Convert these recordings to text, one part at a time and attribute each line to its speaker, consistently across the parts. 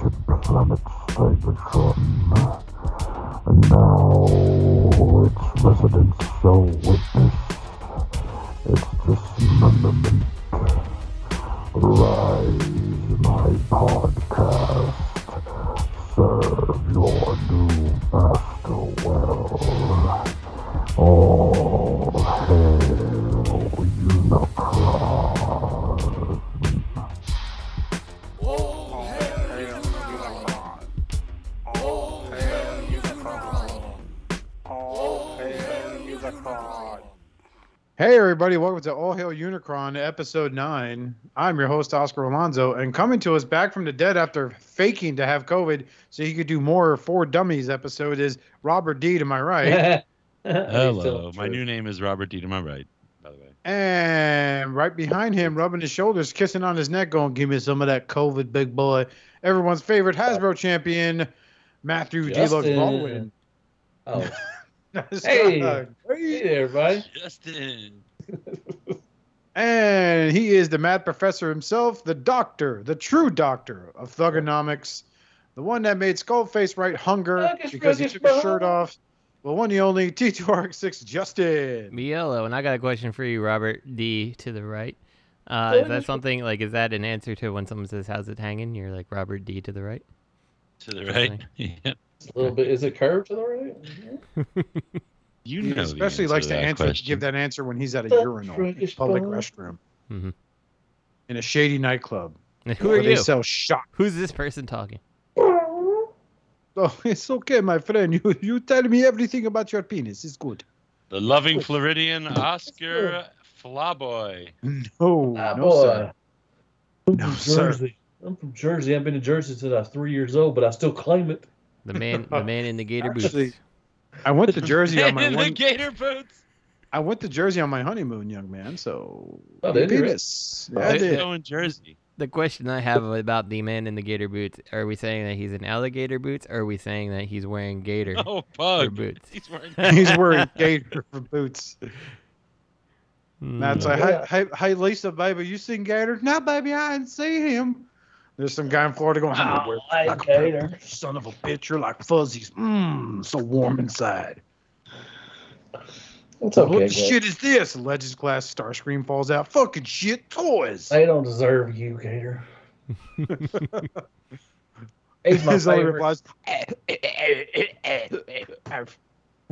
Speaker 1: time it's sacred from. And now its residents shall witness its dismemberment. Rise, my podcast. Serve your new master well. All hail Unicron.
Speaker 2: Hey, everybody, welcome to All Hail Unicron, episode 9. I'm your host, Oscar Alonso, and coming to us back from the dead after faking to have COVID so he could do more For Dummies episode is Robert D. to my right.
Speaker 3: Hello, my new name is Robert D. To my right, by the way.
Speaker 2: and right behind him, rubbing his shoulders, kissing on his neck, going, Give me some of that COVID, big boy. Everyone's favorite Hasbro champion, Matthew D. Lux
Speaker 4: Justin.
Speaker 2: Baldwin.
Speaker 4: Oh,
Speaker 2: That's
Speaker 4: Hey.
Speaker 2: not
Speaker 4: hey
Speaker 2: great.
Speaker 4: there, everybody.
Speaker 3: Justin.
Speaker 2: And he is the math professor himself, the doctor, the true doctor of thugonomics, the one that made Skullface write hunger
Speaker 4: Thuggers,
Speaker 2: because he
Speaker 4: Thuggers,
Speaker 2: took his
Speaker 4: Thuggers.
Speaker 2: shirt off. Well, one the only T2RX6 Justin.
Speaker 5: Mielo, and I got a question for you, Robert D. To the right. Uh, is that something like? Is that an answer to when someone says "How's it hanging"? You're like Robert D. To the right.
Speaker 3: To the right. yeah.
Speaker 4: It's a little bit. Is it curved to the right? Mhm.
Speaker 3: You
Speaker 2: He
Speaker 3: know. the
Speaker 2: especially
Speaker 3: answer
Speaker 2: likes to
Speaker 3: that
Speaker 2: answer,
Speaker 3: question. Mm-hmm.
Speaker 2: give that answer when he's at a
Speaker 4: Thuggers,
Speaker 2: urinal, in a
Speaker 4: Thuggers,
Speaker 2: public
Speaker 4: Thuggers.
Speaker 2: restroom,
Speaker 5: Mhm.
Speaker 2: in a shady nightclub.
Speaker 5: And Who
Speaker 2: where
Speaker 5: are
Speaker 2: they
Speaker 5: you?
Speaker 2: sell shot.
Speaker 5: Who's this person talking?
Speaker 2: Oh, it's okay, my friend. You you tell me everything about your penis. It's good.
Speaker 3: The loving Floridian Oscar Flaboy.
Speaker 2: No,
Speaker 4: Ah,
Speaker 2: Oh, no,
Speaker 4: boy.
Speaker 2: sir.
Speaker 4: I'm
Speaker 2: No,
Speaker 4: from
Speaker 2: sir.
Speaker 4: Jersey. I'm from Jersey. I've been to Jersey since I was three years old, but I still claim it.
Speaker 5: The man, the man in the gator
Speaker 2: Actually,
Speaker 5: boots.
Speaker 2: I went to Jersey on my
Speaker 3: in the
Speaker 2: one
Speaker 3: gator boots.
Speaker 2: I went to Jersey on my honeymoon, young man. So
Speaker 4: Oh, did you?
Speaker 2: penis. Yeah,
Speaker 4: Oh,
Speaker 2: I
Speaker 5: did.
Speaker 2: did.
Speaker 3: So in Jersey.
Speaker 5: The question I have about the man in the gator boots: Are we saying that he's in alligator boots? Or are we saying that he's wearing gator
Speaker 3: Oh,
Speaker 5: or
Speaker 3: bug.
Speaker 5: boots?
Speaker 3: He's wearing.
Speaker 2: He's wearing gator boots. Matt's
Speaker 5: Mm.
Speaker 2: like, hey, hey, hey, Lisa, baby, you seen Gator? No, baby, I ain't seen him. There's some guy in Florida going,
Speaker 4: I
Speaker 2: oh,
Speaker 4: like gator.
Speaker 2: son of a bitch, you're like fuzzies. Mmm, so warm inside.
Speaker 4: It's okay.
Speaker 2: what the
Speaker 4: Gator.
Speaker 2: shit is this? Legends class, Starscream falls out. Fucking shit, toys.
Speaker 4: They don't deserve you, Gator. He's my
Speaker 2: His only
Speaker 4: favorite.
Speaker 2: replies,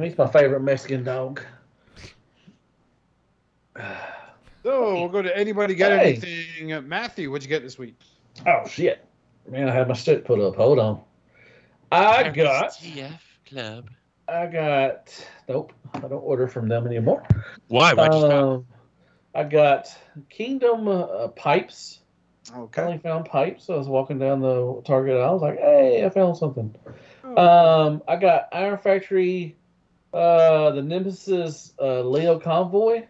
Speaker 4: He's my favorite Mexican dog.
Speaker 2: so we'll go to anybody got
Speaker 4: Hey.
Speaker 2: anything. Uh, Matthew, what'd you get this week?
Speaker 4: Oh shit, man! I had my stick put up. Hold on. I got.
Speaker 3: TF Club.
Speaker 4: I got. Nope. I don't order from them anymore.
Speaker 3: Why? Why'd you stop?
Speaker 4: Um, I got Kingdom uh, pipes.
Speaker 2: Okay.
Speaker 4: Finally found pipes. I was walking down the Target aisle. I was like, "Hey, I found something." Um, I got Iron Factory, uh, the Nemesis uh, Leo Convoy,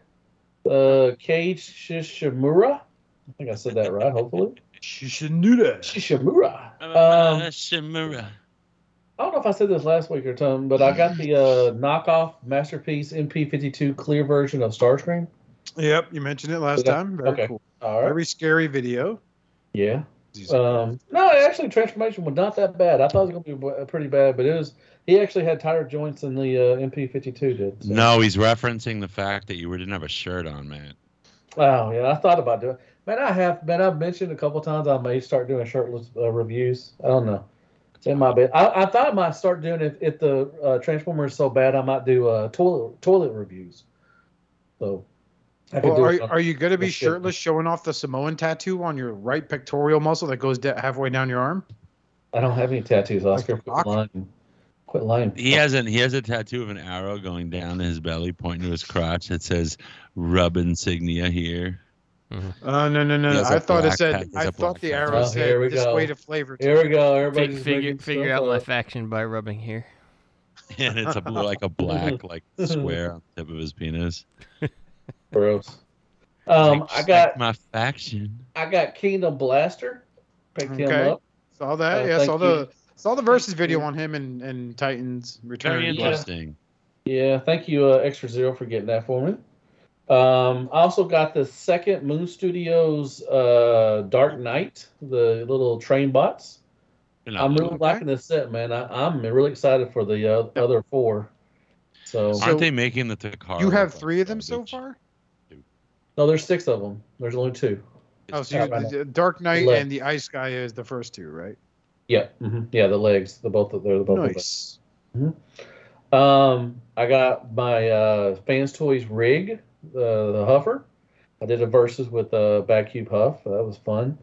Speaker 4: the Cage Shishimura. I think I said that right. Hopefully,
Speaker 2: She should knew that.
Speaker 4: Shishimura.
Speaker 3: Uh,
Speaker 4: Um,
Speaker 3: Shimura.
Speaker 4: I don't know if I said this last week or something, but I got the uh, knockoff masterpiece MP52 clear version of Starscream.
Speaker 2: Yep, you mentioned it last
Speaker 4: Okay.
Speaker 2: time. Very
Speaker 4: Okay.
Speaker 2: cool.
Speaker 4: All right.
Speaker 2: Very scary video.
Speaker 4: Yeah. Um, no, actually, transformation was not that bad. I thought it was going to be b- pretty bad, but it was. He actually had tighter joints than the uh, MP52 did. so-
Speaker 3: No, he's referencing the fact that you didn't have a shirt on, man.
Speaker 4: Oh yeah, I thought about doing. Man, I have. Man, I've mentioned a couple times I may start doing shirtless uh, reviews. I don't know. It might be. I, I thought I might start doing if if the uh, transformer is so bad, I might do uh, toilet toilet reviews. So. I could
Speaker 2: Well,
Speaker 4: do
Speaker 2: are,
Speaker 4: something.
Speaker 2: are you going to be
Speaker 4: Let's do it.
Speaker 2: shirtless, showing off the Samoan tattoo on your right pectoral muscle that goes da- halfway down your arm?
Speaker 4: I don't have any tattoos, Oscar.
Speaker 2: Like a
Speaker 4: Quit lying. Quit lying.
Speaker 2: Oh.
Speaker 3: He has an he has a tattoo of an arrow going down his belly, pointing to his crotch that says "Rub insignia here."
Speaker 2: Uh, no, no, no.
Speaker 3: He
Speaker 2: no.
Speaker 3: has
Speaker 2: I
Speaker 3: a
Speaker 2: thought it
Speaker 3: black
Speaker 2: said.
Speaker 3: tat- he has
Speaker 2: I
Speaker 3: a
Speaker 2: thought
Speaker 3: black
Speaker 2: the
Speaker 3: tat.
Speaker 2: arrow
Speaker 4: Oh,
Speaker 2: said
Speaker 4: here we
Speaker 2: this
Speaker 4: go.
Speaker 2: way to flavor.
Speaker 4: Here we go.
Speaker 5: Fig-
Speaker 4: Everybody
Speaker 5: figure figure out my faction by rubbing here.
Speaker 3: and it's a blue, like a black like square on the tip of his penis.
Speaker 4: Gross. Um, I
Speaker 3: Respect
Speaker 4: got
Speaker 3: my faction.
Speaker 4: I got Kingdom Blaster. Picked
Speaker 2: Okay.
Speaker 4: him up.
Speaker 2: Saw
Speaker 4: Oh,
Speaker 2: that. yeah,
Speaker 4: thank
Speaker 2: saw
Speaker 4: you.
Speaker 2: the saw the versus video
Speaker 4: you.
Speaker 2: on him and and Titans
Speaker 3: Very
Speaker 2: return.
Speaker 4: Yeah.
Speaker 3: interesting.
Speaker 4: Yeah, thank you, uh, Extra Zero, for getting that for me. Um, I also got the second Moon Studios uh, Dark Knight, the little train bots.
Speaker 3: You're not
Speaker 4: I'm really
Speaker 3: doing-
Speaker 4: liking this set, man. I, I'm really excited for the uh, other four. So
Speaker 2: So-
Speaker 3: Aren't they making the Takara?
Speaker 2: you have
Speaker 3: look like
Speaker 2: three of them so
Speaker 3: garbage?
Speaker 2: far?
Speaker 4: no, there's six of them. There's only two.
Speaker 2: Oh, so
Speaker 4: Yeah,
Speaker 2: you,
Speaker 4: right.
Speaker 2: the Dark Knight
Speaker 4: Left.
Speaker 2: and the Ice Guy is the first two, right?
Speaker 4: Yeah, mhm. yeah, the legs, the both, of- they're the both. of them.
Speaker 2: Nice.
Speaker 4: Um, I got my uh, fans toys rig, the, the Huffer. I did a versus with uh, Batcube Huff. That was fun.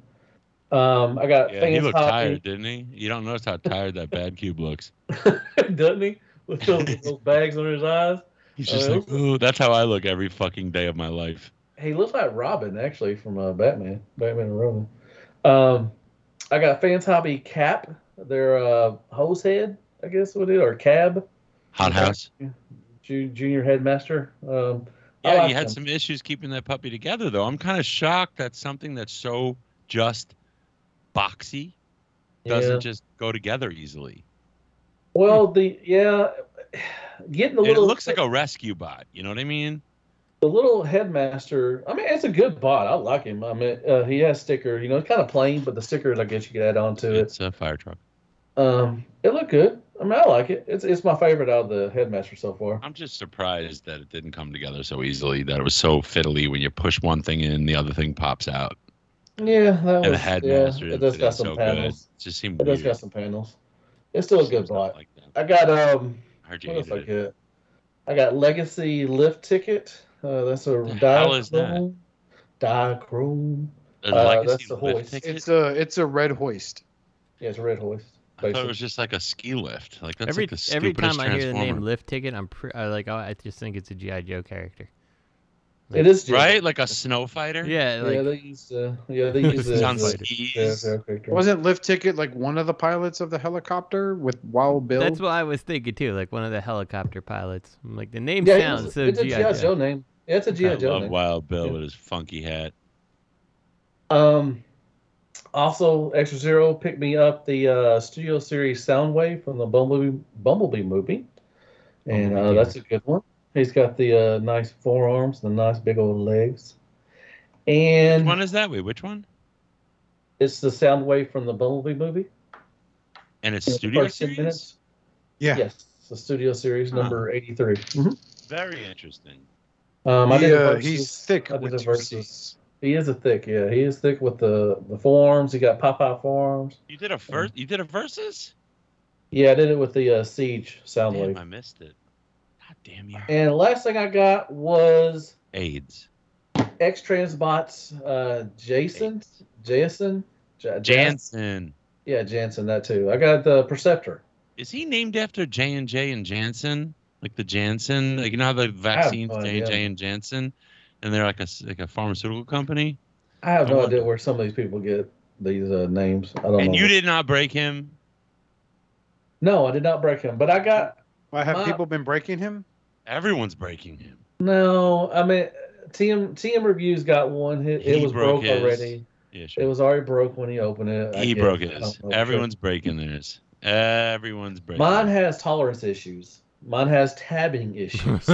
Speaker 4: Um, I got
Speaker 3: Yeah,
Speaker 4: fans
Speaker 3: he looked
Speaker 4: hobby-
Speaker 3: tired, didn't he? You don't notice how tired that bad cube looks.
Speaker 4: doesn't he? With those, those bags under his eyes.
Speaker 3: He's just
Speaker 4: Oh.
Speaker 3: like, ooh, that's how I look every fucking day of my life.
Speaker 4: He looks like Robin actually from uh, Batman, Batman and Robin. Um, I got fans hobby cap, their uh, hose head, I guess what it is, or cab,
Speaker 3: Hot
Speaker 4: Okay.
Speaker 3: house.
Speaker 4: ju- junior headmaster. Um, I
Speaker 3: Yeah,
Speaker 4: like
Speaker 3: you had
Speaker 4: them.
Speaker 3: some issues keeping that puppy together, though. I'm kind of shocked that something that's so just boxy doesn't
Speaker 4: Yeah.
Speaker 3: just go together easily.
Speaker 4: Well, the yeah, getting the
Speaker 3: It
Speaker 4: little
Speaker 3: looks like a rescue bot. You know what I mean?
Speaker 4: the little headmaster. I mean, it's a good bot. I like him. I mean, uh, he has sticker. You know, it's kind of plain, but the stickers I guess you could add on to it.
Speaker 3: It's a fire truck.
Speaker 4: Um, it looked good. I mean, I like it. It's it's my favorite out of the headmaster so far.
Speaker 3: I'm just surprised that it didn't come together so easily. That it was so fiddly when you push one thing in, the other thing pops out.
Speaker 4: Yeah, that
Speaker 3: And the
Speaker 4: was.
Speaker 3: headmaster
Speaker 4: yeah, it
Speaker 3: did
Speaker 4: does got
Speaker 3: so
Speaker 4: some
Speaker 3: good. It
Speaker 4: panels.
Speaker 3: just seemed
Speaker 4: It
Speaker 3: weird.
Speaker 4: does got some panels. It's still a good
Speaker 3: Something
Speaker 4: bot.
Speaker 3: Like that.
Speaker 4: I got um.
Speaker 3: Heard you
Speaker 4: What else I
Speaker 3: hated it.
Speaker 4: got? I got legacy lift ticket. Uh, that's a
Speaker 3: The hell is that?
Speaker 4: diachrome. Diachrome.
Speaker 3: A
Speaker 4: Uh,
Speaker 3: legacy
Speaker 4: that's the
Speaker 3: lift
Speaker 4: hoist.
Speaker 3: ticket?
Speaker 2: It's a it's a red hoist.
Speaker 4: Yeah, it's a red hoist.
Speaker 3: I thought it
Speaker 4: basically.
Speaker 3: was just like a ski lift. Like that's
Speaker 5: every
Speaker 3: like the stupidest
Speaker 5: every time I hear the name
Speaker 3: Transformer.
Speaker 5: Lift Ticket, I'm pre- I, like oh, I just think it's a GI Joe character.
Speaker 4: It is just-
Speaker 3: right? Like a snow fighter.
Speaker 5: Yeah, like
Speaker 4: yeah, they use. Uh, yeah, they use.
Speaker 3: It's
Speaker 4: uh,
Speaker 3: on
Speaker 4: the-
Speaker 3: skis.
Speaker 4: yeah, yeah, correct, right.
Speaker 2: Wasn't Lift Ticket like one of the pilots of the helicopter with Wild Bill?
Speaker 5: that's what I was thinking too. Like one of the helicopter pilots. I'm like the name
Speaker 4: Yeah, it
Speaker 5: sounds
Speaker 4: was-
Speaker 5: so
Speaker 4: it's a
Speaker 5: GI
Speaker 4: G.I.
Speaker 5: Joe.
Speaker 4: Joe name. Yeah, it's a
Speaker 3: I
Speaker 4: GI Joe
Speaker 3: love
Speaker 4: name.
Speaker 3: Wild Bill
Speaker 4: Yeah.
Speaker 3: with his funky hat.
Speaker 4: Um, also, Extra Zero picked me up the uh, Studio Series Soundwave from the Bumblebee Bumblebee movie, and uh,
Speaker 5: Bumblebee,
Speaker 4: that's a good one. He's got the uh, nice forearms, the nice big old legs,
Speaker 3: Which
Speaker 4: and
Speaker 3: one is that? Wait, which one?
Speaker 4: it's the Soundwave from the Bumblebee movie.
Speaker 3: And it's
Speaker 4: The
Speaker 3: Studio
Speaker 4: first 10
Speaker 3: Series.
Speaker 4: minutes.
Speaker 2: yeah.
Speaker 4: Yes, the Studio Series
Speaker 3: Huh.
Speaker 4: number eighty-three.
Speaker 3: Very interesting.
Speaker 4: Um, I
Speaker 2: He,
Speaker 4: did a
Speaker 2: uh,
Speaker 4: versus-
Speaker 2: he's thick
Speaker 4: I did
Speaker 2: with
Speaker 4: a
Speaker 2: two
Speaker 4: versus.
Speaker 2: Cs.
Speaker 4: He is a thick, yeah. He is thick with the the forearms. He got Popeye forearms.
Speaker 3: You did a first. You did a versus.
Speaker 4: Yeah, I did it with the uh, Siege
Speaker 3: Damn, I
Speaker 4: Soundwave.
Speaker 3: missed it. God damn you.
Speaker 4: And last thing I got was
Speaker 3: AIDS.
Speaker 4: X Transbots uh, Jason, Jason, J-
Speaker 3: Jansen.
Speaker 4: Yeah, Jansen, that too. I got the Perceptor.
Speaker 3: Is he named after J and J and Jansen? Like the Jansen? Like you know how the vaccines
Speaker 4: no
Speaker 3: J and J
Speaker 4: idea.
Speaker 3: and Jansen, and they're like a s- like a pharmaceutical company.
Speaker 4: I have
Speaker 3: I
Speaker 4: no
Speaker 3: wonder.
Speaker 4: idea where some of these people get these uh, names. I don't
Speaker 3: And
Speaker 4: know.
Speaker 3: you did not break him.
Speaker 4: No, I did not break him, but I got
Speaker 2: Well, have
Speaker 4: My-
Speaker 2: people been breaking him?
Speaker 3: Everyone's breaking him.
Speaker 4: no. I mean, TM TM reviews got one. It, it
Speaker 3: He
Speaker 4: was
Speaker 3: broke
Speaker 4: broke,
Speaker 3: his.
Speaker 4: already.
Speaker 3: Yeah,
Speaker 4: It
Speaker 3: sure.
Speaker 4: was already broke when he opened it. I
Speaker 3: he
Speaker 4: guess.
Speaker 3: broke
Speaker 4: I don't
Speaker 3: his.
Speaker 4: know.
Speaker 3: Everyone's breaking theirs. Everyone's breaking.
Speaker 4: Mine
Speaker 3: theirs.
Speaker 4: has tolerance issues. Mine has tabbing issues.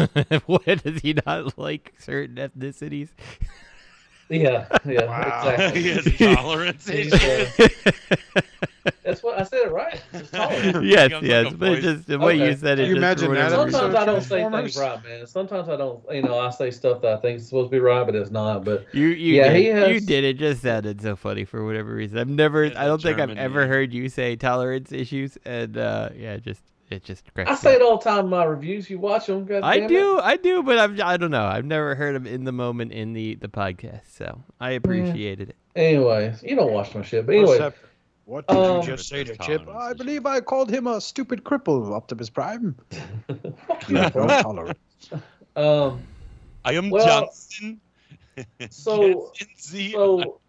Speaker 5: what does he not like certain ethnicities?
Speaker 4: yeah, yeah,
Speaker 2: Wow.
Speaker 4: exactly.
Speaker 3: he has tolerance
Speaker 4: He's,
Speaker 3: issues.
Speaker 4: uh, That's what I said it right. It's tolerance.
Speaker 5: yes,
Speaker 3: Becomes like
Speaker 5: yes,
Speaker 3: a
Speaker 5: but it
Speaker 3: voice.
Speaker 5: just the way you
Speaker 4: Okay.
Speaker 5: said it.
Speaker 2: Can you
Speaker 5: just
Speaker 2: imagine
Speaker 5: for
Speaker 2: that
Speaker 5: whatever
Speaker 2: episode?
Speaker 5: reason-
Speaker 4: Sometimes I don't say
Speaker 2: Transformers?
Speaker 4: things right, man. Sometimes I don't, you know, I say stuff that I think is supposed to be right, but it's not. But
Speaker 5: You you
Speaker 4: Yeah,
Speaker 5: did,
Speaker 4: he
Speaker 5: you
Speaker 4: has-
Speaker 5: did it just sounded so funny for whatever reason. I've never
Speaker 3: Yeah,
Speaker 5: I don't think I've
Speaker 3: German
Speaker 5: ever
Speaker 3: name.
Speaker 5: heard you say tolerance issues and uh yeah, it just it just cracks.
Speaker 4: I
Speaker 5: me
Speaker 4: say it
Speaker 5: up.
Speaker 4: all the time in my reviews. You watch them, God
Speaker 5: I
Speaker 4: damn it.
Speaker 5: do, I do, but I'm I don't know. I've never heard him in the moment in the the podcast, so I appreciated it.
Speaker 4: Anyways, you don't watch my shit, but anyway,
Speaker 2: Perceptor. What did
Speaker 4: Um,
Speaker 2: you just say to
Speaker 3: Tolerance
Speaker 2: Chip? I
Speaker 3: issues.
Speaker 2: believe I called him a stupid cripple, Optimus Prime.
Speaker 4: fuck
Speaker 2: You
Speaker 4: you.
Speaker 2: have no
Speaker 4: bro.
Speaker 2: tolerance.
Speaker 4: um,
Speaker 3: I am
Speaker 4: Well,
Speaker 3: Johnson.
Speaker 4: so-
Speaker 3: Jansen,
Speaker 4: so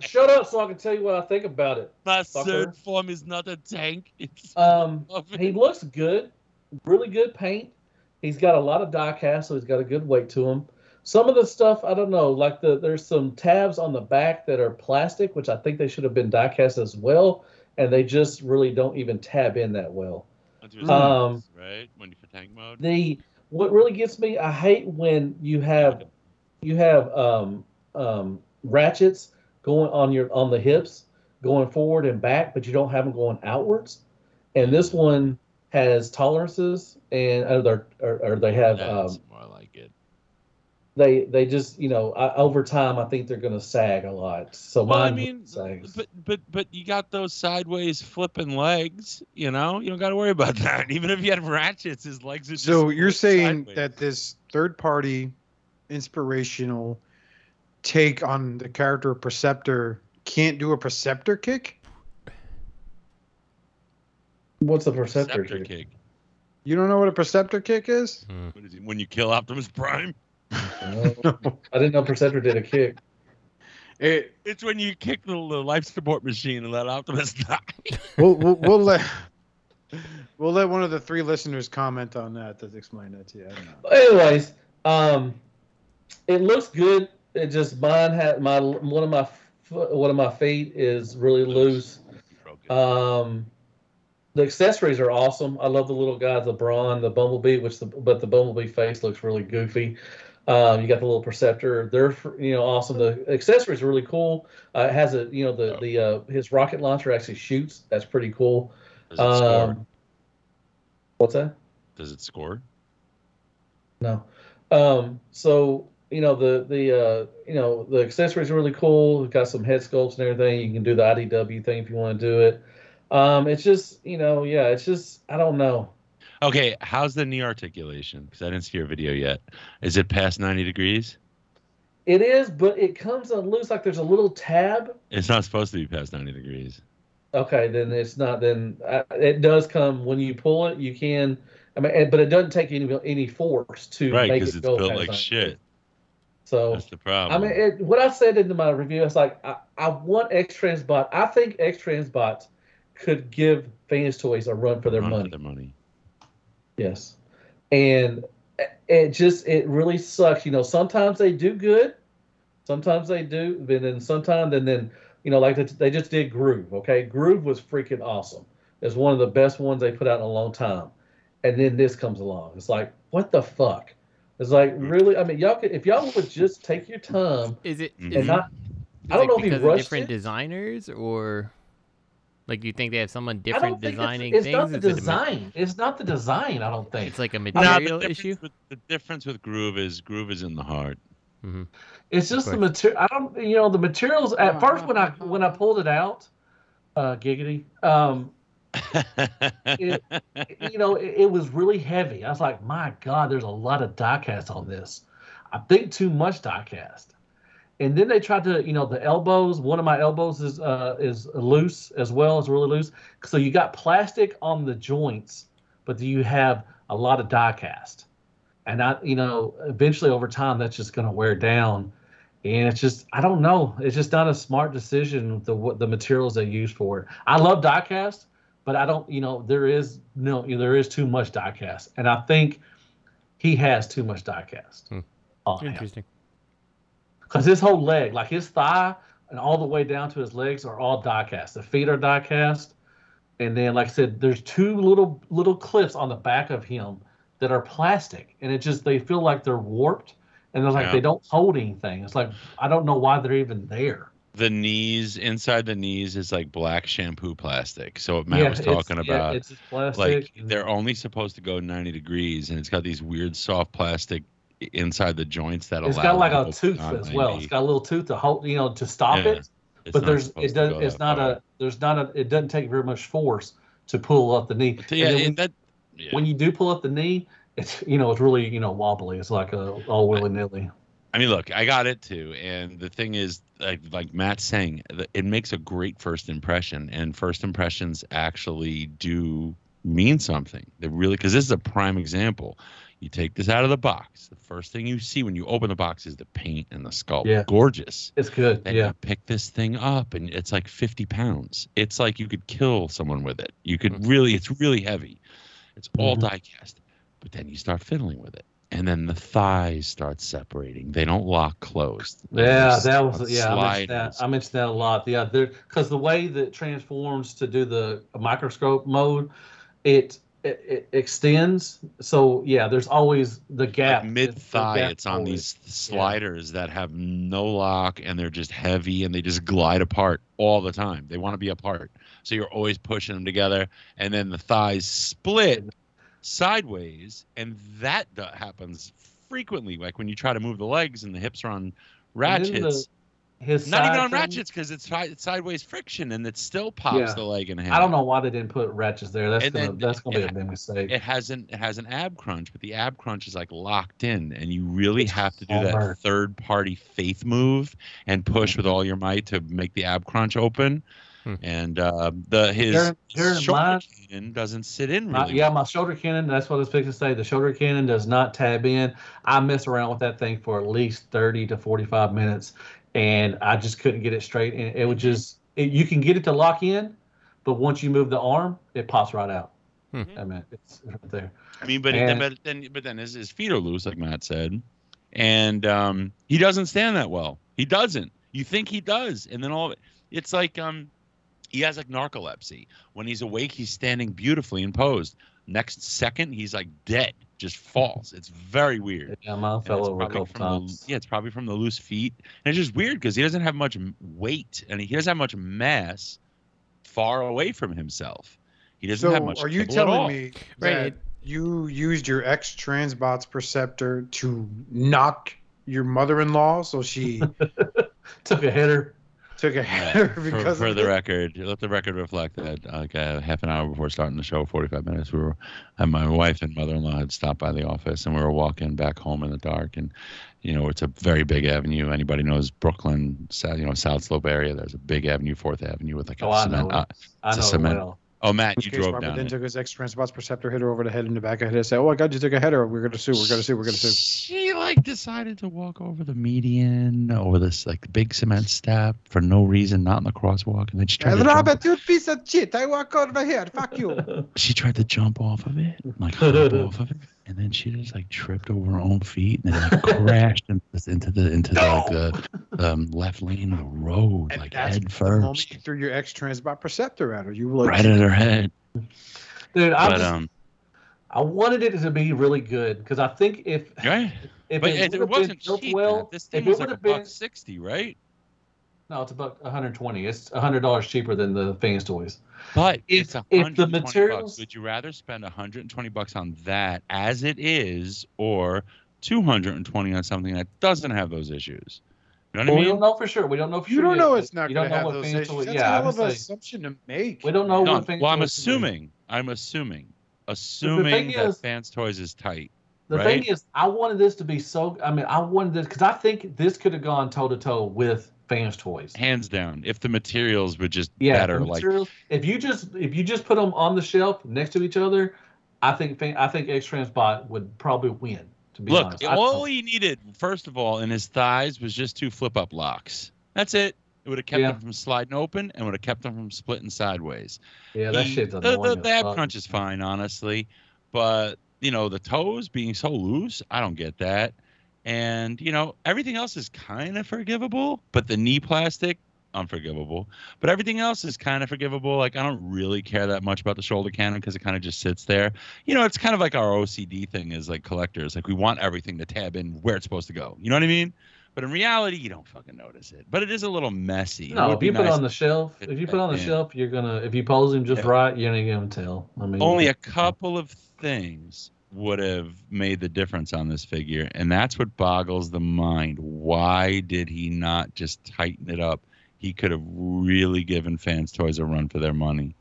Speaker 4: shut up, so I can tell you what I think about it.
Speaker 3: my
Speaker 4: sucker.
Speaker 3: third form is not a tank. It's
Speaker 4: Um,
Speaker 3: a puppet.
Speaker 4: he looks good, really good paint. He's got a lot of die cast, so he's got a good weight to him. Some of the stuff I don't know, like the there's some tabs on the back that are plastic, which I think they should have been die cast as well, and they just really don't even tab in that well.
Speaker 3: Once you're in
Speaker 4: um,
Speaker 3: tanks, right when you're for tank mode.
Speaker 4: The what really gets me, I hate when you have you have um, um, ratchets going on your on the hips going forward and back, but you don't have them going outwards. And this one has tolerances, and uh, they're- or, or they have um,
Speaker 3: That's more like it.
Speaker 4: they they just you know I, over time I think they're gonna sag a lot. So
Speaker 3: Well, I
Speaker 4: mine
Speaker 3: mean,
Speaker 4: sags.
Speaker 3: But but but you got those sideways flipping legs. You know, you don't got to worry about that. Even if you had ratchets, his legs are.
Speaker 2: So
Speaker 3: just
Speaker 2: you're saying
Speaker 3: sideways.
Speaker 2: that this third party inspirational take on the character of Perceptor can't do a Perceptor kick?
Speaker 4: What's the
Speaker 3: Perceptor
Speaker 4: perceptor?
Speaker 3: kick.
Speaker 4: kick?
Speaker 2: You don't know what a Perceptor kick is?
Speaker 3: What is it, when you kill Optimus Prime?
Speaker 4: No. I didn't know perceptor did a kick.
Speaker 2: It,
Speaker 3: It's when you kick the, the life support machine and let Optimus die.
Speaker 2: we'll, we'll, we'll let we'll let one of the three listeners comment on that to explain that to you. I don't know.
Speaker 4: Anyways, um, it looks good. It just mine had my one of my foot, one of my feet is really loose. Um, the accessories are awesome. I love the little guys, the brawn, the bumblebee, which the but the bumblebee face looks really goofy. Um, you got the little perceptor. They're you know awesome. The accessories are really cool. Uh, it has a you know the the uh, his rocket launcher actually shoots. That's pretty cool.
Speaker 3: Does it score?
Speaker 4: Um, what's that?
Speaker 3: Does it score?
Speaker 4: No. Um, so you know the the uh, you know the accessories are really cool. It's got some head sculpts and everything. You can do the IDW thing if you want to do it. Um, it's just you know yeah, it's just I don't know.
Speaker 3: Okay, how's the knee articulation? Because I didn't see your video yet. Is it past 90 degrees?
Speaker 4: It is, but it comes unloose like there's a little tab.
Speaker 3: It's not supposed to be past 90 degrees.
Speaker 4: Okay, then it's not. Then I, it does come when you pull it. You can. I mean, and- but it doesn't take any any force to
Speaker 3: Right,
Speaker 4: make
Speaker 3: because
Speaker 4: it
Speaker 3: it's
Speaker 4: go
Speaker 3: built
Speaker 4: past
Speaker 3: like
Speaker 4: that.
Speaker 3: shit.
Speaker 4: So
Speaker 3: That's the problem.
Speaker 4: I mean, it, what I said in my review, it's like I, I want X Transbot. I think X Transbot could give Fans Toys a run for their
Speaker 3: Run
Speaker 4: money.
Speaker 3: their money.
Speaker 4: Yes, and it- it just it really sucks. You know, sometimes they do good, sometimes they do, but then sometimes and then you know, like they just did Groove. Okay, Groove was freaking awesome. It's one of the best ones they put out in a long time, and then this comes along. It's like what the fuck. It's like really. I mean, y'all could if y'all would just take your time
Speaker 5: Is it? Is
Speaker 3: Mhm.
Speaker 4: and
Speaker 5: it-
Speaker 4: not
Speaker 5: It's
Speaker 4: I don't
Speaker 5: like
Speaker 4: know if he
Speaker 5: because of
Speaker 4: rushed
Speaker 5: different
Speaker 4: it.
Speaker 5: designers or like do you think they have someone
Speaker 4: I
Speaker 5: different
Speaker 4: don't think
Speaker 5: designing
Speaker 4: it's, it's
Speaker 5: things?
Speaker 4: not the
Speaker 5: Is it a ma-
Speaker 4: design. It's not the design. I don't think
Speaker 5: It's like a
Speaker 3: Nah,
Speaker 5: material
Speaker 3: the difference
Speaker 5: issue.
Speaker 3: With, the difference with groove is groove is in the heart.
Speaker 4: it's just the
Speaker 5: Okay.
Speaker 4: material. I don't. You know, the materials. At first, when I when I pulled it out, uh, giggity. Um, It- you know, it, it was really heavy. I was like, my God, there's a lot of diecast on this. I think too much diecast. And then they tried to, you know, the elbows. One of my elbows is uh, is loose as well. It's really loose. So you got plastic on the joints, but you have a lot of diecast. And I, you know, eventually over time, that's just going to wear down. And it's just, I don't know. It's just not a smart decision with the what the materials they use for it. I love diecast, but I don't, you know, there is no, there is too much diecast, and I think he has too much diecast
Speaker 5: Hmm.
Speaker 4: on
Speaker 5: Interesting.
Speaker 4: because his whole leg, like his thigh and all the way down to his legs, are all diecast. The feet are diecast, and then, like I said, there's two little little clips on the back of him that are plastic, and it just they feel like they're warped, and they're like
Speaker 3: Yeah.
Speaker 4: they don't hold anything. It's like I don't know why they're even there.
Speaker 3: the knees inside the knees is like black shampoo plastic. So what Matt was
Speaker 4: it's-
Speaker 3: talking
Speaker 4: yeah,
Speaker 3: about,
Speaker 4: it's just plastic.
Speaker 3: like
Speaker 4: and-
Speaker 3: they're only supposed to go 90 degrees, and it's got these weird soft plastic i- inside the joints that
Speaker 4: It's
Speaker 3: allow.
Speaker 4: got like
Speaker 3: them to
Speaker 4: a
Speaker 3: open
Speaker 4: tooth
Speaker 3: on
Speaker 4: as well.
Speaker 3: 90.
Speaker 4: It's got a little tooth to hold, you know, to stop
Speaker 3: Yeah,
Speaker 4: it.
Speaker 3: it's It's
Speaker 4: But
Speaker 3: not
Speaker 4: there's,
Speaker 3: supposed
Speaker 4: it
Speaker 3: to go
Speaker 4: doesn't, it's
Speaker 3: that
Speaker 4: not
Speaker 3: far.
Speaker 4: a, there's not a, it doesn't take very much force to pull up the knee.
Speaker 3: So, yeah,
Speaker 4: And then
Speaker 3: it-
Speaker 4: when,
Speaker 3: that. yeah.
Speaker 4: when you do pull up the knee, it's, you know, it's really, you know, wobbly. It's like a all willy nilly.
Speaker 3: I mean, look, I got it too, and the thing is, like, like Matt's saying, th- it makes a great first impression, and first impressions actually do mean something. They really, because this is a prime example. You take this out of the box. The first thing you see when you open the box is the paint and the sculpt.
Speaker 4: Yeah.
Speaker 3: Gorgeous.
Speaker 4: It's good.
Speaker 3: Then
Speaker 4: yeah.
Speaker 3: you pick this thing up, and it's like 50 pounds. It's like you could kill someone with it. You could
Speaker 5: Mhm.
Speaker 3: really, it's really heavy. It's all
Speaker 4: Mhm.
Speaker 3: diecast. But then you start fiddling with it. And then the thighs start separating. They don't lock closed.
Speaker 4: Yeah,
Speaker 3: There's
Speaker 4: that was
Speaker 3: a
Speaker 4: yeah. I mentioned that.
Speaker 3: sliders.
Speaker 4: I mentioned that a lot. Yeah, there because the way that transforms to do the microscope mode, it it, it extends. So yeah, there's always the gap.
Speaker 3: mid thigh.
Speaker 4: The gap
Speaker 3: It's on
Speaker 4: always.
Speaker 3: these sliders that have no lock and they're just heavy and they just glide apart all the time. They want to be apart, so you're always pushing them together. And then the thighs split sideways, and that do- happens frequently. Like when you try to move the legs and the hips are on
Speaker 4: And then the-
Speaker 3: ratchets,
Speaker 4: his
Speaker 3: not even
Speaker 4: side
Speaker 3: on
Speaker 4: thing-
Speaker 3: ratchets because it's, si- it's sideways friction and it still pops
Speaker 4: Yeah.
Speaker 3: the leg in half.
Speaker 4: I don't know why they didn't put ratchets there. That's
Speaker 3: And
Speaker 4: gonna
Speaker 3: then-
Speaker 4: that's gonna be
Speaker 3: yeah.
Speaker 4: a big mistake.
Speaker 3: it has an it has an ab crunch, but the ab crunch is like locked in, and you really have to do
Speaker 4: hard.
Speaker 3: that third party faith move and push with all your might to make the ab crunch open.
Speaker 5: Hmm.
Speaker 3: And uh, the his
Speaker 4: Bear- bear in
Speaker 3: shoulder
Speaker 4: mind-
Speaker 3: cannon doesn't sit in
Speaker 4: My-
Speaker 3: really.
Speaker 4: yeah,
Speaker 3: well.
Speaker 4: my shoulder cannon. That's what I was fixing to say. The shoulder cannon does not tab in. I mess around with that thing for at least thirty to forty-five minutes, and I just couldn't get it straight. And it would just it, you can get it to lock in, but once you move the arm, it pops right out.
Speaker 5: Hmm.
Speaker 4: I mean, it's right there.
Speaker 3: I mean, but then,
Speaker 4: and-
Speaker 3: but then but then his, his feet are loose, like Matt said, and um, he doesn't stand that well. He doesn't. You think he does, and then all of it. It's like um, he has like narcolepsy. When he's awake, he's standing beautifully and posed. Next second, he's like dead, just falls. It's very weird.
Speaker 4: Yeah, mine
Speaker 3: And
Speaker 4: fell
Speaker 3: it's
Speaker 4: over a
Speaker 3: probably
Speaker 4: couple
Speaker 3: from the-
Speaker 4: times.
Speaker 3: yeah, it's probably from the loose feet. And it's just weird because he doesn't have much m- weight and he doesn't have much mass far away from himself. He doesn't have
Speaker 2: So
Speaker 3: much.
Speaker 2: are you
Speaker 3: kibble at all.
Speaker 2: telling me
Speaker 5: Right,
Speaker 2: that
Speaker 5: it-
Speaker 2: you used your ex transbots perceptor to knock your mother-in-law so she
Speaker 4: Took a header.
Speaker 2: took a
Speaker 3: Yeah,
Speaker 2: header
Speaker 3: for,
Speaker 2: because
Speaker 3: for
Speaker 2: of
Speaker 3: the
Speaker 2: it?
Speaker 3: record, let the record reflect that like uh, half an hour before starting the show, 45 minutes, we were, and my wife and mother-in-law had stopped by the office, and we were walking back home in the dark, and you know it's a very big avenue. Anybody knows Brooklyn, South, you know South Slope area. There's a big avenue, Fourth Avenue, with like a
Speaker 4: Oh, I know.
Speaker 3: cement. uh,
Speaker 4: it. I
Speaker 3: it's a
Speaker 4: know it
Speaker 3: cement-
Speaker 4: well.
Speaker 3: oh, Matt,
Speaker 2: In
Speaker 3: you
Speaker 2: case
Speaker 3: drove
Speaker 2: Robert
Speaker 3: down.
Speaker 2: then
Speaker 3: it.
Speaker 2: took his ex transbots perceptor, hit her over the head and the back of the head, and said, "Oh my God, you took a header. We're gonna sue. We're gonna sue. We're gonna sue."
Speaker 3: She like decided to walk over the median, over this like big cement step for no reason, not in the crosswalk, and then she tried,
Speaker 2: And
Speaker 3: to jump,
Speaker 2: Robert, you piece of shit! I walk over here. Fuck you.
Speaker 3: she tried to jump off of it, like hop off of it, and then she just like tripped over her own feet and then like, crashed in- into the into the, like, the um, left lane of the road,
Speaker 2: And
Speaker 3: like
Speaker 2: that's
Speaker 3: head
Speaker 2: The moment
Speaker 3: first,
Speaker 2: you threw your ex transbot perceptor at her, you were like,
Speaker 3: right at her head.
Speaker 4: Dude, I,
Speaker 3: but
Speaker 4: just,
Speaker 3: um,
Speaker 4: I wanted it to be really good because I think if
Speaker 3: yeah,
Speaker 4: if
Speaker 3: but
Speaker 4: it,
Speaker 3: it,
Speaker 4: would've been
Speaker 3: wasn't
Speaker 4: built
Speaker 3: cheap. Matt.
Speaker 4: well,
Speaker 3: this
Speaker 4: if
Speaker 3: thing
Speaker 4: it
Speaker 3: was
Speaker 4: would
Speaker 3: like a
Speaker 4: have
Speaker 3: buck
Speaker 4: been
Speaker 3: sixty, right?
Speaker 4: No, it's about 120. It's 100 dollars cheaper than the fans toys.
Speaker 3: But
Speaker 4: If-
Speaker 3: it's a
Speaker 4: if
Speaker 3: hundred
Speaker 4: the
Speaker 3: and twenty
Speaker 4: materials-
Speaker 3: bucks. Would you rather spend hundred and twenty bucks on that as it is, or two hundred and twenty on something that doesn't have those issues? You know
Speaker 4: Well,
Speaker 3: what
Speaker 4: we
Speaker 3: I
Speaker 4: don't
Speaker 3: mean?
Speaker 4: know for sure. We don't know for
Speaker 2: "You
Speaker 4: sure.
Speaker 2: don't
Speaker 4: yet.
Speaker 2: know it's not
Speaker 4: You
Speaker 2: gonna
Speaker 4: don't know
Speaker 2: have
Speaker 4: what
Speaker 2: those
Speaker 4: fans
Speaker 2: issues.
Speaker 4: toys.
Speaker 2: That's
Speaker 4: Yeah,
Speaker 2: a hell of
Speaker 4: I'm
Speaker 2: an
Speaker 4: saying-
Speaker 2: assumption to make."
Speaker 4: we don't know
Speaker 3: No,
Speaker 4: what fans
Speaker 3: well, I'm
Speaker 4: toys are gonna be.
Speaker 3: assuming. I'm assuming. Assuming that
Speaker 4: is-
Speaker 3: Fans Toys is tight.
Speaker 4: The
Speaker 3: right?
Speaker 4: thing is, I wanted this to be so. I mean, I wanted this because I think this could have gone toe to toe with fans toys.
Speaker 3: Hands down. If the materials were just
Speaker 4: Yeah,
Speaker 3: better,
Speaker 4: the
Speaker 3: like
Speaker 4: materials- if you just if you just put them on the shelf next to each other, I think fan- I think X Transbot would probably win. To be
Speaker 3: Look,
Speaker 4: honest, I-
Speaker 3: all he needed, first of all, in his thighs was just two flip up locks. That's it. It would have kept
Speaker 4: Yeah.
Speaker 3: him from sliding open and would have kept him from splitting sideways.
Speaker 4: yeah, that
Speaker 3: He-
Speaker 4: shit doesn't
Speaker 3: the,
Speaker 4: want
Speaker 3: the,
Speaker 4: to
Speaker 3: the ab
Speaker 4: fuck.
Speaker 3: crunch is fine, honestly. But, you know, the toes being so loose, I don't get that. And, you know, everything else is kind of forgivable, but the knee plastic, unforgivable. But everything else is kind of forgivable. Like, I don't really care that much about the shoulder cannon because it kind of just sits there. You know, it's kind of like our OCD thing is like collectors. Like, we want everything to tab in where it's supposed to go. You know what I mean? But in reality, you don't fucking notice it. But it is a little messy. It
Speaker 4: No,
Speaker 3: would
Speaker 4: if
Speaker 3: be
Speaker 4: you put
Speaker 3: nice
Speaker 4: on the shelf,
Speaker 3: fit
Speaker 4: if you put
Speaker 3: back
Speaker 4: on the
Speaker 3: in.
Speaker 4: shelf, you're gonna if you pose him just
Speaker 3: Yeah.
Speaker 4: right, you're not gonna tell. I mean,
Speaker 3: only a couple of things would have made the difference on this figure and that's what boggles the mind why did he not just tighten it up he could have really given fans toys a run for their money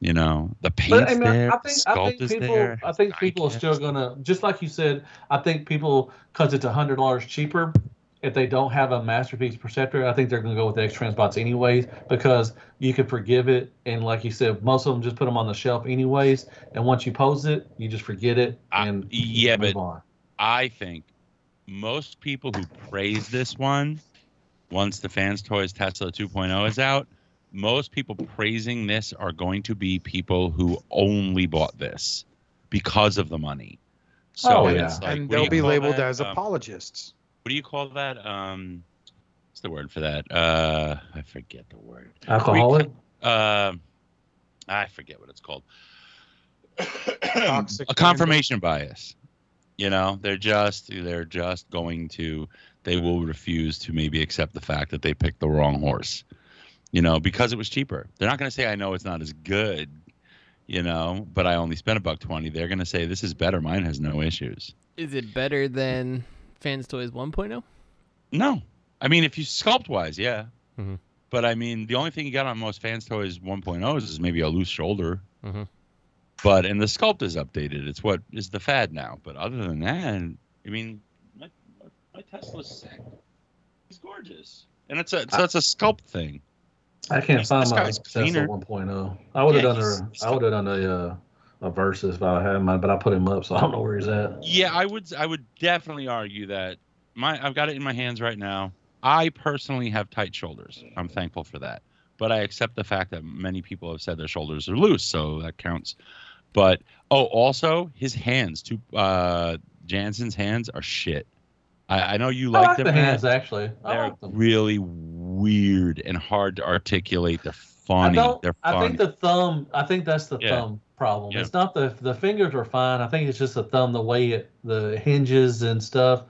Speaker 3: you know the paint's
Speaker 4: But I mean,
Speaker 3: there
Speaker 4: I
Speaker 3: the
Speaker 4: think I
Speaker 3: sculpt
Speaker 4: think
Speaker 3: is
Speaker 4: people
Speaker 3: there
Speaker 4: I think people are still gonna just like you said. I think people because it's hundred dollars cheaper. If they don't have a masterpiece perceptor, I think they're gonna go with the X Transbots anyways because you can forgive it. And like you said, most of them just put them on the shelf anyways. And once you pose it, you just forget it
Speaker 3: I-
Speaker 4: and
Speaker 3: yeah,
Speaker 4: move
Speaker 3: but-
Speaker 4: on.
Speaker 3: I think most people who praise this one, once the Fans Toys Tesla 2.0 is out, most people praising this are going to be people who only bought this because of the money. So
Speaker 4: Oh,
Speaker 3: it's
Speaker 4: yeah.
Speaker 3: like,
Speaker 2: and
Speaker 3: what do
Speaker 2: they'll
Speaker 3: you
Speaker 2: be
Speaker 3: call
Speaker 2: labeled
Speaker 3: that?
Speaker 2: as
Speaker 3: Um,
Speaker 2: apologists.
Speaker 3: What do you call that? Um, what's the word for that? Uh, I forget the word
Speaker 4: Alcoholic.
Speaker 3: Um, uh, I forget what it's called.
Speaker 2: Toxic
Speaker 3: a confirmation bias. You know, they're just they're just going to they will refuse to maybe accept the fact that they picked the wrong horse. You know, because it was cheaper. They're not going to say I know it's not as good, you know, but I only spent a buck 20. They're going to say this is better, mine has no issues.
Speaker 5: Is it better than Fans Toys oh? 1.0?
Speaker 3: No. I mean, if you sculpt wise, yeah.
Speaker 5: Mhm.
Speaker 3: But I mean, the only thing you got on most fans toys 1.0s is maybe a loose shoulder.
Speaker 5: Mhm.
Speaker 3: But and the sculpt is updated. It's what is the fad now. But other than that, I mean, my, my Tesla's sick. He's gorgeous, and it's a so it's a sculpt thing.
Speaker 4: I can't
Speaker 3: This
Speaker 4: find my
Speaker 3: guy's
Speaker 4: Tesla
Speaker 3: cleaner.
Speaker 4: 1.0. I would have
Speaker 3: Yeah,
Speaker 4: done
Speaker 3: he's-
Speaker 4: a
Speaker 3: he's-
Speaker 4: I would have done a uh, a versus if I had mine, but I put him up, so I don't know where he's at.
Speaker 3: Yeah, I would I would definitely argue that my I've got it in my hands right now. I personally have tight shoulders. I'm thankful for that. But I accept the fact that many people have said their shoulders are loose, so that counts. But oh, also his hands, too uh Jansen's hands are shit. I, I know you
Speaker 4: I
Speaker 3: like,
Speaker 4: like
Speaker 3: them.
Speaker 4: the
Speaker 3: Matt.
Speaker 4: hands actually. I
Speaker 3: They're
Speaker 4: like them.
Speaker 3: really weird and hard to articulate. They're
Speaker 4: I
Speaker 3: funny.
Speaker 4: don't.
Speaker 3: They're
Speaker 4: I
Speaker 3: funny.
Speaker 4: think the thumb. I think that's the
Speaker 3: Yeah.
Speaker 4: thumb problem.
Speaker 3: Yeah.
Speaker 4: It's not the the fingers are fine. I think it's just the thumb, the way it the hinges and stuff.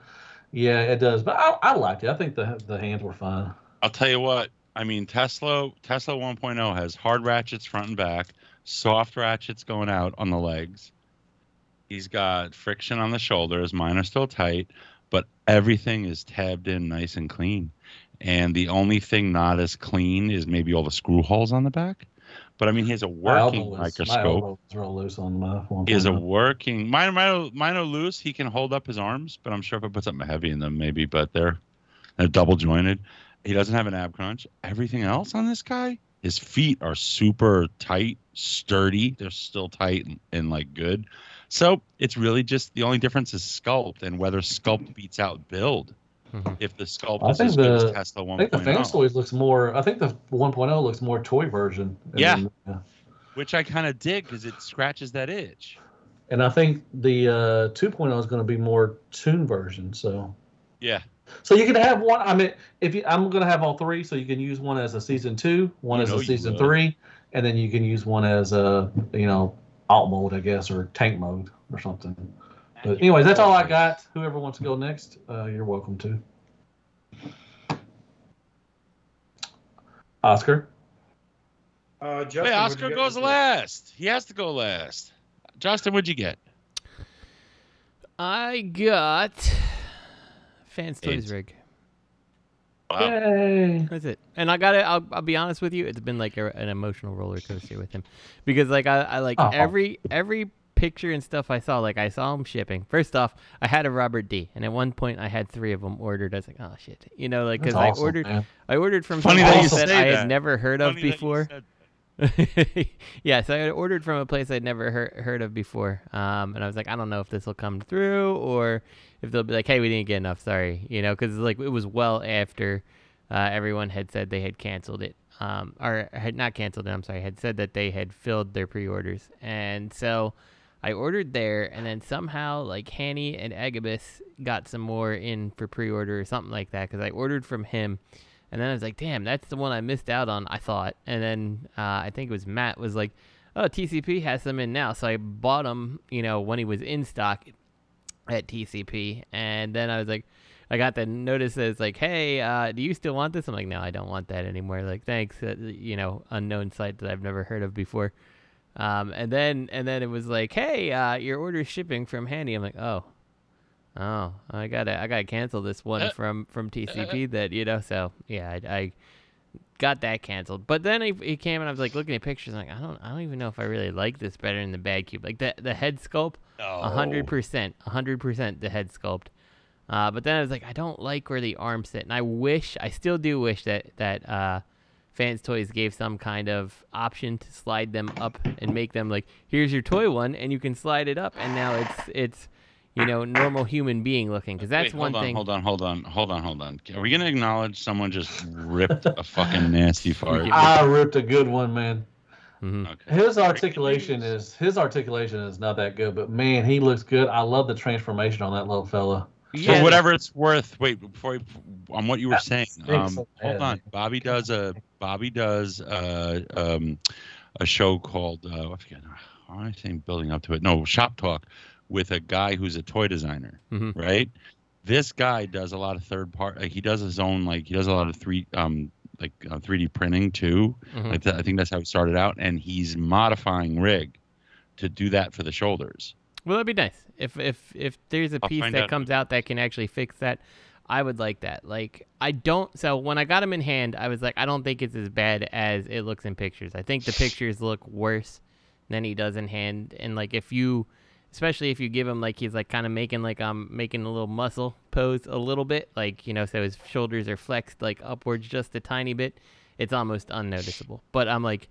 Speaker 4: Yeah, it does. But I, I liked it. I think the the hands were fine.
Speaker 3: I'll tell you what. I mean, Tesla Tesla 1.0 has hard ratchets front and back, soft ratchets going out on the legs. He's got friction on the shoulders. Mine are still tight, but everything is tabbed in nice and clean. And the only thing not as clean is maybe all the screw holes on the back. But I mean, he has a
Speaker 4: My elbow
Speaker 3: working
Speaker 4: was- My
Speaker 3: microscope.
Speaker 4: elbow was real loose on my one.
Speaker 3: He has a working mine. Mine, mine are loose. He can hold up his arms, but I'm sure if I put something heavy in them, maybe. But they're they're double jointed. He doesn't have an ab crunch. Everything else on this guy, his feet are super tight, sturdy. They're still tight and, and like good. So it's really just the only difference is sculpt and whether sculpt beats out build.
Speaker 5: Mhm.
Speaker 3: If the sculpt
Speaker 4: I
Speaker 3: is
Speaker 4: think
Speaker 3: as good
Speaker 4: the-
Speaker 3: as Tesla oh,
Speaker 4: I think the fan
Speaker 3: 1.0,
Speaker 4: toys looks more. I think the 1.0 looks more toy version. And
Speaker 3: Yeah.
Speaker 4: then-
Speaker 3: which I kind of dig because it scratches that itch.
Speaker 4: And I think the uh, 2.0 is going to be more tune version. So
Speaker 3: Yeah,
Speaker 4: So you can have one. I mean, if you, I'm going to have all three, so you can use one as a season two, one
Speaker 3: You
Speaker 4: as
Speaker 3: know
Speaker 4: a
Speaker 3: you
Speaker 4: season
Speaker 3: will.
Speaker 4: three, and then you can use one as a you know alt mode, I guess, or tank mode or something. But anyways, that's all I got. Whoever wants to go next, uh, you're welcome to. Oscar,
Speaker 2: Uh, Justin,
Speaker 3: Wait,
Speaker 2: what'd
Speaker 3: Oscar
Speaker 2: you get
Speaker 3: goes
Speaker 2: this week?
Speaker 3: last. He has to go last. Justin, what'd you get?
Speaker 5: I got Fans Toys
Speaker 3: Eight.
Speaker 5: Rig.
Speaker 3: Wow.
Speaker 4: yay!
Speaker 5: That's it. And I got it. I'll, I'll be honest with you. It's been like a, an emotional roller coaster with him, because like I, I like
Speaker 4: Aw.
Speaker 5: every every picture and stuff I saw. Like I saw him shipping. First off, I had a Robert D, and at one point I had three of them ordered. I was like, oh shit, you know, like because
Speaker 4: That's
Speaker 5: I
Speaker 4: awesome,
Speaker 5: ordered
Speaker 4: man.
Speaker 5: I ordered from
Speaker 3: Funny
Speaker 5: some
Speaker 4: that you
Speaker 5: place that
Speaker 3: say
Speaker 5: I had
Speaker 3: that.
Speaker 5: never heard of
Speaker 3: Funny that you
Speaker 5: before.
Speaker 3: said
Speaker 5: yeah, so I had ordered from a place I'd never heard heard of before, um, and I was like, I don't know if this will come through or if they'll be like, hey, we didn't get enough, sorry, you know, because like it was well after uh, everyone had said they had canceled it, um, or had not canceled it. I'm sorry, had said that they had filled their pre-orders, and so I ordered there, and then somehow like Hanny and Agabus got some more in for pre-order or something like that, because I ordered from him. And then I was like, damn, that's the one I missed out on, I thought. And then uh, I think it was Matt was like, oh, TCP has some in now. So I bought them, you know, when he was in stock at TCP. And then I was like, I got the notice that it's like, hey, uh, do you still want this? I'm like, no, I don't want that anymore. Like, thanks, uh, you know, unknown site that I've never heard of before. Um, and then and then it was like, hey, uh, your order's shipping from Handy. I'm like, oh, oh, I gotta I gotta cancel this one
Speaker 3: Uh,
Speaker 5: from from TCP that you know. So yeah, I, I got that canceled. But then he, he came and I was like looking at pictures. like, I don't I don't even know if I really like this better than the bag cube. Like the the head sculpt,
Speaker 3: Oh.
Speaker 5: a hundred percent, a hundred percent the head sculpt. Uh, but then I was like, I don't like where the arms sit, and I wish, I still do wish that that uh, Fans Toys gave some kind of option to slide them up and make them like, here's your toy one, and you can slide it up, and now it's it's, you know, normal human being looking, because
Speaker 3: Wait,
Speaker 5: that's one
Speaker 3: hold on,
Speaker 5: thing.
Speaker 3: Hold on, hold on, hold on, hold on. Are we gonna acknowledge someone just ripped a fucking nasty fart?
Speaker 5: Yeah.
Speaker 4: I ripped a good one, man.
Speaker 5: Mhm.
Speaker 3: Okay.
Speaker 4: His articulation is his articulation is not that good, but man, he looks good. I love the transformation on that little fella.
Speaker 5: Yeah,
Speaker 3: For whatever it's worth, wait before you, on what you were saying.
Speaker 4: stinks
Speaker 3: Um,
Speaker 4: so bad,
Speaker 3: hold on,
Speaker 4: man.
Speaker 3: Bobby does a Bobby does a, um, a show called uh, I forget I think building up to it. No, shop talk with a guy who's a toy designer,
Speaker 5: Mhm.
Speaker 3: right? This guy does a lot of third part. Like he does his own like he does a lot of three um like uh, 3D printing too.
Speaker 5: Mhm.
Speaker 3: Like that, I think that's how he started out, and he's modifying rig to do that for the shoulders.
Speaker 5: Well, that'd be nice. If if if there's a
Speaker 3: I'll
Speaker 5: piece
Speaker 3: find
Speaker 5: that
Speaker 3: out.
Speaker 5: comes out that can actually fix that, I would like that. Like I don't. So when I got him in hand, I was like, I don't think it's as bad as it looks in pictures. I think the pictures look worse than he does in hand. And like if you, especially if you give him like he's like kind of making like um making a little muscle pose a little bit, like you know, so his shoulders are flexed like upwards just a tiny bit. It's almost unnoticeable. But I'm like.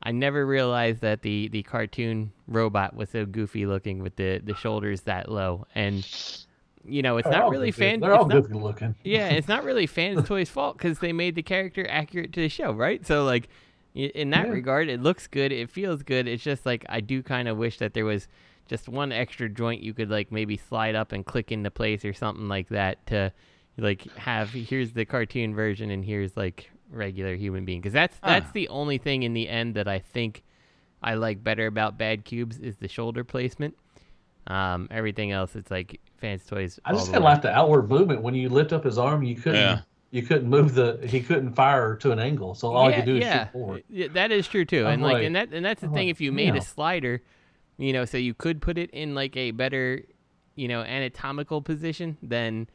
Speaker 5: I never realized that the, the cartoon robot was so goofy looking with the, the shoulders that low. And, you know, it's
Speaker 4: They're
Speaker 5: not
Speaker 4: all
Speaker 5: really
Speaker 4: goofy.
Speaker 5: fan.
Speaker 4: They're all
Speaker 5: it's not-
Speaker 4: goofy looking.
Speaker 5: yeah, it's not really fans' toys' fault because they made the character accurate to the show, right? So like, i- in that
Speaker 4: Yeah.
Speaker 5: regard, it looks good, it feels good. It's just like I do kind of wish that there was just one extra joint you could like maybe slide up and click into place or something like that to like have here's the cartoon version and here's like regular human being because that's
Speaker 4: Ah.
Speaker 5: that's the only thing in the end that I think I like better about Bad Cubes is the shoulder placement. Um, everything else, it's like fans' toys.
Speaker 4: I
Speaker 5: all
Speaker 4: just
Speaker 5: the
Speaker 4: didn't
Speaker 5: way.
Speaker 4: like the outward movement. When you lift up his arm, you couldn't.
Speaker 3: Yeah.
Speaker 4: You couldn't move the. He couldn't fire to an angle, so all he could do is
Speaker 5: yeah.
Speaker 4: shoot forward.
Speaker 5: Yeah, that is true too.
Speaker 4: I'm
Speaker 5: and like,
Speaker 4: like-
Speaker 5: and that and that's the
Speaker 4: I'm
Speaker 5: thing.
Speaker 4: like,
Speaker 5: if you made
Speaker 4: yeah.
Speaker 5: a slider, you know, so you could put it in like a better, you know, anatomical position, then,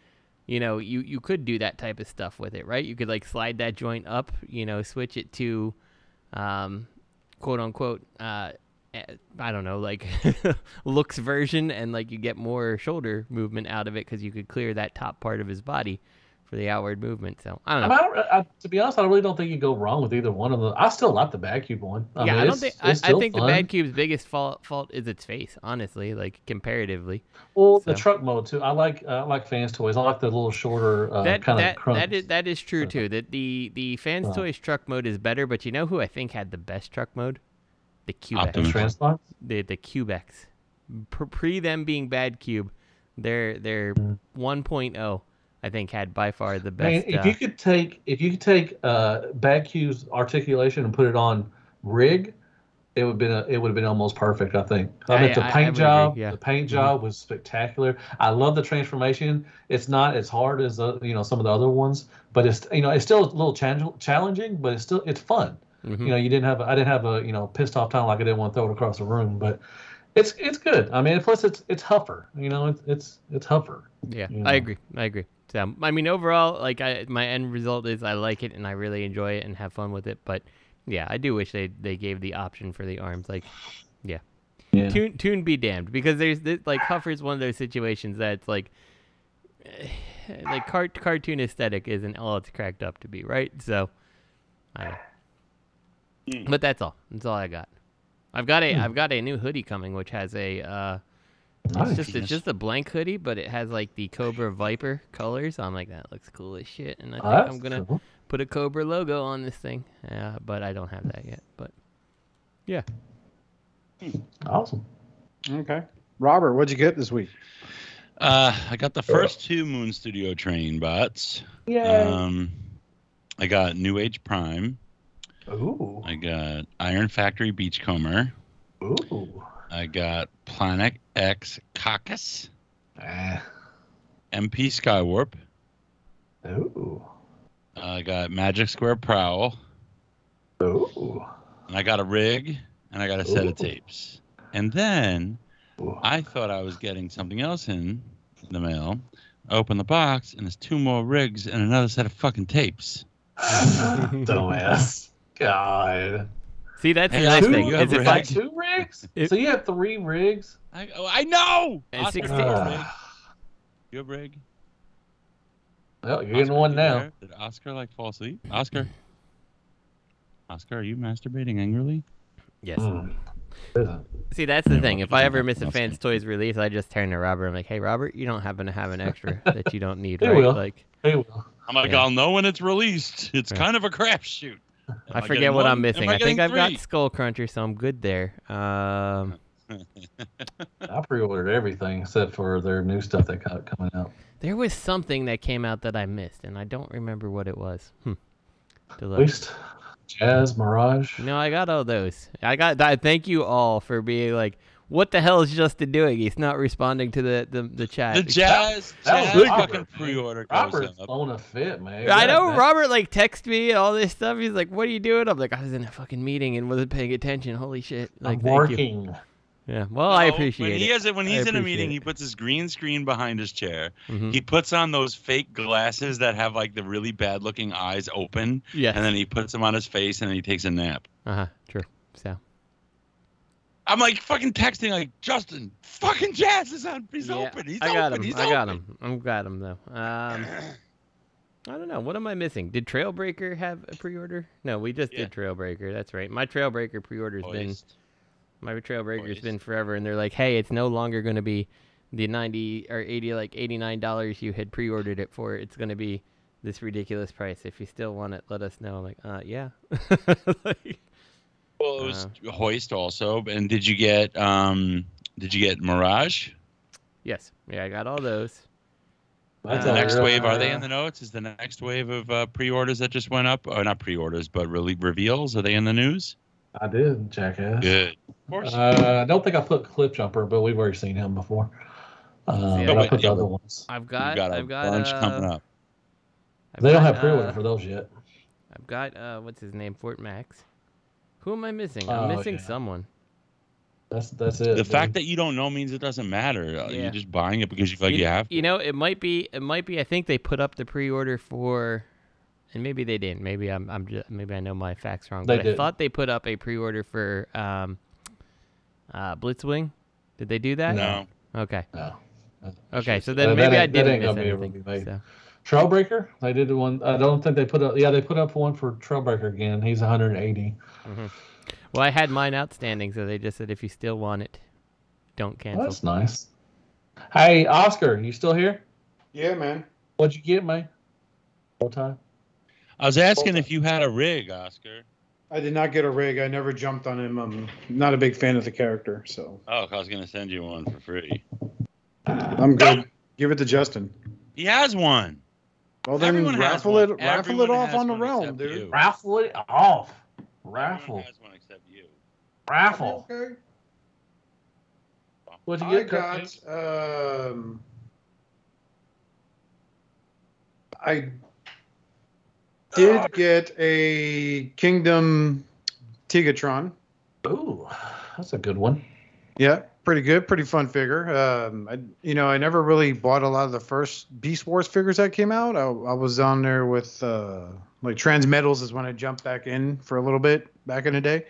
Speaker 5: you know, you you could do that type of stuff with it, right? You could like slide that joint up, you know, switch it to, um, quote unquote, uh. eh, I don't know, like looks version, and like you get more shoulder movement out of it because you could clear that top part of his body for the outward movement. So I don't know.
Speaker 4: I mean, I don't, I, to be honest, I really don't think you go wrong with either one of them. I still like the bad cube one. I
Speaker 5: yeah,
Speaker 4: mean,
Speaker 5: I don't
Speaker 4: it's-
Speaker 5: think. I,
Speaker 4: it's still
Speaker 5: I think
Speaker 4: fun.
Speaker 5: the bad cube's biggest fault fault is its face. Honestly, like comparatively,
Speaker 4: Well, the
Speaker 5: so.
Speaker 4: truck mode too. I like uh, I like fans toys. I like the little shorter uh,
Speaker 5: that
Speaker 4: kind
Speaker 5: that
Speaker 4: of crunch.
Speaker 5: that is that is true too. That the the fans
Speaker 4: Right.
Speaker 5: toys truck mode is better, but you know who I think had the best truck mode? The
Speaker 3: Optimus.
Speaker 5: Cubex.
Speaker 4: Translock.
Speaker 5: The the Cubex. Pre- Pre them being bad cube, their their
Speaker 4: Mm.
Speaker 5: 1.0 I think had by far the
Speaker 4: Man,
Speaker 5: best.
Speaker 4: if
Speaker 5: uh,
Speaker 4: you could take if you could take uh, bad cube's articulation and put it on rig, it would been a, it would have been almost perfect. I think. I,
Speaker 5: I-
Speaker 4: think the
Speaker 5: I- I
Speaker 4: paint
Speaker 5: would agree,
Speaker 4: job,
Speaker 5: yeah. Mm-hmm.
Speaker 4: the paint job was spectacular. I love the transformation. It's not as hard as uh, you know some of the other ones, but it's you know it's still a little chan- challenging, but it's still it's fun.
Speaker 5: mhm.
Speaker 4: you know you didn't have i didn't have a you know pissed off time like i didn't want to throw it across the room but it's it's good i mean plus it's it's huffer you know it's it's it's huffer
Speaker 5: Yeah,
Speaker 4: you know.
Speaker 5: I agree. I agree. So, I mean, overall, like, I my end result is I like it and I really enjoy it and have fun with it. But yeah, I do wish they they gave the option for the arms. Like, yeah,
Speaker 4: Yeah.
Speaker 5: tune tune be damned because there's this, like Huffer's one of those situations that's like. Like cart- cartoon aesthetic isn't all it's cracked up to be, right? So, I don't know. but that's all. That's all I got. I've got a I've got a new hoodie coming, which has a uh, it's
Speaker 4: nice.
Speaker 5: just
Speaker 3: Yes.
Speaker 5: it's just a blank hoodie, but it has like the Cobra Viper colors. I'm like, that looks cool as shit, and I think
Speaker 4: Oh, that's
Speaker 5: I'm gonna
Speaker 4: cool.
Speaker 5: put a Cobra logo on this thing. Yeah, but I don't have that yet. But yeah,
Speaker 4: awesome
Speaker 2: Okay. Robert, what'd you get this week?
Speaker 3: Uh, I got the first two Moon Studio train bots.
Speaker 4: yeah
Speaker 3: Um, I got New Age Prime.
Speaker 4: ooh
Speaker 3: I got Iron Factory Beachcomber.
Speaker 4: ooh
Speaker 3: I got Planet X Caucus,
Speaker 4: ah,
Speaker 3: MP Skywarp. Uh,
Speaker 4: ooh
Speaker 3: I got Magic Square Prowl.
Speaker 4: ooh
Speaker 3: And I got a rig. And I got a set
Speaker 4: Ooh.
Speaker 3: of tapes. And then
Speaker 4: Ooh.
Speaker 3: I thought I was getting something else in the mail. I open the box, and there's two more rigs and another set of fucking tapes.
Speaker 4: dumbass god
Speaker 5: see, that's
Speaker 3: Hey,
Speaker 5: the nice
Speaker 3: Oscar,
Speaker 5: thing.
Speaker 3: you
Speaker 5: Is
Speaker 3: have
Speaker 5: if
Speaker 3: red.
Speaker 5: I,
Speaker 4: like two rigs
Speaker 5: It-
Speaker 4: so you have three Ah. rigs
Speaker 3: I, oh, I know!
Speaker 5: And
Speaker 3: Oscar,
Speaker 5: 16.
Speaker 3: do you have a
Speaker 4: Ugh.
Speaker 3: rig? You have a rig?
Speaker 4: well Oh, you're getting
Speaker 3: Oscar,
Speaker 4: one
Speaker 3: you
Speaker 4: now
Speaker 3: there? Did Oscar like fall asleep? Oscar. Oscar, are you masturbating angrily?
Speaker 5: yes,
Speaker 4: Mm.
Speaker 5: see, that's the
Speaker 3: Yeah,
Speaker 5: thing.
Speaker 3: well,
Speaker 5: If I
Speaker 3: you
Speaker 5: ever
Speaker 3: have
Speaker 5: miss a
Speaker 3: nothing.
Speaker 5: fans toys release, I just turn to Robert. I'm like, hey, Robert, you don't happen to have an extra that you don't need,
Speaker 4: They
Speaker 5: right?
Speaker 4: will.
Speaker 5: Like,
Speaker 4: Hey, well,
Speaker 3: I'm like,
Speaker 5: Yeah.
Speaker 3: I'll know when it's released. It's
Speaker 5: Yeah.
Speaker 3: kind of a crapshoot. Am
Speaker 5: I
Speaker 3: getting
Speaker 5: forget what
Speaker 3: one?
Speaker 5: I'm missing.
Speaker 3: Am
Speaker 5: I, think
Speaker 3: getting
Speaker 5: I've got
Speaker 3: three?
Speaker 5: Skull Cruncher, so I'm good there. Um,
Speaker 4: I pre-ordered everything except for their new stuff that got coming out.
Speaker 5: there was something that came out that I missed, and I don't remember what it was. Hmm. To look.
Speaker 4: At least Jazz Mirage.
Speaker 5: No, I got all those. I got that. Thank you all for being like, what the hell is Justin doing? He's not responding to the the, the chat.
Speaker 3: The jazz,
Speaker 4: that was
Speaker 3: jazz
Speaker 4: really
Speaker 3: fucking
Speaker 4: good.
Speaker 3: pre-order goes
Speaker 4: Robert's
Speaker 3: up.
Speaker 4: on a fit, man. That-
Speaker 5: I know
Speaker 4: that-
Speaker 5: Robert like texted me and all this stuff. He's like, "What are you doing?" I'm like, "I was in a fucking meeting and wasn't paying attention." Holy shit! Like,
Speaker 4: I'm
Speaker 5: thank you.
Speaker 4: working.
Speaker 5: Yeah. Well, Oh, I
Speaker 3: No, when
Speaker 5: appreciate
Speaker 3: he
Speaker 5: it.
Speaker 3: has it. When
Speaker 5: I
Speaker 3: he's in a
Speaker 5: appreciate
Speaker 3: meeting,
Speaker 5: it.
Speaker 3: he puts his green screen behind his chair.
Speaker 5: Mhm.
Speaker 3: He puts on those fake glasses that have like the really bad-looking eyes open,
Speaker 5: Yes.
Speaker 3: and then he puts them on his face, and then he takes a nap.
Speaker 5: Uh huh. True. So.
Speaker 3: I'm like fucking texting, like Justin, fucking Jazz is on. He's
Speaker 5: Yeah,
Speaker 3: open. He's
Speaker 5: I got
Speaker 3: open.
Speaker 5: him.
Speaker 3: He's
Speaker 5: I got
Speaker 3: open."
Speaker 5: him. I'm got him though. Um, I don't know. What am I missing? Did Trailbreaker have a pre-order? No, we just
Speaker 3: Yeah. Oh,
Speaker 5: did Trailbreaker. That's right. My Trailbreaker pre-order's been
Speaker 3: Hoist.
Speaker 5: my Trailbreaker's
Speaker 3: Voiced.
Speaker 5: been forever, and they're like, hey, it's no longer going to be the ninety or eighty like eighty nine dollars you had pre-ordered it for. It's going to be this ridiculous price. If you still want it, let us know. I'm like, uh, yeah. Like,
Speaker 3: Well, it was
Speaker 5: uh,
Speaker 3: hoist also. And did you get um? Did you get Mirage?
Speaker 5: yes. Yeah, I got all those.
Speaker 4: That's
Speaker 5: Uh,
Speaker 4: a
Speaker 3: the next
Speaker 4: real-
Speaker 3: wave are they in the notes is the next wave of uh, pre-orders that just went up or not pre-orders but really reveals are they in the news
Speaker 4: I did, jackass.
Speaker 3: good of course
Speaker 4: Uh, I don't think I put Clip Jumper, but we've already seen him before. Uh,
Speaker 5: Yeah.
Speaker 4: but I
Speaker 3: But-
Speaker 4: put the
Speaker 3: yeah,
Speaker 4: other
Speaker 3: but-
Speaker 4: ones.
Speaker 5: I've
Speaker 3: We've
Speaker 5: got,
Speaker 3: got a
Speaker 5: I've got
Speaker 3: bunch
Speaker 5: uh,
Speaker 3: coming up
Speaker 5: I've
Speaker 4: They don't
Speaker 5: got,
Speaker 4: have pre-order
Speaker 5: uh,
Speaker 4: for those yet.
Speaker 5: I've got uh, what's his name, Fort Max. Who am I missing? I'm
Speaker 4: Oh,
Speaker 5: missing
Speaker 4: yeah.
Speaker 5: someone.
Speaker 4: That's that's it.
Speaker 3: the fact that you don't know means it doesn't matter Uh
Speaker 5: Yeah.
Speaker 3: you're just buying it because you feel like
Speaker 5: you,
Speaker 3: you have to.
Speaker 5: you know, it might be, it might be. I think they put up the pre-order for, and maybe they didn't. Maybe I'm, I'm just, maybe I know my facts wrong.
Speaker 4: They
Speaker 5: but I
Speaker 4: didn't.
Speaker 5: thought they put up a pre-order for um, uh, Blitzwing. Did they do that?
Speaker 3: no
Speaker 5: Okay.
Speaker 4: no.
Speaker 5: Okay. So
Speaker 4: That-
Speaker 5: then
Speaker 4: that
Speaker 5: maybe I
Speaker 4: ain't- that
Speaker 5: didn't
Speaker 4: ain't
Speaker 5: miss
Speaker 4: gonna be able to
Speaker 5: anything.
Speaker 4: be made.
Speaker 5: so.
Speaker 4: Trailbreaker, they did one. I don't think they put up. Yeah, they put up one for Trailbreaker again. He's 180.
Speaker 5: Well, I had mine outstanding, so they just said if you still want it, don't cancel.
Speaker 4: That's nice. Hey, Oscar, you still here?
Speaker 2: Yeah, man.
Speaker 4: What'd you get, man? Whole time.
Speaker 3: i was asking if you had a rig oscar
Speaker 2: I did not get a rig. I never jumped on him. I'm not a big fan of the character, so
Speaker 3: oh 'cause i was gonna send you one for free
Speaker 2: I'm good. Give it to Justin.
Speaker 3: he has one
Speaker 2: Well, then
Speaker 3: Everyone has
Speaker 2: raffle
Speaker 3: one.
Speaker 2: it, raffle it
Speaker 3: Everyone
Speaker 2: off
Speaker 3: has
Speaker 2: on the
Speaker 3: one
Speaker 2: realm,
Speaker 3: except
Speaker 2: dude.
Speaker 3: you.
Speaker 4: Raffle it off.
Speaker 3: Everyone
Speaker 4: Raffle.
Speaker 3: has one except you
Speaker 4: Raffle.
Speaker 2: Okay.
Speaker 4: What'd you
Speaker 2: I
Speaker 4: get? Cupcake?
Speaker 2: got. Um, I
Speaker 4: Uh,
Speaker 2: did get a Kingdom Tigatron.
Speaker 4: Ooh, that's a good one.
Speaker 2: Yeah, pretty good, pretty fun figure. Um, I, you know, I never really bought a lot of the first Beast Wars figures that came out. I, I was on there with uh, like Transmetals is when I jumped back in for a little bit back in the day.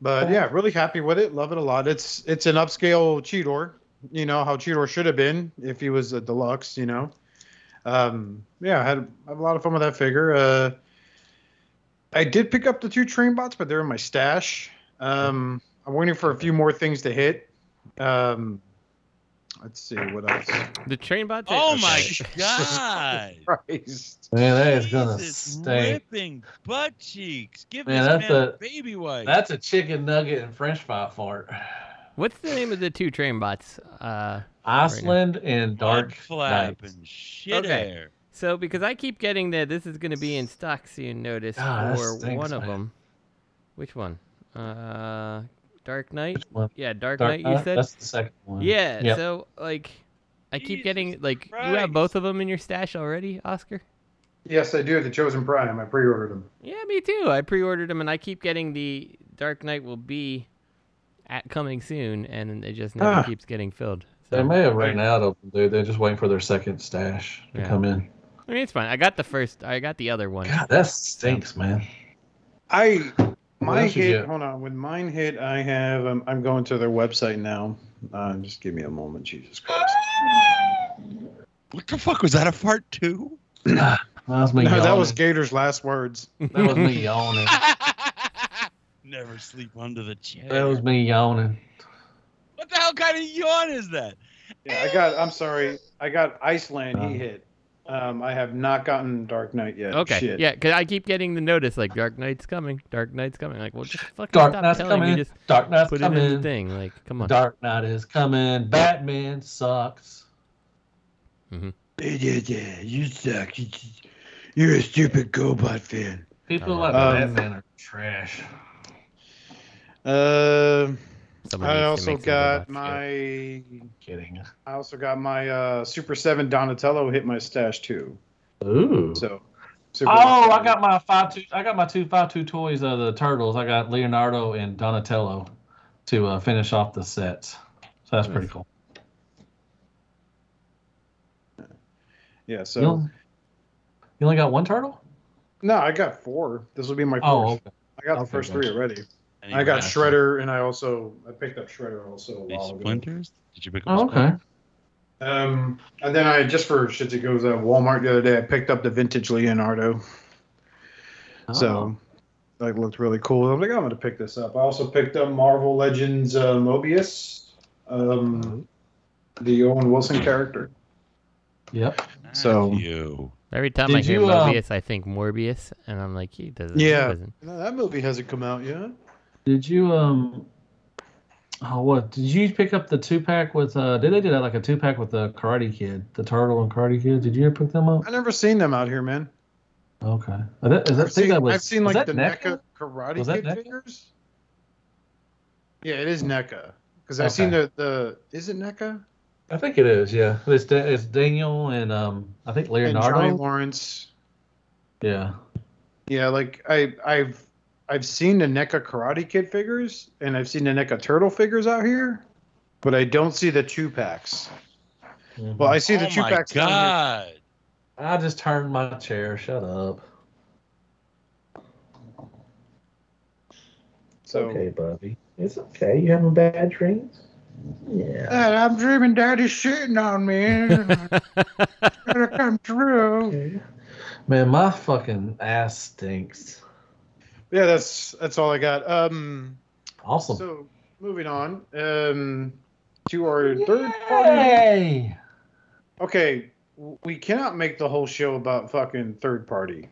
Speaker 2: But yeah, really happy with it. Love it a lot. It's it's an upscale Cheetor. You know how Cheetor should have been if he was a deluxe. You know, um, yeah, I had, I had a lot of fun with that figure. Uh, I did pick up the two train bots, but they're in my stash. Um, I'm waiting for a few more things to hit. Um, let's see what else.
Speaker 5: The train bot.
Speaker 3: oh my
Speaker 2: Jesus
Speaker 3: god
Speaker 2: Christ.
Speaker 4: Man, that is gonna
Speaker 3: Jesus,
Speaker 4: stink.
Speaker 3: ripping butt cheeks give
Speaker 4: Man,
Speaker 3: this
Speaker 4: that's
Speaker 3: man
Speaker 4: a-
Speaker 3: a baby wipe
Speaker 4: That's a chicken nugget and French fry fart.
Speaker 5: What's the name of the two train bots? Uh,
Speaker 4: Iceland and Dark
Speaker 3: flap
Speaker 4: Knights.
Speaker 3: and shit
Speaker 5: Okay.
Speaker 3: hair.
Speaker 5: So because I keep getting that this is going to be in stock soon, notice
Speaker 4: Ah, that
Speaker 5: for
Speaker 4: stinks,
Speaker 5: one of
Speaker 4: man.
Speaker 5: them. Which one? Uh, Dark Knight.
Speaker 4: one?
Speaker 5: Yeah, Dark,
Speaker 4: Dark
Speaker 5: Knight. You
Speaker 4: Knight?
Speaker 5: said.
Speaker 4: That's the second one.
Speaker 5: Yeah.
Speaker 4: Yep.
Speaker 5: So like, I keep
Speaker 3: Jesus
Speaker 5: getting like you have
Speaker 3: Christ.
Speaker 5: both of them in your stash already, Oscar.
Speaker 2: Yes, I do. The Chosen Prime. I pre-ordered them.
Speaker 5: Yeah, me too. I pre-ordered them, and I keep getting the Dark Knight will be at coming soon, and it just never
Speaker 2: Ah.
Speaker 5: keeps getting filled.
Speaker 4: They
Speaker 5: So
Speaker 4: may have ran out of them, dude. They're just waiting for their second stash to
Speaker 5: Yeah.
Speaker 4: come in.
Speaker 5: I mean, it's fine. I got the first. I got the other one.
Speaker 4: God, that stinks, man.
Speaker 2: I
Speaker 4: What
Speaker 2: my
Speaker 4: else you
Speaker 2: hit.
Speaker 4: get?
Speaker 2: Hold on. When mine hit, I have. Um, I'm going to their website now. Uh, just give me a moment, Jesus Christ.
Speaker 3: What the fuck was that a fart too?
Speaker 4: that was me
Speaker 2: No,
Speaker 4: yawning.
Speaker 2: that was Gator's last words.
Speaker 4: that was me yawning.
Speaker 3: Never sleep under the chair.
Speaker 4: That was me yawning.
Speaker 3: what the hell kind of yawn is that?
Speaker 2: Yeah, I got. I'm sorry. I got Iceland.
Speaker 4: Um,
Speaker 2: he hit. Um, I have not gotten Dark Knight yet.
Speaker 5: Okay.
Speaker 2: Shit.
Speaker 5: Yeah, 'cause I keep getting the notice like Dark Knight's coming, Dark Knight's coming. Like, well, just fucking
Speaker 4: Dark
Speaker 5: stop
Speaker 4: Knight's
Speaker 5: telling me.
Speaker 4: coming.
Speaker 5: Just
Speaker 4: Dark Knight's
Speaker 5: put it in the
Speaker 4: coming.
Speaker 5: thing. Like, come on.
Speaker 4: Dark Knight is coming. Batman sucks.
Speaker 2: Yeah, yeah, yeah. You suck. You're a stupid GoBot fan.
Speaker 5: Oh,
Speaker 4: People
Speaker 3: Um,
Speaker 4: like
Speaker 2: um,
Speaker 4: Batman are trash.
Speaker 2: Uh,
Speaker 5: Someone
Speaker 2: I
Speaker 5: needs to
Speaker 2: also
Speaker 5: make somebody
Speaker 2: got
Speaker 5: watch it.
Speaker 2: my.
Speaker 4: Kidding.
Speaker 2: I also got my uh, Super Seven Donatello hit my stash too.
Speaker 4: Ooh.
Speaker 2: So. Super
Speaker 4: Oh, I
Speaker 2: Seven.
Speaker 4: got my five two. I got my two five two toys of the turtles. I got Leonardo and Donatello to uh, finish off the set. So that's pretty cool.
Speaker 2: Yeah.
Speaker 4: you,
Speaker 2: So.
Speaker 4: only, you only got one turtle?
Speaker 2: No, I got four. This will be my fourth.
Speaker 4: Oh, okay.
Speaker 2: I got the
Speaker 4: okay,
Speaker 2: first
Speaker 4: gotcha.
Speaker 2: three already.
Speaker 3: Any
Speaker 2: I got
Speaker 3: grass?
Speaker 2: Shredder, and I also I picked up Shredder also a
Speaker 3: Any
Speaker 2: while ago.
Speaker 3: splinters? Did you pick up?
Speaker 4: Oh, okay.
Speaker 2: Um, and then I just for shits and goes at Walmart the other day. I picked up the vintage Leonardo, Oh.
Speaker 4: Oh.
Speaker 2: so like looked really cool. I'm like, I'm gonna pick this up. I also picked up Marvel Legends uh, Mobius, um,
Speaker 4: Mm-hmm.
Speaker 2: the Owen Wilson character.
Speaker 4: Yep.
Speaker 2: so-
Speaker 3: you.
Speaker 5: Every time I
Speaker 4: Did
Speaker 5: hear
Speaker 4: you, uh,
Speaker 5: Mobius, I think Morbius, and I'm like, he doesn't. he
Speaker 2: Yeah. Oh,
Speaker 5: doesn't.
Speaker 2: No, that movie hasn't come out yet.
Speaker 4: Did you um? Oh, what did you pick up the two pack with? uh Did they do that like a two pack with the Karate Kid, the turtle and Karate Kid? Did you ever pick them up?
Speaker 2: I never seen them out here, man.
Speaker 4: Okay. Is that, is that, I
Speaker 2: I've seen,
Speaker 4: think that was,
Speaker 2: I've seen
Speaker 4: was
Speaker 2: like the
Speaker 4: that
Speaker 2: NECA,
Speaker 4: NECA?
Speaker 2: Karate
Speaker 4: Was that
Speaker 2: Kid
Speaker 4: NECA?
Speaker 2: figures. Yeah, it is NECA because I've seen the the is it NECA
Speaker 4: I think it is. Yeah. It's Da- it's Daniel and um I think
Speaker 2: and Johnny
Speaker 4: Leonardo.
Speaker 2: Lawrence.
Speaker 4: Yeah.
Speaker 2: Yeah, like I I've I've seen the NECA Karate Kid figures and I've seen the NECA Turtle figures out here, but I don't see the two packs. Well, I see the
Speaker 3: oh
Speaker 2: two
Speaker 3: my
Speaker 2: packs. down here.
Speaker 3: God.
Speaker 4: Mm-hmm. I just turned my chair. Shut up. It's
Speaker 2: So
Speaker 4: Bobby. It's okay. You having bad dreams? Yeah.
Speaker 2: Dad, I'm dreaming daddy's shitting on me. Gotta come true.
Speaker 4: Okay. Man, my fucking ass stinks.
Speaker 2: Yeah, that's that's all I got. Um
Speaker 4: Awesome.
Speaker 2: so moving on. Um to our third party.
Speaker 4: Yay!
Speaker 2: Okay, w- we cannot make the whole show about fucking third party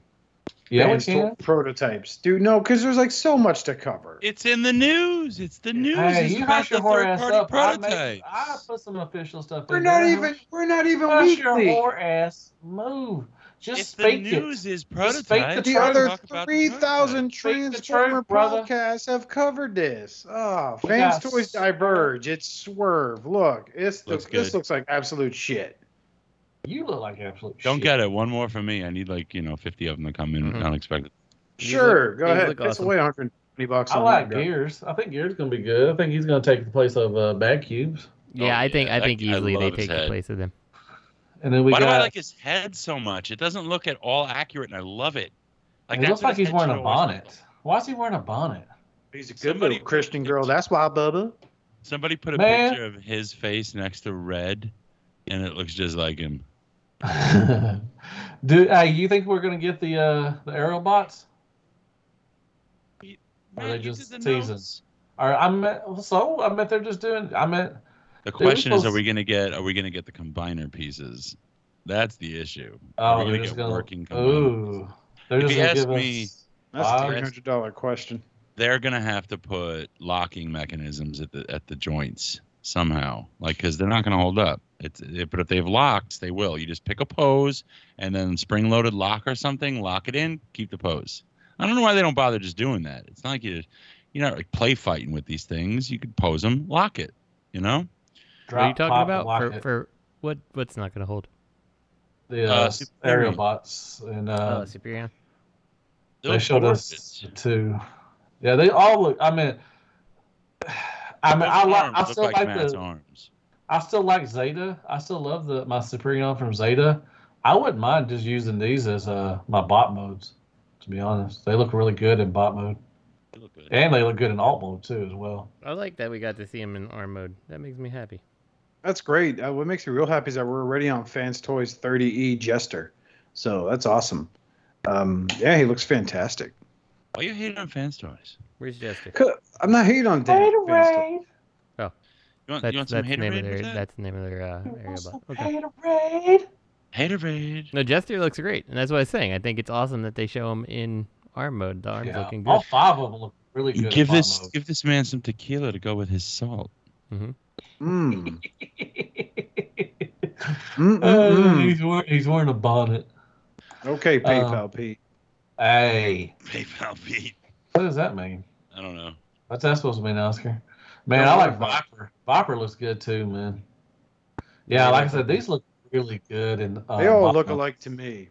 Speaker 4: Yeah, we
Speaker 2: and store
Speaker 4: can.
Speaker 2: prototypes. Dude, no, because there's like so much to cover.
Speaker 3: It's in the news. It's the news.
Speaker 4: Hey,
Speaker 3: it's
Speaker 4: you
Speaker 3: about
Speaker 4: hush your
Speaker 3: the
Speaker 4: whore
Speaker 3: third
Speaker 4: ass
Speaker 3: party
Speaker 4: up. I,
Speaker 3: prototype.
Speaker 4: make, I put some official stuff.
Speaker 2: We're
Speaker 4: in
Speaker 2: not
Speaker 4: there.
Speaker 2: even. We're not even
Speaker 4: Hush your
Speaker 2: weekly.
Speaker 4: whore ass. Move. Just
Speaker 3: It's the
Speaker 4: fake
Speaker 3: news
Speaker 4: it.
Speaker 3: is
Speaker 4: Just fake
Speaker 3: prototype.
Speaker 2: The
Speaker 4: Try to
Speaker 2: other
Speaker 3: Talk about the
Speaker 2: three thousand
Speaker 4: prototype. Speak the
Speaker 2: Transformer
Speaker 4: truth, brother.
Speaker 2: podcasts have covered this. Oh,
Speaker 4: We
Speaker 2: fans'
Speaker 4: got
Speaker 2: toys
Speaker 4: s-
Speaker 2: diverge. It's swerve. Look, it's
Speaker 3: Looks
Speaker 2: this
Speaker 3: good.
Speaker 2: looks like absolute shit.
Speaker 4: You look like absolute.
Speaker 3: Don't
Speaker 4: shit.
Speaker 3: get it. One more for me. I need like you know fifty of them to come in
Speaker 5: Mhm.
Speaker 3: unexpected.
Speaker 5: These
Speaker 2: sure,
Speaker 5: look-
Speaker 2: go
Speaker 5: these
Speaker 2: ahead.
Speaker 5: look
Speaker 2: It's
Speaker 5: awesome.
Speaker 2: away 120 bucks.
Speaker 4: I
Speaker 2: on
Speaker 4: like
Speaker 2: that guy.
Speaker 4: Gears. I think Gears gonna be good. I think he's gonna take the place of uh, Bad Cubes.
Speaker 5: yeah,
Speaker 3: Oh,
Speaker 5: I think
Speaker 3: yeah,
Speaker 5: I
Speaker 3: that-
Speaker 5: think
Speaker 3: I
Speaker 5: easily they
Speaker 3: love his
Speaker 5: take the
Speaker 3: head.
Speaker 5: place of them.
Speaker 4: And then we
Speaker 3: Why do I
Speaker 4: got.
Speaker 3: like his head so much? It doesn't look at all accurate, and I love it.
Speaker 4: Like
Speaker 3: that's
Speaker 4: looks
Speaker 3: what
Speaker 4: like he's
Speaker 3: his head
Speaker 4: wearing a
Speaker 3: should always look
Speaker 4: bonnet. Why is he wearing a bonnet?
Speaker 2: He's a good
Speaker 3: Somebody-
Speaker 2: little Christian girl. That's why, Bubba.
Speaker 3: like. Somebody put a
Speaker 4: Man.
Speaker 3: picture of his face next to red, and it looks just like him.
Speaker 4: Do hey, you think we're gonna get the uh, the arrow bots? Or they
Speaker 3: Man, you
Speaker 4: just
Speaker 3: did the
Speaker 4: teasing.
Speaker 3: notes.
Speaker 4: Or I meant so I meant they're just doing. I meant
Speaker 3: The
Speaker 4: we
Speaker 3: question is, are
Speaker 4: supposed-
Speaker 3: we gonna get? Are we gonna get the combiner pieces? That's the issue.
Speaker 4: oh,
Speaker 3: We're
Speaker 4: they're
Speaker 3: gonna
Speaker 4: just
Speaker 3: get
Speaker 4: gonna.
Speaker 3: working
Speaker 4: Ooh,
Speaker 3: combinations.
Speaker 4: they're
Speaker 3: If
Speaker 4: just
Speaker 3: you
Speaker 4: gonna
Speaker 3: ask
Speaker 4: give
Speaker 3: me-
Speaker 4: us.
Speaker 2: That's
Speaker 4: Wow.
Speaker 2: a three hundred dollar question.
Speaker 3: They're gonna have to put locking mechanisms at the at the joints somehow, like because they're not gonna hold up. It's it, but if they have locks, they will. You just pick a pose and then spring loaded lock or something, lock it in, keep the pose. I don't know why they don't bother just doing that. It's not like you, you're not like play fighting with these things. You could pose them, lock it. You know,
Speaker 5: What are you
Speaker 4: drop, pop,
Speaker 5: talking
Speaker 4: and
Speaker 5: about?
Speaker 4: lock
Speaker 5: For,
Speaker 4: it.
Speaker 5: for what? What's not gonna hold?
Speaker 4: the
Speaker 3: uh,
Speaker 4: uh,
Speaker 3: Super
Speaker 4: aerial
Speaker 3: Mario.
Speaker 4: bots and
Speaker 5: Oh,
Speaker 4: uh,
Speaker 5: Superior.
Speaker 4: they
Speaker 3: Those
Speaker 4: showed us
Speaker 3: orbits.
Speaker 4: two. Yeah, they all look. I mean, I mean,
Speaker 3: Those
Speaker 4: I like.
Speaker 3: arms
Speaker 4: I
Speaker 3: look
Speaker 4: still like,
Speaker 3: Matt's
Speaker 4: the.
Speaker 3: arms.
Speaker 4: I still like Zeta. I still love the my Superior from Zeta. I wouldn't mind just using these as uh my bot modes. To be honest, they look really good in bot mode,
Speaker 3: They look good.
Speaker 4: and they look good in alt mode too as well.
Speaker 5: I like that we got to see him in arm mode. That makes me happy.
Speaker 2: That's great. Uh, what makes me real happy is that we're already on Fans Toys 30E Jester. So that's awesome. Um, yeah, he looks fantastic.
Speaker 3: Why you hating on fan stories?
Speaker 5: Where's Jester?
Speaker 2: C- I'm not hating on Dan. Fans Toys.
Speaker 3: You want,
Speaker 5: That's,
Speaker 3: you want some
Speaker 5: that's, the
Speaker 3: hater
Speaker 5: name of
Speaker 3: raid?
Speaker 5: their,
Speaker 3: with that?
Speaker 5: that's the name of their uh, area bot. Okay.
Speaker 3: Hater raid.
Speaker 5: No, Jester looks great, and that's what I was saying. I think it's awesome that they show him in arm mode. The arm's
Speaker 4: Yeah,
Speaker 5: looking
Speaker 4: all
Speaker 3: Oh,
Speaker 5: good.
Speaker 4: five of them look really good. in
Speaker 3: Give
Speaker 4: bot
Speaker 3: this
Speaker 4: mode.
Speaker 3: give this man some tequila to go with his salt.
Speaker 2: Mm.
Speaker 4: Uh,
Speaker 2: Mm-mm-mm. Mm-hmm.
Speaker 4: he's, wear, he's wearing a bonnet.
Speaker 2: Um, Okay, mm. PayPal Pete.
Speaker 4: Hey,
Speaker 3: PayPal Pete.
Speaker 4: what does that mean?
Speaker 3: I don't know.
Speaker 4: What's that supposed to mean, Oscar? Man,
Speaker 2: No,
Speaker 4: I like
Speaker 2: Viper.
Speaker 4: Viper. Viper looks good too, man. Yeah,
Speaker 2: Yeah,
Speaker 4: like I said, these look really good. And uh,
Speaker 2: They all
Speaker 4: Viper-
Speaker 2: look alike to me.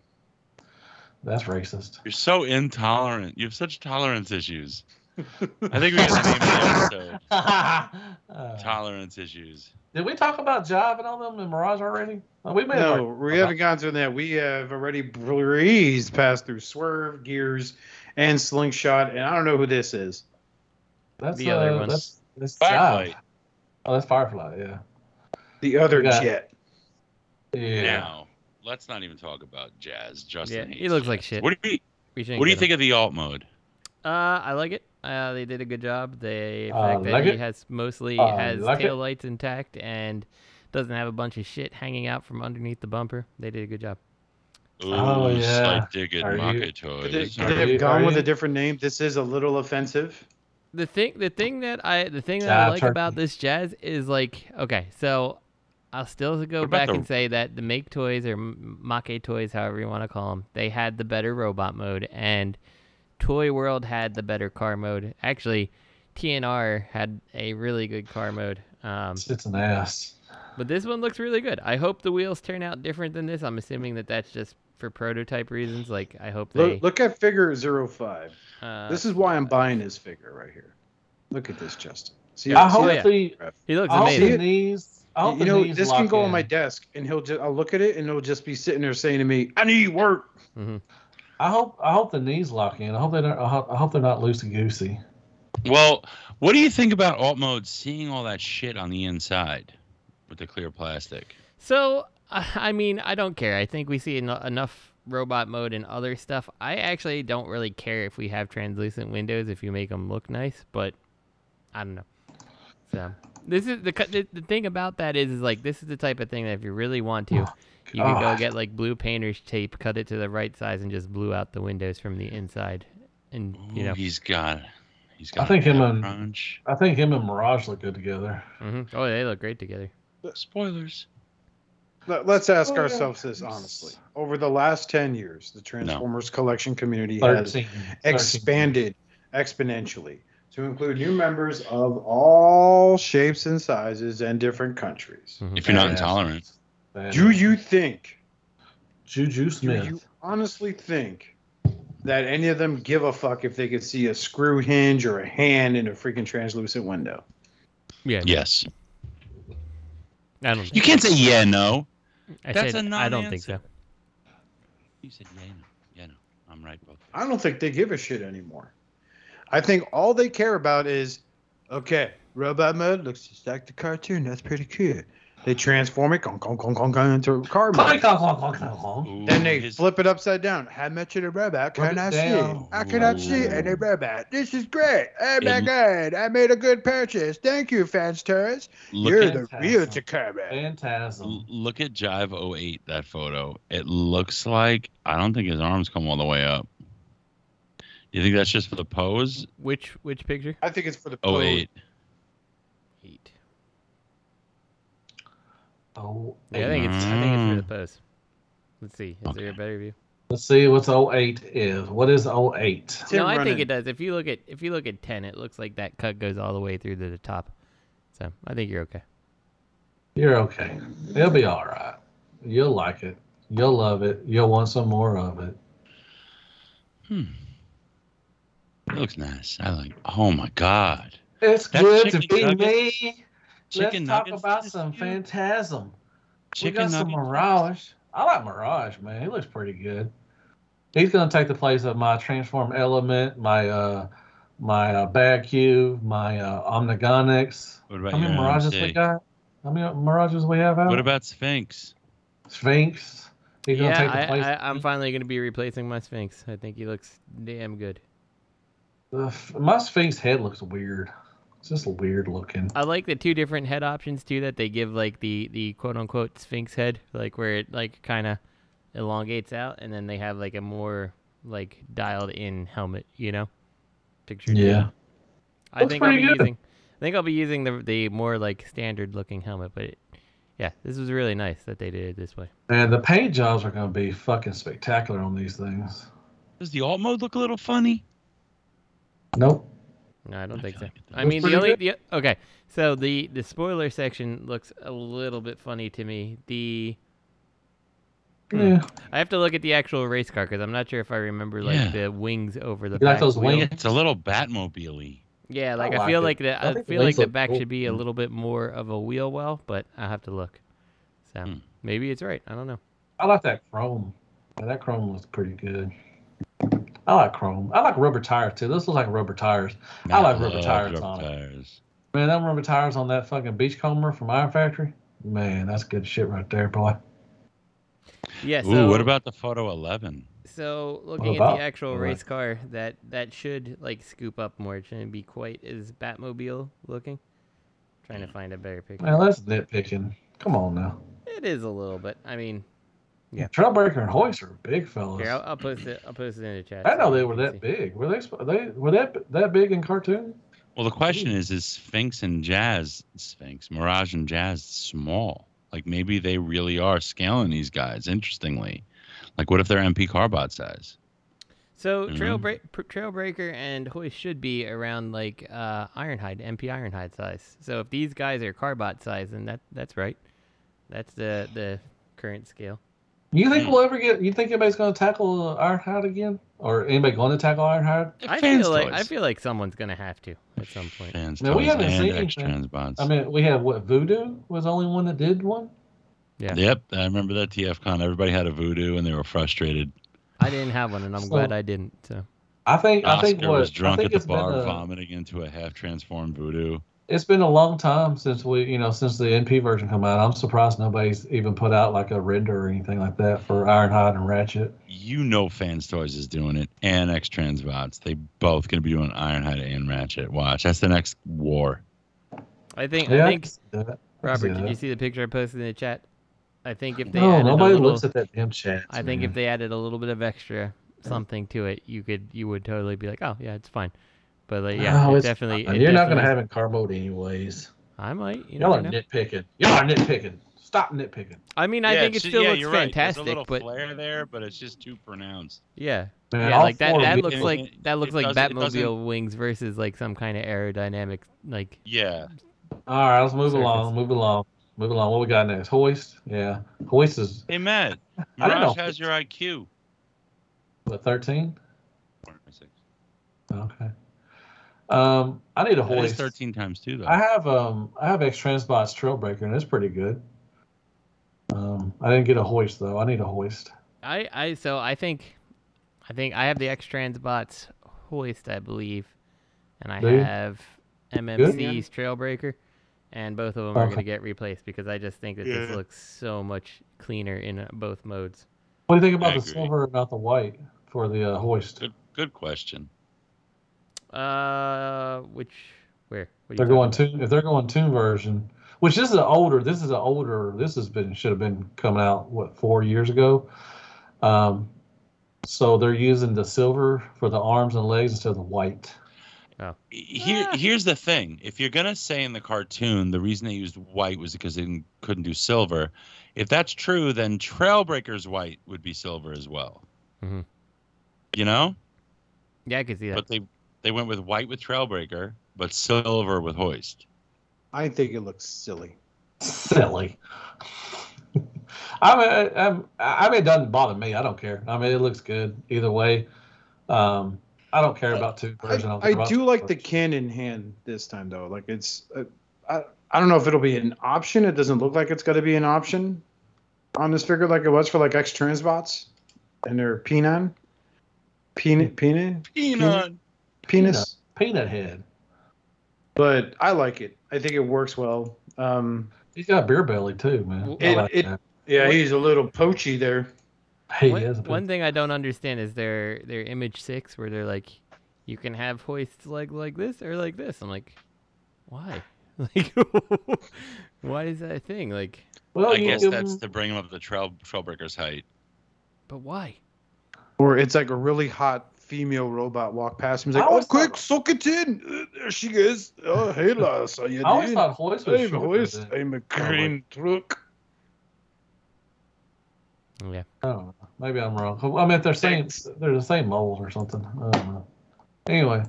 Speaker 4: That's racist.
Speaker 3: You're so intolerant. You have such tolerance issues. I think we got to name the episode.
Speaker 4: Uh,
Speaker 3: Tolerance issues.
Speaker 4: did we talk about Jive and all them in Mirage already? Uh, we may have
Speaker 2: No,
Speaker 4: already-
Speaker 2: we haven't gotten to that. We have already breezed past through Swerve, Gears, and Slingshot, and I don't know who this is.
Speaker 4: That's
Speaker 5: the other
Speaker 4: uh,
Speaker 5: ones.
Speaker 4: That's, that's
Speaker 3: Firefly.
Speaker 4: Jive. Oh, that's Firefly. Yeah.
Speaker 2: The other
Speaker 4: Yeah.
Speaker 2: jet.
Speaker 4: Yeah.
Speaker 3: Now, let's not even talk about Jazz. Justin
Speaker 5: Yeah,
Speaker 3: hates
Speaker 5: he looks like
Speaker 3: Jazz.
Speaker 5: shit.
Speaker 3: What do you,
Speaker 5: We shouldn't
Speaker 3: what do you
Speaker 5: get
Speaker 3: think of the alt mode?
Speaker 5: him. Uh, I like it. Uh, they did a good job. They the
Speaker 4: Uh,
Speaker 5: fact that
Speaker 4: like
Speaker 5: he
Speaker 4: it?
Speaker 5: has mostly
Speaker 4: Uh,
Speaker 5: has
Speaker 4: like it?
Speaker 5: tail lights intact and doesn't have a bunch of shit hanging out from underneath the bumper. They did a good job.
Speaker 3: Ooh,
Speaker 4: Oh, yeah.
Speaker 3: Slight dig at
Speaker 4: Are you-
Speaker 3: Maka
Speaker 2: Could they,
Speaker 3: Toys.
Speaker 4: Are
Speaker 2: could they have
Speaker 4: you-
Speaker 2: gone
Speaker 4: are
Speaker 2: with
Speaker 4: you-
Speaker 2: a different name? This is a little offensive.
Speaker 5: the thing the thing that I the thing that I
Speaker 4: Jive
Speaker 5: like about
Speaker 4: turkey.
Speaker 5: this jazz is like okay, so I'll still go
Speaker 3: about
Speaker 5: back
Speaker 3: the-
Speaker 5: and say that the Make Toys or M- Make Toys, however you want to call them, they had the better robot mode, and Toy World had the better car mode. Actually, TNR had a really good car mode. Um,
Speaker 4: It's an ass.
Speaker 5: but this one looks really good. I hope the wheels turn out different than this. I'm assuming that that's just for prototype reasons. Like I hope they.
Speaker 2: Look, look at figure 05.
Speaker 5: uh,
Speaker 2: This is why I'm buying this figure right here. Look at this, Justin. See,
Speaker 4: I
Speaker 2: see
Speaker 4: hope
Speaker 5: yeah.
Speaker 2: that?
Speaker 4: the
Speaker 5: he looks
Speaker 4: I hope
Speaker 5: amazing.
Speaker 4: the knees. I hope
Speaker 2: you
Speaker 4: the
Speaker 2: know,
Speaker 4: knees
Speaker 2: this can
Speaker 4: lock
Speaker 2: go on
Speaker 4: in.
Speaker 2: my desk, and he'll just I'll look at it, and it'll just be sitting there saying to me, "I need work."
Speaker 4: I hope I hope the knees lock in. I hope they don't. I hope, I hope they're not loosey goosey.
Speaker 3: Well, what do you think about alt mode seeing all that shit on the inside with the clear plastic?
Speaker 5: So, I I mean, I don't care. I think we see en- enough robot mode and other stuff. I actually don't really care if we have translucent windows if you make them look nice, but I don't know. So, this is the cu- the, the thing about that is is like this is the type of thing that if you really want to, you could go
Speaker 4: God.
Speaker 5: get like blue painter's tape, cut it to the right size and just blew out the windows from the inside. And
Speaker 3: Ooh,
Speaker 5: you know,
Speaker 3: he's got. He's got.
Speaker 4: think
Speaker 3: a
Speaker 4: him and-
Speaker 3: crunch.
Speaker 4: I think him and Mirage look good together.
Speaker 5: Mhm. oh, they look great together.
Speaker 3: Spoilers.
Speaker 2: Let, us ask
Speaker 4: Oh, yeah.
Speaker 2: ourselves this honestly. Over the last ten years, the Transformers collection community has
Speaker 4: Thirteen.
Speaker 2: expanded exponentially to include new members of all shapes and sizes and different countries.
Speaker 5: Mhm.
Speaker 3: If you're not intolerant,
Speaker 2: Do you think,
Speaker 4: Juju
Speaker 2: do
Speaker 4: Smith?
Speaker 2: you honestly think that any of them give a fuck if they could see a screw hinge or a hand in a freaking translucent window?
Speaker 5: Yeah,
Speaker 3: yes.
Speaker 5: I don't.
Speaker 3: You can't say yeah, no.
Speaker 5: I
Speaker 3: that's
Speaker 5: said,
Speaker 3: a
Speaker 5: I don't think so.
Speaker 3: non-answer. You said yeah, no. Yeah, no. I'm right. Both.
Speaker 2: I don't think they give a shit anymore. I think all they care about is okay, robot mode looks just like the cartoon. That's pretty cool. They transform it gong, gong, gong, gong, gong, into car mode.
Speaker 4: Clonk, clonk, clonk, clonk, clonk, clonk.
Speaker 3: Ooh,
Speaker 2: Then they
Speaker 3: his-
Speaker 2: flip it upside down. How much of the robot
Speaker 4: Flip
Speaker 2: can
Speaker 4: it
Speaker 2: I
Speaker 4: down.
Speaker 2: see? I cannot see
Speaker 3: Ooh.
Speaker 2: any robot. This is great. Oh my
Speaker 3: And-
Speaker 2: god, I made a good purchase. Thank you, fans Turrets.
Speaker 3: Look
Speaker 2: You're
Speaker 3: at,
Speaker 2: the
Speaker 4: Fantastic.
Speaker 2: real Takara.
Speaker 4: Phantasm.
Speaker 3: look at Jive 08, that photo. It looks like I don't think his arms come all the way up. You think that's just for the pose?
Speaker 5: Which which picture?
Speaker 2: I think it's for the
Speaker 3: Oh eight.
Speaker 5: Eight.
Speaker 4: Oh,
Speaker 5: Yeah, I
Speaker 4: eight.
Speaker 5: think it's I think it's for
Speaker 3: Mm.
Speaker 5: the post. Let's see. Is there a
Speaker 3: Okay.
Speaker 5: better view?
Speaker 4: Let's see what's 08 is. What is 08?
Speaker 2: Tim
Speaker 5: no, I think
Speaker 2: Runyon.
Speaker 5: it does. If you look at if you look at ten, it looks like that cut goes all the way through to the top. So I think you're okay.
Speaker 4: You're okay. It'll be all right. You'll like it. You'll love it. You'll want some more of it.
Speaker 3: It looks nice. I like. Oh my god.
Speaker 4: It's
Speaker 3: That's
Speaker 4: good to
Speaker 3: chicken
Speaker 4: be
Speaker 3: nuggets.
Speaker 4: me.
Speaker 3: Chicken
Speaker 4: Let's talk
Speaker 3: nuggets
Speaker 4: about
Speaker 3: this
Speaker 4: some
Speaker 3: year?
Speaker 4: phantasm. we
Speaker 3: Chicken
Speaker 4: got some
Speaker 3: nuggets.
Speaker 4: Mirage. I like Mirage, man. He looks pretty good. He's gonna take the place of my Transform Element, my uh, my uh, Bad Cube, my uh, Omnigonics.
Speaker 3: What about
Speaker 4: How many
Speaker 3: your
Speaker 4: Mirages we
Speaker 3: MC?
Speaker 4: got? How many Mirages we have out?
Speaker 3: What about Sphinx?
Speaker 4: Sphinx? He's gonna take the
Speaker 5: Yeah, I,
Speaker 4: place.
Speaker 5: I, I'm finally gonna be replacing my Sphinx. I think he looks damn good.
Speaker 4: The f- my Sphinx head looks weird. It's just weird looking.
Speaker 5: I like the two different head options too that they give, like the the quote unquote Sphinx head, like where it like kind of elongates out, and then they have like a more like dialed in helmet, you know, picture. too.
Speaker 4: Yeah.
Speaker 5: I
Speaker 4: Looks
Speaker 5: think I'll be
Speaker 4: pretty good.
Speaker 5: using. I think I'll be using the the more like standard looking helmet, but it, yeah, this was really nice that they did it this way.
Speaker 4: Man, the paint jobs are gonna be fucking spectacular on these things.
Speaker 3: Does the alt mode look a little funny?
Speaker 4: Nope.
Speaker 5: No, I don't
Speaker 3: I
Speaker 5: think
Speaker 3: feel
Speaker 5: so.
Speaker 3: like it does.
Speaker 5: I
Speaker 4: Looks
Speaker 5: mean, the
Speaker 4: pretty
Speaker 5: only the, okay. So the the spoiler section looks a little bit funny to me. The Hmm.
Speaker 4: Yeah.
Speaker 5: I have to look at the actual race car because I'm not sure if I remember like
Speaker 3: Yeah.
Speaker 5: the wings over the
Speaker 4: You like
Speaker 5: back
Speaker 4: those
Speaker 5: wheel.
Speaker 4: wings?
Speaker 3: It's a little Batmobile
Speaker 5: Yeah, like
Speaker 4: I
Speaker 5: I,
Speaker 4: like
Speaker 5: feel
Speaker 4: it.
Speaker 5: like the
Speaker 4: I
Speaker 5: I,
Speaker 4: think the
Speaker 5: feel like
Speaker 4: wings
Speaker 5: the
Speaker 4: look
Speaker 5: back
Speaker 4: cool.
Speaker 5: should be a little bit more of a wheel well, but I will have to look. So
Speaker 3: Hmm.
Speaker 5: maybe it's right. I don't know.
Speaker 4: I like that chrome. Yeah, that chrome was pretty good. I like chrome. I like rubber tires too. This looks like rubber tires. I like rubber
Speaker 3: love
Speaker 4: tires on it.
Speaker 3: uh, tires.
Speaker 4: Man, them rubber tires on that fucking beachcomber from Iron Factory. Man, that's good shit right there, boy.
Speaker 5: Yeah. So,
Speaker 3: Ooh, what about the photo 11?
Speaker 5: So looking at
Speaker 4: about-
Speaker 5: the actual
Speaker 4: Alright.
Speaker 5: race car, that that should like scoop up more. It shouldn't be quite as Batmobile looking. Trying to find a better picture.
Speaker 4: Man, that's nitpicking. Come on now.
Speaker 5: It is a little bit. I mean, Yeah.
Speaker 4: Trailbreaker and Hoist are big fellas.
Speaker 5: here I'll, I'll post it. I'll post it in the chat.
Speaker 4: I
Speaker 5: so
Speaker 4: didn't know they
Speaker 5: you
Speaker 4: were
Speaker 5: can
Speaker 4: that
Speaker 5: see.
Speaker 4: big. Were they sp- they were that that big in cartoon?
Speaker 3: Well, the question is is Sphinx and Jazz, Sphinx, Mirage and Jazz small? Like maybe they really are scaling these guys, interestingly. Like what if they're MP Carbot size?
Speaker 5: So
Speaker 3: Mhm.
Speaker 5: Trailbra- pr- Trailbreaker and Hoist should be around like uh, Ironhide, MP Ironhide size. So if these guys are Carbot size, then that that's right. That's the the current scale.
Speaker 4: You think
Speaker 3: Hmm.
Speaker 4: we'll ever get? You think anybody's going to tackle uh, Ironhide again, or anybody going to tackle Ironhide?
Speaker 5: I
Speaker 3: Fans
Speaker 5: feel like I
Speaker 3: toys.
Speaker 5: feel like someone's gonna have to at some point.
Speaker 3: Fans
Speaker 4: Now, we
Speaker 3: toys
Speaker 4: haven't
Speaker 3: and
Speaker 4: seen
Speaker 3: X
Speaker 4: anything.
Speaker 3: Transbonds.
Speaker 4: I mean, we had what Voodoo was the only one that did one.
Speaker 5: Yeah.
Speaker 3: Yep, I remember that TF Con. Everybody had a voodoo and they were frustrated.
Speaker 5: I didn't have one, and I'm
Speaker 4: So-
Speaker 5: glad I didn't. So
Speaker 4: I think I
Speaker 3: Oscar
Speaker 4: think what
Speaker 3: was drunk
Speaker 4: I think
Speaker 3: at the
Speaker 4: it's been
Speaker 3: bar,
Speaker 4: a-
Speaker 3: vomiting into a half transformed voodoo.
Speaker 4: it's been a long time since we you know since the NP version come out. I'm surprised nobody's even put out like a render or anything like that for Ironhide and Ratchet.
Speaker 3: You know, Fans Toys is doing it, and X Transbots. They both going to be doing Ironhide and Ratchet. Watch, that's the next war.
Speaker 5: I think
Speaker 4: Yeah, I
Speaker 5: I think
Speaker 4: can see that. I can see
Speaker 5: Robert, did
Speaker 4: that.
Speaker 5: you see the picture I posted in the chat? I think if they
Speaker 4: No,
Speaker 5: added a
Speaker 4: nobody
Speaker 5: little,
Speaker 4: looks at that damn chat.
Speaker 5: I think if they added a little bit of extra something to it, you could you would totally be like, oh yeah, it's fine. But like, yeah, it definitely. it
Speaker 4: you're not going to
Speaker 5: definitely-
Speaker 4: have it in car mode anyways.
Speaker 5: I might. You
Speaker 4: Y'all
Speaker 5: never
Speaker 4: are
Speaker 5: know.
Speaker 4: nitpicking. Y'all are nitpicking. Stop nitpicking.
Speaker 5: I mean, I think it still looks fantastic, but
Speaker 3: flare there, but it's just too pronounced.
Speaker 5: yeah,
Speaker 4: Man,
Speaker 5: yeah,
Speaker 4: all
Speaker 5: like that.
Speaker 4: four of
Speaker 5: That
Speaker 4: you-
Speaker 5: looks like that looks
Speaker 3: it
Speaker 5: like
Speaker 3: doesn't- it doesn't-
Speaker 5: Batmobile wings versus like some kind of aerodynamic like.
Speaker 3: Yeah,
Speaker 4: All right, let's move
Speaker 5: Surface.
Speaker 4: along. Move along. Move along. What we got next? Hoist. Yeah, hoist is
Speaker 3: hey Matt,
Speaker 4: I don't
Speaker 3: Mirage
Speaker 4: know.
Speaker 3: has your IQ.
Speaker 4: what 13. Okay. Um, I need a
Speaker 3: That is
Speaker 4: hoist.
Speaker 3: thirteen times two though.
Speaker 4: I have um I have X Transbot's Trailbreaker and it's pretty good. Um, I didn't get a hoist though. I need a hoist.
Speaker 5: I I so I think, I think I have the X Transbots hoist, I believe, and I
Speaker 4: Do you?
Speaker 5: have MMC's Trailbreaker, and both of them are
Speaker 4: Okay.
Speaker 5: going to get replaced because I just think that this
Speaker 3: Yeah.
Speaker 5: looks so much cleaner in uh, both modes.
Speaker 4: What do you think about
Speaker 3: I
Speaker 4: the
Speaker 3: agree.
Speaker 4: silver, not the white, for the uh, hoist?
Speaker 3: good, good question.
Speaker 5: Uh, which where? What are
Speaker 4: They're
Speaker 5: you talking
Speaker 4: going
Speaker 5: about?
Speaker 4: two. If they're going two version, which this is an older, this is an older. This has been should have been coming out what four years ago. Um, so they're using the silver for the arms and legs instead of the white.
Speaker 3: Here, here's the thing. If you're gonna say in the cartoon the reason they used white was because they didn't, couldn't do silver, if that's true, then Trailbreaker's white would be silver as well.
Speaker 5: Mhm.
Speaker 3: You know,
Speaker 5: Yeah, I can see that.
Speaker 3: but they they went with white with Trailbreaker, but silver with Hoist.
Speaker 2: I think it looks silly.
Speaker 4: Silly. I mean, I, I'm- I mean, it doesn't bother me. I don't care. I mean, it looks good either way. Um, I don't care about two
Speaker 2: I,
Speaker 4: version. don't care
Speaker 2: I
Speaker 4: about
Speaker 2: do like the
Speaker 4: version.
Speaker 2: cannon hand this time though. Like it's, uh, I, I don't know if it'll be an option. It doesn't look like it's going to be an option on this figure like it was for like X Transbots and their Penon, Penon, Penon, Peanut. Penis.
Speaker 4: peanut head.
Speaker 2: But I like it. I think it works well. Um,
Speaker 4: He's got a beer belly too, man. I
Speaker 2: It-
Speaker 4: like
Speaker 2: it-
Speaker 4: that.
Speaker 2: yeah,
Speaker 5: What-
Speaker 2: he's a little poachy there.
Speaker 4: He
Speaker 5: one,
Speaker 4: is a
Speaker 5: one thing I don't understand is their their image six where they're like, you can have hoists like like this or like this. I'm like, why? Like, why is that a thing? Like,
Speaker 4: Well,
Speaker 3: I
Speaker 4: you
Speaker 3: guess
Speaker 4: give
Speaker 3: that's
Speaker 4: him-
Speaker 3: to bring him up the trail Trailbreaker's height.
Speaker 5: but why?
Speaker 2: Or it's like a really hot female robot walk past him. He's
Speaker 4: I
Speaker 2: like, oh,
Speaker 4: always
Speaker 2: quick,
Speaker 4: thought-
Speaker 2: soak it in. Uh, there she goes. Oh, hey, lass. How you
Speaker 4: I always
Speaker 2: doing?
Speaker 4: thought Hoist was uh,
Speaker 2: I'm
Speaker 4: shorter
Speaker 2: Hoist.
Speaker 4: than-
Speaker 2: I'm a green truck.
Speaker 5: Yeah.
Speaker 4: I don't know. Maybe I'm wrong. I mean, if they're same, they're the same mold or something. I don't know. Anyway,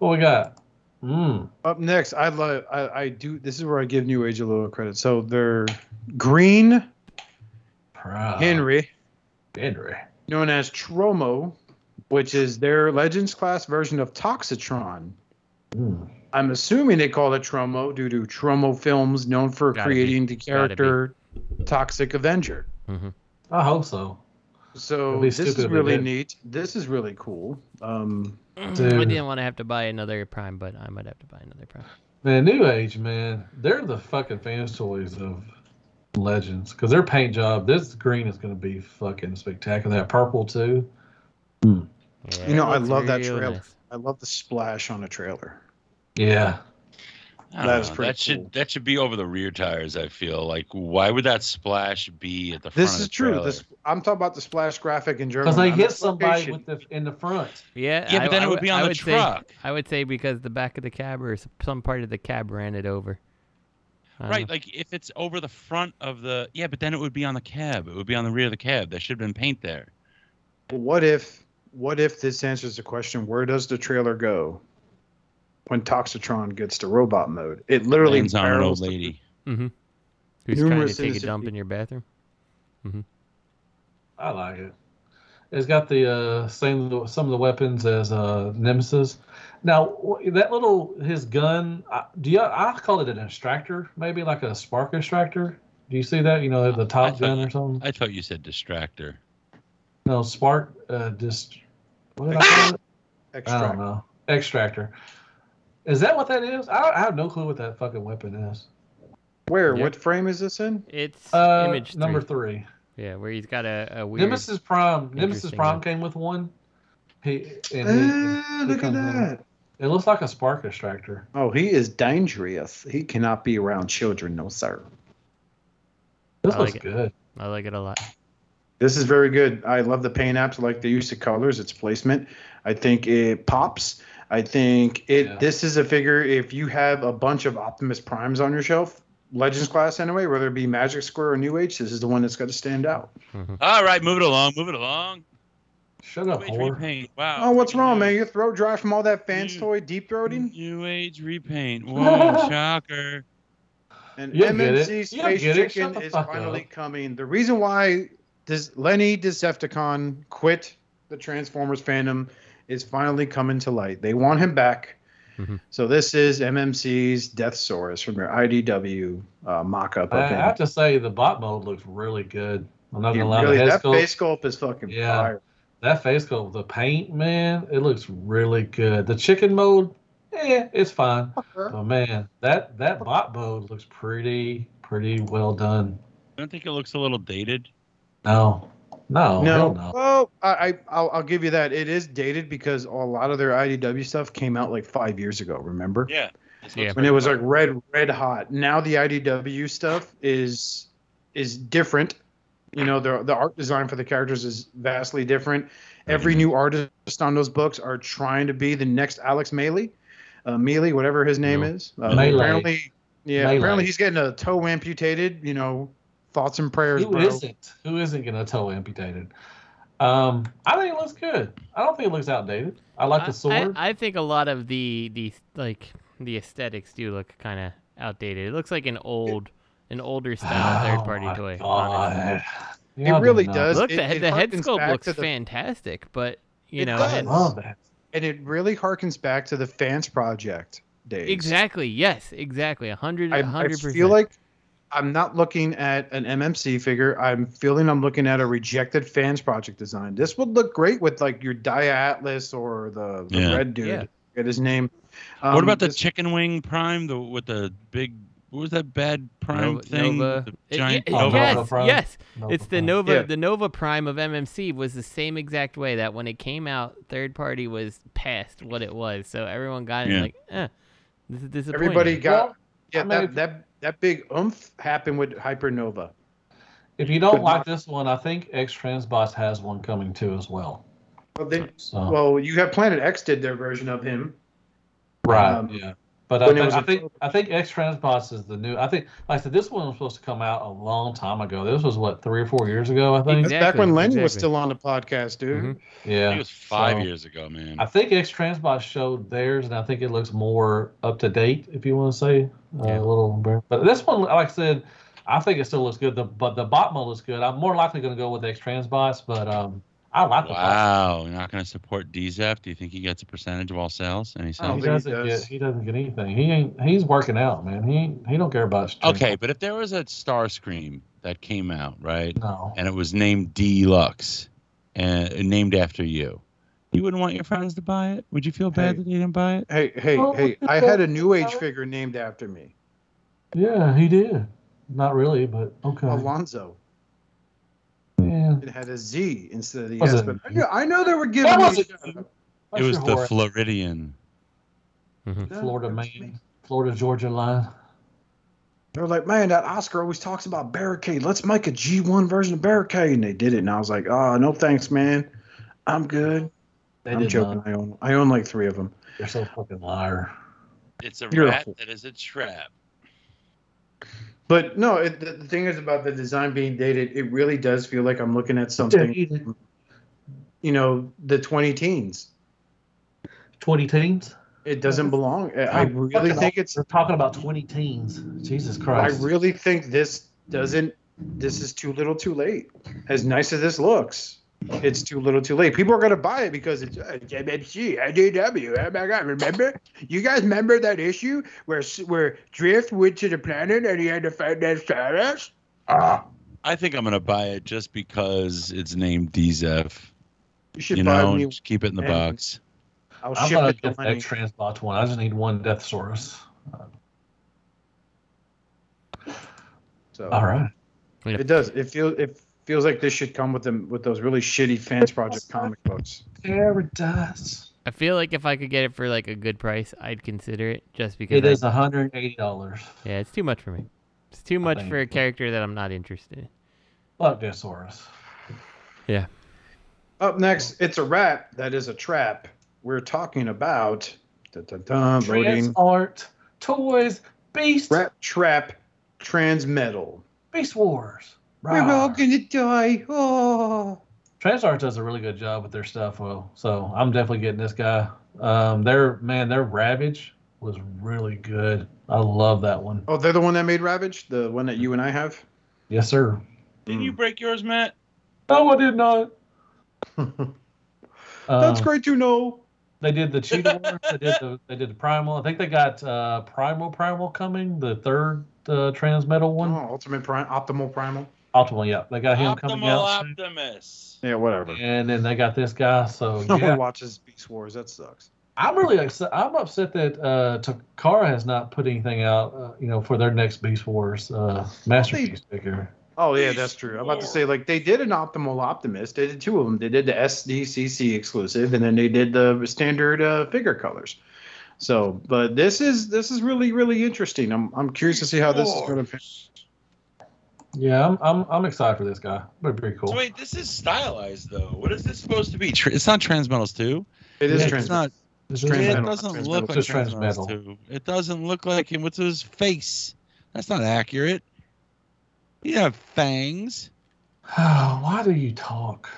Speaker 4: what we got? Mm.
Speaker 2: Up next, I love. I, I do. This is where I give New Age a little credit. So they're Green
Speaker 4: Uh-huh. Proud.
Speaker 2: Henry,
Speaker 4: Henry.
Speaker 2: known as Tromo, which is their Legends class version of Toxitron.
Speaker 4: Mm.
Speaker 2: I'm assuming they call it Tromo due to Tromo Films, known for
Speaker 5: Gotta be.
Speaker 2: creating the
Speaker 5: Gotta be.
Speaker 2: character Toxic Avenger.
Speaker 4: I hope so.
Speaker 2: So
Speaker 4: At least
Speaker 2: this is
Speaker 4: stupid, they
Speaker 2: really
Speaker 4: did.
Speaker 2: neat. This is really cool. Um,
Speaker 5: I
Speaker 4: Dude.
Speaker 5: didn't want to have to buy another prime, but I might have to buy another prime.
Speaker 4: Man, New Age, man, they're the fucking fans toys of Legends because their paint job, this green is going to be fucking spectacular. That purple too.
Speaker 5: Yeah,
Speaker 2: You know,
Speaker 5: it
Speaker 2: I
Speaker 5: looks
Speaker 2: love that
Speaker 5: real
Speaker 2: trailer.
Speaker 5: nice.
Speaker 2: I love the splash on a trailer.
Speaker 4: Yeah.
Speaker 3: I don't
Speaker 2: That is
Speaker 3: know.
Speaker 2: pretty
Speaker 3: that
Speaker 2: cool.
Speaker 3: should that should be over the rear tires. I feel like why would that splash be at the front?
Speaker 2: This
Speaker 3: of
Speaker 2: is
Speaker 3: the
Speaker 2: true.
Speaker 3: trailer?
Speaker 2: This I'm talking about the splash graphic in Germany.
Speaker 4: Because they
Speaker 2: on
Speaker 4: hit
Speaker 2: that
Speaker 4: somebody
Speaker 2: location.
Speaker 4: with the in the front.
Speaker 5: Yeah,
Speaker 3: yeah, but
Speaker 5: I-
Speaker 3: then
Speaker 5: I
Speaker 3: it would be
Speaker 5: I
Speaker 3: on the
Speaker 5: say-
Speaker 3: truck,
Speaker 5: I would say because the back of the cab or s- some part of the cab ran it over. I don't
Speaker 3: right?
Speaker 5: know.
Speaker 3: Like if it's over the front of the yeah, but then it would be on the cab. It would be on the rear of the cab. There should have been paint there.
Speaker 2: Well, what if? What if this answers the question? Where does the trailer go when Toxitron gets to robot mode? It literally
Speaker 3: Lands on an old
Speaker 2: barrels the-
Speaker 3: lady.
Speaker 5: Who's trying to
Speaker 2: numerous
Speaker 5: take a
Speaker 2: innocent
Speaker 5: dump in
Speaker 2: people.
Speaker 5: your bathroom?
Speaker 4: I like it. It's got the uh, same some of the weapons as uh, Nemesis. Now wh- that little his gun, I, do you? I call it an extractor, maybe like a spark extractor. Do you see that? You know, the
Speaker 3: I
Speaker 4: top
Speaker 3: thought-
Speaker 4: gun or something.
Speaker 3: I thought you said distractor.
Speaker 4: No, spark. Uh, just what did I call it? I
Speaker 2: Extract.
Speaker 4: don't know. Extractor. Is that what that is? I, I have no clue what that fucking weapon is.
Speaker 2: Where?
Speaker 5: Yeah.
Speaker 2: What frame is this in?
Speaker 5: It's
Speaker 4: Uh,
Speaker 5: image three.
Speaker 4: number three.
Speaker 5: Yeah, where he's got a, a weird.
Speaker 4: Nemesis Prime. Nemesis
Speaker 5: Interesting
Speaker 4: Prime
Speaker 5: one.
Speaker 4: came with one. He and he,
Speaker 2: Ah, look at
Speaker 4: comes in.
Speaker 2: that.
Speaker 4: it looks like a spark extractor.
Speaker 2: Oh, he is dangerous. He cannot be around children, no sir.
Speaker 4: This
Speaker 5: I
Speaker 4: looks
Speaker 5: like it.
Speaker 4: good.
Speaker 5: I like it a lot.
Speaker 2: This is very good. I love the paint apps. I like the use of colors, its placement. I think it pops. I think it.
Speaker 4: Yeah.
Speaker 2: This is a figure. If you have a bunch of Optimus Primes on your shelf, Legends class anyway, whether it be Magic Square or New Age, this is the one that's got to stand out.
Speaker 3: All right, move it along. Move it along.
Speaker 4: Shut up,
Speaker 3: New Age
Speaker 4: whore.
Speaker 3: repaint. Wow.
Speaker 2: Oh, what's wrong,
Speaker 3: New-
Speaker 2: man? Your throat dry from all that fans
Speaker 3: Mm.
Speaker 2: toy deep throating?
Speaker 3: New Age repaint. Whoa, shocker.
Speaker 2: And
Speaker 4: You'll get it.
Speaker 2: MNC
Speaker 4: You'll
Speaker 2: Space
Speaker 4: get it. Shut
Speaker 2: Chicken
Speaker 4: the
Speaker 2: is
Speaker 4: fuck
Speaker 2: finally
Speaker 4: up.
Speaker 2: coming. The reason why does Lenny Decepticon quit the Transformers fandom is finally coming to light. They want him back.
Speaker 4: Mm-hmm.
Speaker 5: Mhm.
Speaker 2: So this is MMC's Death Source from their IDW uh, mock-up
Speaker 4: I, I
Speaker 2: of him.
Speaker 4: have to say the bot mode looks really good. I'm not
Speaker 2: He
Speaker 4: gonna lie.
Speaker 2: really-
Speaker 4: the head
Speaker 2: that
Speaker 4: sculpt,
Speaker 2: face sculpt is fucking
Speaker 4: Yeah.
Speaker 2: fire.
Speaker 4: that face sculpt, the paint, man, it looks really good. The chicken mode, eh, it's fine. But man, that that bot mode looks pretty pretty well done.
Speaker 3: Don't think it looks a little dated.
Speaker 4: No, no,
Speaker 2: no,
Speaker 4: Oh, hell no.
Speaker 2: well, I, I I'll, I'll give you that. It is dated because a lot of their IDW stuff came out like five years ago. Remember?
Speaker 3: Yeah.
Speaker 5: Yeah.
Speaker 2: when it was like red red hot now the idw stuff is is different you know the the art design for the characters is vastly different every new artist on those books are trying to be the next alex maley uh Mealy, whatever his name
Speaker 5: No.
Speaker 2: is uh,
Speaker 4: Mealy.
Speaker 2: apparently yeah
Speaker 4: Mealy.
Speaker 2: apparently he's getting a toe amputated you know thoughts and prayers
Speaker 4: Who
Speaker 2: bro
Speaker 4: isn't? Who isn't gonna toe amputated? Um, I think it looks good. I don't think it looks outdated. I like
Speaker 5: I-
Speaker 4: the sword.
Speaker 5: I, I think a lot of the the like the aesthetics do look kind of outdated. It looks like an old, an older style
Speaker 4: Oh
Speaker 5: third party
Speaker 4: my
Speaker 5: toy. honestly.
Speaker 4: God.
Speaker 2: it
Speaker 4: Y'all do
Speaker 2: really
Speaker 4: not-
Speaker 2: does
Speaker 5: Look,
Speaker 2: It-
Speaker 5: the, head
Speaker 2: it
Speaker 5: the head
Speaker 2: harkens
Speaker 5: sculpt
Speaker 2: back
Speaker 5: looks
Speaker 2: to the-
Speaker 5: fantastic, but you
Speaker 2: It
Speaker 5: know,
Speaker 2: does.
Speaker 4: I
Speaker 5: and-
Speaker 4: love that.
Speaker 2: and it really harkens back to the fans project days
Speaker 5: exactly, yes, exactly, a hundred,
Speaker 2: I,
Speaker 5: a
Speaker 2: I
Speaker 5: hundred percent.
Speaker 2: feel like I'm not looking at an MMC figure. I'm feeling I'm looking at a rejected fans project design. This would look great with like your Dia Atlas or the, the
Speaker 3: Yeah.
Speaker 2: red dude.
Speaker 5: Yeah.
Speaker 2: Get his name. Um,
Speaker 3: what about the
Speaker 2: this-
Speaker 3: chicken wing prime? The with the big. What was that bad prime
Speaker 5: Nova,
Speaker 3: thing?
Speaker 5: Nova-
Speaker 3: The
Speaker 5: it-
Speaker 3: giant
Speaker 5: it-
Speaker 4: Nova.
Speaker 5: yes,
Speaker 4: Nova Prime.
Speaker 5: yes.
Speaker 4: No,
Speaker 5: It's the
Speaker 4: no.
Speaker 5: Nova,
Speaker 2: Yeah.
Speaker 5: the Nova Prime of MMC was the same exact way that when it came out, third party was past what it was, so everyone got it
Speaker 3: Yeah.
Speaker 5: like, eh, this is disappointing.
Speaker 2: everybody got
Speaker 4: Well,
Speaker 2: yeah,
Speaker 4: I mean,
Speaker 2: that,
Speaker 4: if-
Speaker 2: that that big oomph happened with Hypernova.
Speaker 4: If you don't like this one, I think X Transbots has one coming too as well.
Speaker 2: Well, they,
Speaker 4: So
Speaker 3: Oh.
Speaker 2: well, you have Planet X did their version of him.
Speaker 4: right,
Speaker 2: um,
Speaker 4: yeah. But I
Speaker 2: When it
Speaker 4: think,
Speaker 2: was
Speaker 4: I
Speaker 2: a-
Speaker 4: think I think X Transpos is the new. I think like I said, this one was supposed to come out a long time ago. This was what three or four years ago, I think.
Speaker 2: That's back
Speaker 5: Exactly,
Speaker 2: when Lenny was
Speaker 5: exactly.
Speaker 2: still on the podcast, dude.
Speaker 5: Mhm.
Speaker 3: I think
Speaker 4: Yeah,
Speaker 3: it was five
Speaker 4: so-
Speaker 3: years ago, man.
Speaker 4: I think X Transbot showed theirs, and I think it looks more up to date, if you want to say uh,
Speaker 5: Yeah.
Speaker 4: a little. bare- But this one, like I said, I think it still looks good. The, but the Botmo looks good. I'm more likely going to go with X Transbots, but um, I like the Botmo.
Speaker 3: Wow, you're not going to support DZEF? Do you think he gets a percentage of all sales? Any
Speaker 4: Oh,
Speaker 3: sales?
Speaker 4: he
Speaker 2: think he
Speaker 4: doesn't
Speaker 2: does.
Speaker 4: get he doesn't get anything. He ain't he's working out, man. He ain't- he don't care about his drink.
Speaker 3: Okay, but if there was a Star Scream that came out, right,
Speaker 4: No.
Speaker 3: and it was named Deluxe, and uh, named after you, you wouldn't want your friends to buy it? Would you feel bad
Speaker 2: Hey.
Speaker 3: that they didn't buy it?
Speaker 2: Hey, hey,
Speaker 4: Oh,
Speaker 2: hey!
Speaker 4: what
Speaker 2: I
Speaker 4: the
Speaker 2: had a
Speaker 4: fuck?
Speaker 2: New Age figure named after me,
Speaker 4: Yeah, he did. Not really, but okay.
Speaker 2: Alonzo.
Speaker 4: yeah.
Speaker 2: It had a Z instead of the
Speaker 4: Was
Speaker 2: S.
Speaker 4: it-
Speaker 2: But I know, I know they were giving
Speaker 4: That
Speaker 2: me.
Speaker 4: wasn't-
Speaker 2: a shout out.
Speaker 3: It was the Floridian.
Speaker 4: Florida
Speaker 2: That was
Speaker 4: Maine,
Speaker 2: me.
Speaker 4: Florida Georgia line.
Speaker 2: They were like, man, that Oscar always talks about Barricade. Let's make a G1 version of Barricade, and they did it. And I was like, oh, no thanks, man. I'm good.
Speaker 4: They
Speaker 2: I'm
Speaker 4: did
Speaker 2: joking.
Speaker 4: not.
Speaker 2: I own, I own like three of them.
Speaker 4: You're so fucking liar.
Speaker 3: It's a
Speaker 2: You're a
Speaker 3: rat
Speaker 2: fool.
Speaker 3: that is a trap.
Speaker 2: But no, it, the, the thing is about the design being dated. It really does feel like I'm looking at
Speaker 4: Yeah,
Speaker 2: something,
Speaker 4: he did.
Speaker 2: you know, the 20 teens.
Speaker 4: Twenty teens.
Speaker 2: It doesn't belong. I- I really
Speaker 4: Fucking
Speaker 2: think it's.
Speaker 4: We're talking about twenty teens. Jesus
Speaker 2: I
Speaker 4: Christ.
Speaker 2: really think this doesn't. This is too little, too late. As nice as this looks, it's too little, too late. People are gonna buy it because it's uh, MFC, IDW. Oh my God! Remember, you guys remember that issue where S- where Drift went to the planet and he had to fight that Cyrus? Ah,
Speaker 3: I think I'm going to buy it just because it's named DZEF.
Speaker 2: you should
Speaker 3: You
Speaker 2: buy
Speaker 3: know,
Speaker 2: me.
Speaker 3: just keep it in the
Speaker 2: and-
Speaker 3: box.
Speaker 2: I'll
Speaker 4: I'm
Speaker 2: ship
Speaker 4: gonna
Speaker 2: it
Speaker 4: get
Speaker 2: to
Speaker 4: that
Speaker 2: Lenny.
Speaker 4: transbot one. I just need one death source.
Speaker 2: So
Speaker 4: All right.
Speaker 2: it does. It feels it feels like this should come with them with those really shitty fans project comic books.
Speaker 4: Paradise.
Speaker 5: I feel like if I could get it for like a good price, I'd consider it just because.
Speaker 4: It
Speaker 5: I-
Speaker 4: is Oh, hundred and eighty dollars.
Speaker 5: Yeah, it's too much for me. It's too much
Speaker 4: think-
Speaker 5: for a character that I'm not interested in.
Speaker 4: Fuck Death Source.
Speaker 2: Up next, it's a wrap. That is a trap. We're talking about dun, dun, dun,
Speaker 4: Trans
Speaker 2: loading
Speaker 4: art, toys, beast,
Speaker 2: rat trap trans metal.
Speaker 4: beast wars. Rawr.
Speaker 2: die. Oh.
Speaker 4: TransArt does a really good job with their stuff. Well, so I'm definitely getting this guy. Um, their man, their Ravage was really good. I love that one.
Speaker 2: Oh, they're the one that made Ravage, the one that you and I have.
Speaker 4: Yes, sir.
Speaker 3: Didn't
Speaker 2: Hmm.
Speaker 3: you break yours, Matt?
Speaker 4: No, I did not. Um,
Speaker 2: That's great to know.
Speaker 4: They did the Cheetah Wars. They did the they did the Primal. I think they got uh, Primal Primal coming, the third uh, Transmetal
Speaker 2: Oh,
Speaker 4: one.
Speaker 2: Ultimate Prime, Optimal Primal.
Speaker 4: Ultimately, yeah, they got him coming
Speaker 3: Optimal
Speaker 4: out. soon.
Speaker 3: Optimus.
Speaker 2: Yeah, whatever.
Speaker 4: And then they got this guy. So
Speaker 2: No
Speaker 4: yeah,
Speaker 2: one watches Beast Wars. That sucks.
Speaker 4: I'm really upset. I'm upset that uh, Takara has not put anything out, uh, you know, for their next Beast Wars uh, masterpiece figure.
Speaker 2: Oh yeah, that's true. I'm about to say like they did an optimal optimist. They did two of them. They did the SDCC exclusive, and then they did the standard uh, figure colors. So, but this is this is really really interesting. I'm I'm curious to see how this is going to.
Speaker 4: Yeah, I'm, I'm I'm excited for this guy. But pretty cool.
Speaker 3: So wait, this is stylized though. What is this supposed to be? Tr- It's not Transmetals two.
Speaker 2: It is
Speaker 4: Yeah,
Speaker 2: yeah,
Speaker 4: it's
Speaker 3: It's not.
Speaker 4: This
Speaker 2: Trans-
Speaker 4: is-
Speaker 3: It
Speaker 2: Transmetal,
Speaker 3: doesn't
Speaker 2: Transmetal.
Speaker 3: look like
Speaker 4: Just Transmetal.
Speaker 3: Transmetals two. It doesn't look like him. What's his face? That's not accurate. He doesn't have fangs.
Speaker 4: Why do you talk?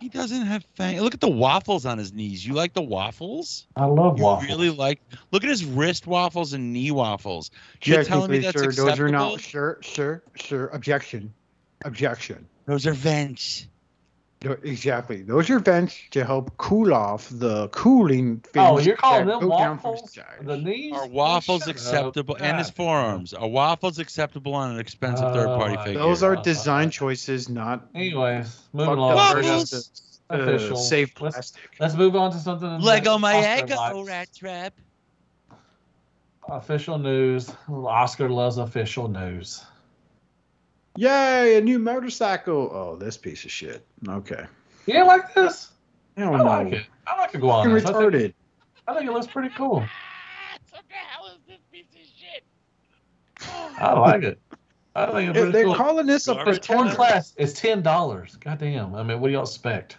Speaker 3: He doesn't have fangs. Look at the waffles on his knees. You like the waffles?
Speaker 4: I love
Speaker 3: You
Speaker 4: waffles.
Speaker 3: really like. Look at his wrist waffles and knee waffles. You're telling me that's
Speaker 2: sure,
Speaker 3: acceptable?
Speaker 2: those are not sure sure sure objection, objection.
Speaker 3: Those are vents.
Speaker 2: No, Exactly. Those are vents to help cool off the cooling.
Speaker 4: oh,
Speaker 2: fins
Speaker 4: you're calling
Speaker 2: that
Speaker 4: them
Speaker 2: go down from
Speaker 4: waffles?
Speaker 2: sides.
Speaker 4: The knees?
Speaker 3: Are waffles
Speaker 4: Shut up.
Speaker 3: acceptable? And his
Speaker 4: God.
Speaker 3: forearms. Are waffles acceptable on an expensive
Speaker 4: Oh,
Speaker 3: third party
Speaker 4: I-
Speaker 3: figure?
Speaker 2: Those are design choices, not
Speaker 4: Anyways, moving
Speaker 2: fucked
Speaker 4: along.
Speaker 2: up
Speaker 3: Waffles.
Speaker 4: Let's-
Speaker 2: versions,
Speaker 4: Official.
Speaker 2: Uh, safe
Speaker 4: Let's-
Speaker 2: plastic.
Speaker 4: Let's move on to something.
Speaker 3: Lego
Speaker 4: that
Speaker 3: my
Speaker 4: Oscar
Speaker 3: ego
Speaker 4: likes.
Speaker 3: rat trap.
Speaker 4: Official news. Oscar loves official news.
Speaker 2: Yay, a new motorcycle. Oh, this piece of shit. Okay.
Speaker 4: You didn't like this?
Speaker 2: I don't
Speaker 4: I
Speaker 2: know.
Speaker 4: like it. I like
Speaker 2: Fucking
Speaker 4: iguanas. I think,
Speaker 2: retarded.
Speaker 4: I think it looks pretty cool.
Speaker 3: Ah, What the hell is this piece of shit?
Speaker 4: I like it. I think it's
Speaker 2: If
Speaker 4: pretty
Speaker 2: they're
Speaker 4: cool.
Speaker 2: calling this a
Speaker 3: Garbage
Speaker 4: it's one
Speaker 2: pretender.
Speaker 4: class. It's ten dollars. Goddamn. I mean, what do y'all expect?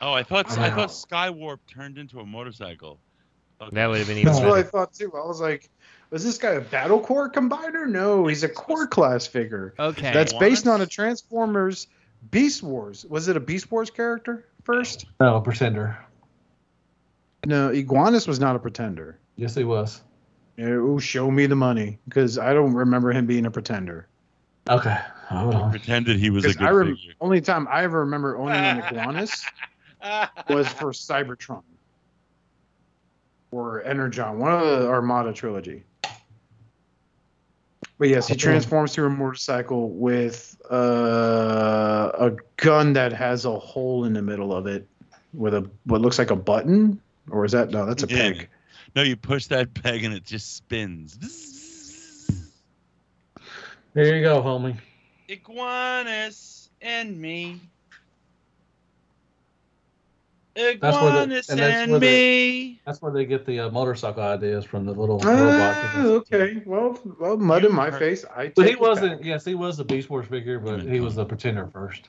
Speaker 3: Oh, I thought I
Speaker 4: Wow.
Speaker 3: thought Skywarp turned into a motorcycle. Okay.
Speaker 5: That would have been even
Speaker 2: That's
Speaker 5: better.
Speaker 2: what I thought too. I was like, was this guy a Battle Core combiner? No, he's a Core class figure.
Speaker 5: okay.
Speaker 2: That's
Speaker 3: Warren?
Speaker 2: based on a Transformers Beast Wars. Was it a Beast Wars character first?
Speaker 4: No, Pretender.
Speaker 2: No, Iguanus was not a pretender.
Speaker 4: Yes, he was.
Speaker 2: Oh, show me the money because I don't remember him being a pretender.
Speaker 4: Okay. Hold
Speaker 3: I
Speaker 4: on.
Speaker 3: pretended he was a
Speaker 2: 'Cause
Speaker 3: good
Speaker 2: I rem-
Speaker 3: figure.
Speaker 2: only time I ever remember owning an Iguanus was for Cybertron or Energon, one of the Armada trilogy. But
Speaker 4: Oh.
Speaker 2: yes, he transforms to a motorcycle with uh, a gun that has a hole in the middle of it with a what looks like a button, or is that no? That's a
Speaker 3: Yeah.
Speaker 2: peg.
Speaker 3: no, you push that peg and it just spins.
Speaker 4: There you go, homie.
Speaker 3: Iguanas and me.
Speaker 4: where the-
Speaker 3: Iguanas
Speaker 4: and
Speaker 3: and,
Speaker 4: that's where the-
Speaker 3: me.
Speaker 4: That's where they get the uh, motorcycle ideas from the little robot.
Speaker 2: Ah, okay. Well, well, mud in my face. I.
Speaker 4: But
Speaker 2: take
Speaker 4: he
Speaker 2: it
Speaker 4: wasn't.
Speaker 2: back.
Speaker 4: Yes, he was the Beast Wars figure, but he was the Pretender first.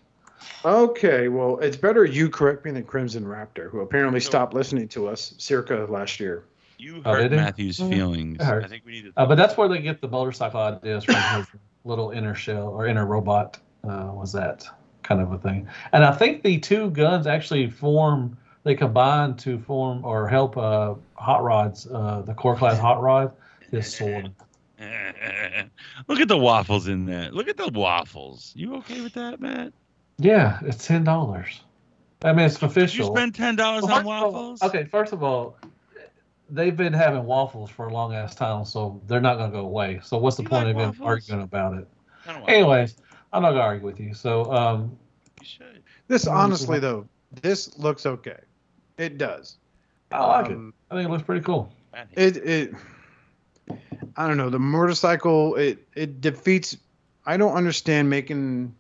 Speaker 2: Okay. Well, it's better you correct me than Crimson Raptor, who apparently stopped listening to us circa last year.
Speaker 3: You
Speaker 4: Oh,
Speaker 3: hurt
Speaker 4: did it?
Speaker 3: Matthew's
Speaker 4: Mm,
Speaker 3: feelings.
Speaker 4: it hurt.
Speaker 3: I think we need to.
Speaker 4: Uh, but that's where they get the motorcycle ideas from his little inner shell or inner robot. Uh, was that kind of a thing? And I think the two guns actually form. They combine to form or help uh, Hot Rod's uh, the core class Hot Rod his sword.
Speaker 3: Look at the waffles in that. Look at the waffles. You okay with that, Matt?
Speaker 4: Yeah, it's ten dollars. I mean, it's
Speaker 3: You
Speaker 4: official.
Speaker 3: spend ten dollars
Speaker 4: Well,
Speaker 3: on
Speaker 4: first of all-
Speaker 3: waffles.
Speaker 4: okay, first of all, they've been having waffles for a long ass time, so they're not going to go away. So what's the
Speaker 3: You
Speaker 4: point
Speaker 3: like
Speaker 4: of even
Speaker 3: waffles?
Speaker 4: arguing about it?
Speaker 3: I don't want-
Speaker 4: Anyways, I'm not going to argue with you. So, um,
Speaker 3: You should.
Speaker 2: This
Speaker 4: Mm,
Speaker 2: honestly
Speaker 4: yeah.
Speaker 2: though, this looks okay. It does.
Speaker 4: I like
Speaker 2: Um,
Speaker 4: it. I think it looks pretty cool.
Speaker 3: I think-
Speaker 2: It it. I don't know the motorcycle. It it defeats. I don't understand making.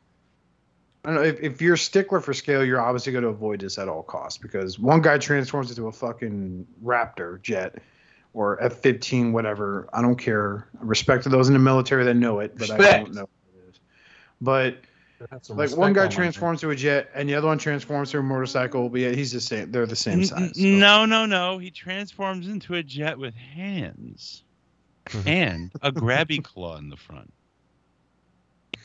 Speaker 2: I don't know if, if you're a stickler for scale, you're obviously going to avoid this at all costs because one guy transforms into a fucking Raptor jet or F 15, whatever. I don't care. Respect to those in the military that know it, but I
Speaker 4: Respect.
Speaker 2: don't know what it is. But
Speaker 4: Have some
Speaker 2: like
Speaker 4: respect
Speaker 2: one
Speaker 4: on
Speaker 2: guy
Speaker 4: my
Speaker 2: transforms to a jet and the other one transforms to a motorcycle but yeah he's the same they're the same
Speaker 3: N-
Speaker 2: size so.
Speaker 3: n- No, no, no. He transforms into a jet with hands
Speaker 2: Mm-hmm.
Speaker 3: and a grabby claw in the front.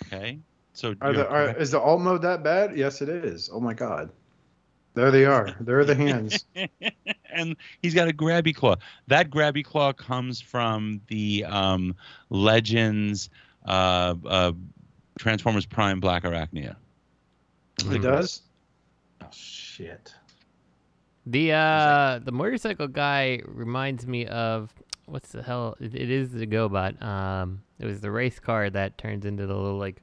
Speaker 3: Okay. So
Speaker 2: are the,
Speaker 3: you're
Speaker 2: are, is the alt mode that bad yes it is oh my god there they are there are the hands
Speaker 3: and he's got a grabby claw. That grabby claw comes from the um, Legends uh, uh, Transformers Prime Black Arachnia.
Speaker 2: it does
Speaker 4: Oh, shit.
Speaker 5: The uh the motorcycle guy reminds me of what's the hell it, it is the GoBot. Um it was the race car that turns into the little like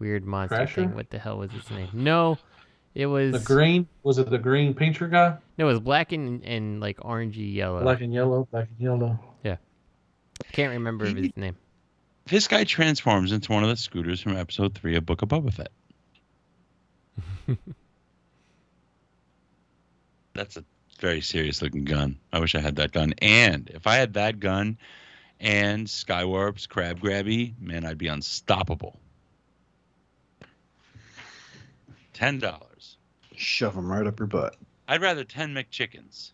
Speaker 5: weird monster thing.
Speaker 4: Crasher?
Speaker 5: What the hell was its name? No. It was
Speaker 4: The green, was it the green painter guy?
Speaker 5: no, it was black and, and like orangey yellow.
Speaker 4: Black and yellow, black and yellow.
Speaker 5: Can't remember of his name.
Speaker 3: This guy transforms into one of the scooters from Episode Three of Book of Boba Fett. That's a very serious looking gun. I wish I had that gun. And if I had that gun and Skywarp's Crab Grabby, man, I'd be unstoppable. Ten dollars.
Speaker 2: shove them right up your butt
Speaker 3: I'd rather ten McChickens.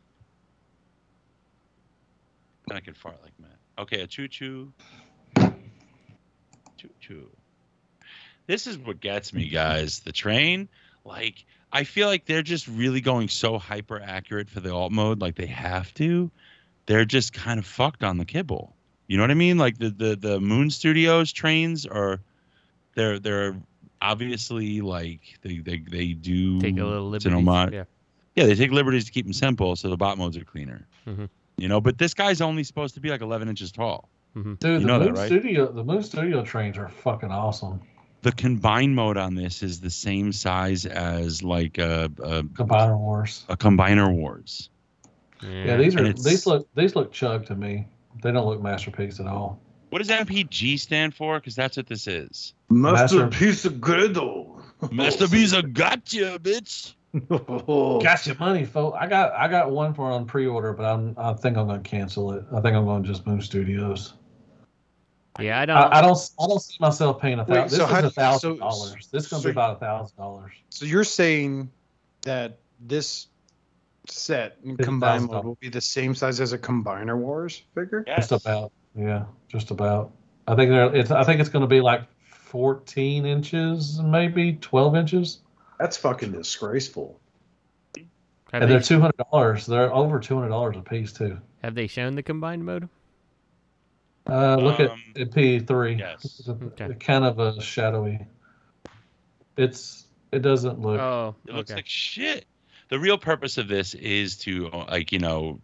Speaker 3: Then I could fart like Matt. Okay, a choo choo. Choo choo. This is what gets me, guys. The train, like, I feel like they're just really going so hyper accurate for the alt mode, like they have to. They're just kind of fucked on the kibble. You know what I mean? Like the the, the Moon Studios trains are, they're they're obviously like they they, they do
Speaker 5: Take a little
Speaker 3: it's an
Speaker 5: liberty.
Speaker 3: homage-
Speaker 5: Yeah.
Speaker 3: yeah, they take liberties to keep them simple, so the bot modes are cleaner.
Speaker 5: Mhm.
Speaker 3: You know, but this guy's only supposed to be like 11 inches tall.
Speaker 4: Dude,
Speaker 3: You
Speaker 4: the
Speaker 3: know that,
Speaker 4: Moon
Speaker 3: right?
Speaker 4: Studio, the Moon Studio trains are fucking awesome.
Speaker 3: The combine mode on this is the same size as like a a,
Speaker 4: Combiner Wars.
Speaker 3: a combiner wars.
Speaker 4: Yeah, these
Speaker 3: And
Speaker 4: are
Speaker 3: it's-
Speaker 4: these look these look chug to me. They don't look masterpiece at all.
Speaker 3: What does MPG stand for? Because that's what this is.
Speaker 4: Master-
Speaker 2: masterpiece of Gredo.
Speaker 3: Master Bees, I got you, bitch.
Speaker 4: Got your money, folks. I got I got one for on pre-order, but I'm I think I'm gonna cancel it. I think I'm gonna just move studios.
Speaker 5: Yeah, I don't
Speaker 4: I, I don't I don't see myself paying a
Speaker 2: Wait,
Speaker 4: thousand. This
Speaker 2: so how
Speaker 4: is
Speaker 2: do
Speaker 4: a
Speaker 2: you-
Speaker 4: thousand
Speaker 2: so-
Speaker 4: dollars. This is gonna
Speaker 2: so
Speaker 4: be
Speaker 2: you-
Speaker 4: about a thousand dollars.
Speaker 2: so you're saying that this set and
Speaker 4: Fifty
Speaker 2: combine
Speaker 4: thousand
Speaker 2: mode will be the same size as a Combiner Wars figure.
Speaker 6: Yes.
Speaker 4: Just about. Yeah, just about. I think they're. It's. I think it's going to be like 14 inches, maybe 12 inches,
Speaker 2: That's fucking disgraceful.
Speaker 5: Have,
Speaker 4: and
Speaker 5: they,
Speaker 4: they're 200 dollars. They're over 200 dollars a piece too.
Speaker 5: have they shown the combined mode?
Speaker 4: Uh, look
Speaker 6: Um,
Speaker 4: at, at P3.
Speaker 6: yes.
Speaker 4: It's a-
Speaker 5: Okay.
Speaker 4: it's kind of a shadowy. It's. It doesn't look.
Speaker 5: Oh,
Speaker 3: It looks
Speaker 5: okay.
Speaker 3: like shit. The real purpose of this is to uh, like you know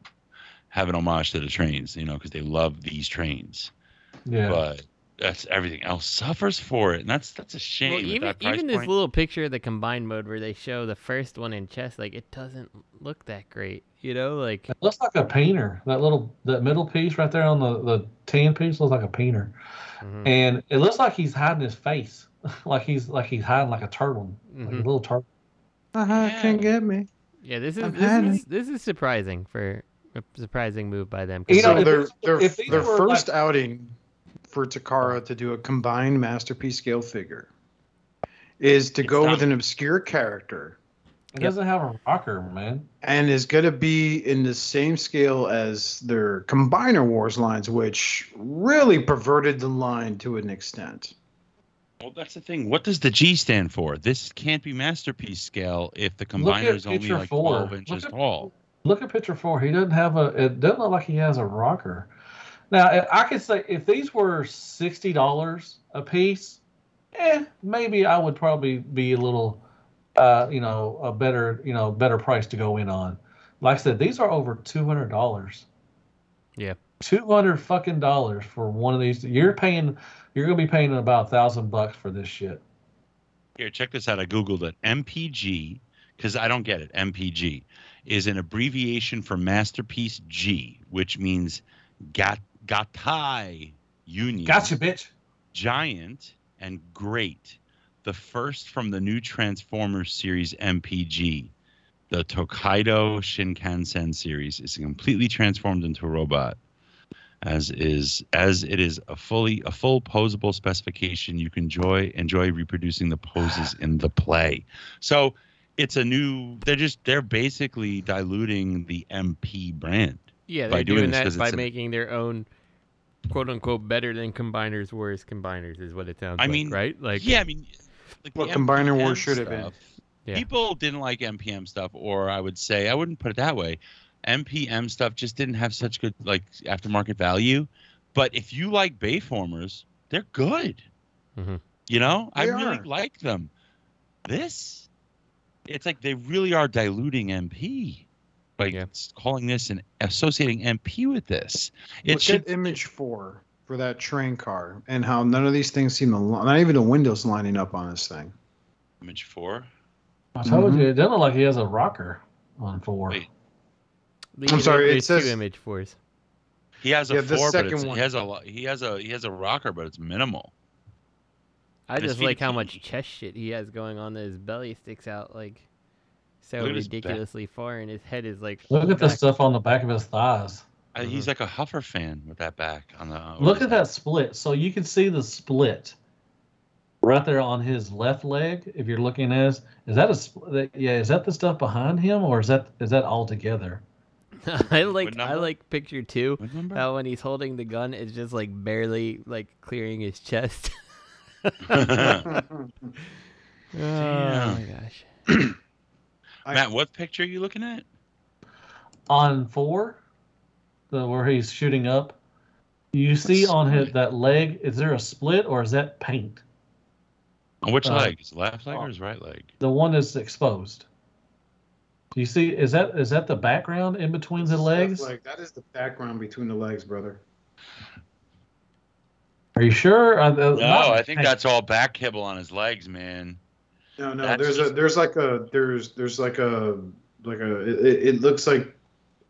Speaker 3: have an homage to the trains, you know, because they love these trains.
Speaker 4: yeah.
Speaker 3: But that's everything else suffers for it, and that's that's a shame.
Speaker 5: Well,
Speaker 3: at
Speaker 5: even
Speaker 3: that price
Speaker 5: even this
Speaker 3: point.
Speaker 5: little picture of the combined mode where they show the first one in chest, like it doesn't look that great, you know? Like
Speaker 4: It looks like a painter. That little, that middle piece right there on the the tan piece looks like a painter,
Speaker 2: Uh,
Speaker 5: mhm,
Speaker 4: and it looks like he's hiding his face, like he's like he's hiding like a turtle, like a
Speaker 5: mhm.
Speaker 4: little turtle.
Speaker 2: Uh-huh,
Speaker 3: Yeah.
Speaker 2: can't get me.
Speaker 5: yeah, this is
Speaker 2: I'm
Speaker 5: this,
Speaker 2: having-
Speaker 5: is this is surprising for a surprising move by them. 'cause
Speaker 4: You know,
Speaker 2: so
Speaker 4: if
Speaker 2: their
Speaker 4: it's-
Speaker 2: their,
Speaker 4: if these
Speaker 2: their
Speaker 4: were,
Speaker 2: first
Speaker 4: like-
Speaker 2: outing for Takara to do a combined masterpiece scale figure is to
Speaker 3: It's
Speaker 2: go
Speaker 3: not-
Speaker 2: with an obscure character
Speaker 4: It
Speaker 5: Yep.
Speaker 4: doesn't have a rocker, man.
Speaker 2: and is going to be in the same scale as their Combiner Wars lines, which really perverted the line to an extent.
Speaker 3: Well, that's the thing. What does the G stand for? This can't be masterpiece scale if the combiner is only
Speaker 4: picture
Speaker 3: like
Speaker 4: four.
Speaker 3: twelve inches
Speaker 4: Look at-
Speaker 3: tall.
Speaker 4: Look at picture four. He doesn't have a. It doesn't look like he has a rocker. Now, I I could say if these were sixty dollars a piece, eh, maybe I would probably be a little, uh, you know, a better, you know, better price to go in on. Like I said, these are over two hundred dollars.
Speaker 5: Yeah.
Speaker 4: Two hundred fucking dollars for one of these. You're paying. You're gonna be paying about a thousand bucks for this shit.
Speaker 3: Here, check this out. I googled it. MPG, because I don't get it. MPG is an abbreviation for masterpiece G, which means got Gatai Union.
Speaker 4: Gotcha, bitch.
Speaker 3: giant and great the first from the new transformers series mpg the tokaido shinkansen series is completely transformed into a robot as is as it is a fully a full posable specification you can enjoy enjoy reproducing the poses in the play so it's a new they're just they're basically diluting the mp brand
Speaker 5: Yeah,
Speaker 3: by
Speaker 5: they're
Speaker 3: doing
Speaker 5: doing
Speaker 3: this
Speaker 5: that
Speaker 3: 'cause
Speaker 5: by
Speaker 3: it's an-
Speaker 5: making their own quote unquote better than combiners worse combiners is what it sounds
Speaker 3: I
Speaker 5: like,
Speaker 3: mean,
Speaker 5: right? Like
Speaker 3: yeah i mean like
Speaker 2: What
Speaker 3: the
Speaker 2: Combiner
Speaker 3: MPM
Speaker 2: Wars should have been.
Speaker 3: stuff,
Speaker 5: Yeah.
Speaker 3: people didn't like mpm stuff or i would say i wouldn't put it that way mpm stuff just didn't have such good like aftermarket value but if you like bayformers they're good
Speaker 5: Mhm.
Speaker 3: you know i
Speaker 2: They
Speaker 3: really
Speaker 2: are.
Speaker 3: like them this it's like they really are diluting mp by
Speaker 5: Yeah.
Speaker 3: s- calling this and associating mp with this it
Speaker 2: Look
Speaker 3: should
Speaker 2: at image four for that train car and how none of these things seem to li- not even the windows lining up on this thing.
Speaker 3: image four
Speaker 4: I told
Speaker 2: Mhm.
Speaker 4: you. It doesn't look like he has a rocker on four.
Speaker 3: Wait.
Speaker 5: the-
Speaker 2: I'm sorry, it
Speaker 5: there's
Speaker 2: says-
Speaker 5: two image fours.
Speaker 3: he has a
Speaker 2: Yeah, the
Speaker 3: four but
Speaker 2: second
Speaker 3: it's,
Speaker 2: one.
Speaker 3: he has a lo- he has a he has a rocker but it's minimal
Speaker 5: I
Speaker 3: His
Speaker 5: just
Speaker 3: feet
Speaker 5: like how
Speaker 3: keep-
Speaker 5: much chest shit he has going on. That his belly sticks out like so
Speaker 3: Look at his back.
Speaker 5: ridiculously far, and his head is like.
Speaker 4: Look at the
Speaker 5: back.
Speaker 4: stuff on the back of his thighs.
Speaker 2: Mm-hmm.
Speaker 3: Uh, He's like a Huffer fan with that back on the. or
Speaker 4: Look
Speaker 3: is
Speaker 4: at that split. So you can see the split right there on his left leg. If you're looking at, us. is that a spl- that- yeah? Is that the stuff behind him, or is that is that all together?
Speaker 5: I like I
Speaker 3: number?
Speaker 5: like picture two.
Speaker 3: What number?
Speaker 5: How when he's holding the gun, it's just like barely like clearing his chest. Oh my gosh.
Speaker 3: Matt, what picture are you looking at?
Speaker 4: On four, the where he's shooting up, you see on his
Speaker 3: split?
Speaker 4: that leg. Is there a split, or is that paint?
Speaker 3: On which
Speaker 4: Uh,
Speaker 3: leg? His left leg or his right leg?
Speaker 4: The one that's exposed. You see, is that is that the background in between the legs?
Speaker 2: Like that is the background between the legs, brother.
Speaker 4: Are you sure? Uh, uh,
Speaker 3: No,
Speaker 4: not-
Speaker 3: I think that's all back kibble on his legs, man.
Speaker 2: No, no.
Speaker 3: That's
Speaker 2: there's a
Speaker 3: just-
Speaker 2: there's like a there's there's like a like a it, it- it looks like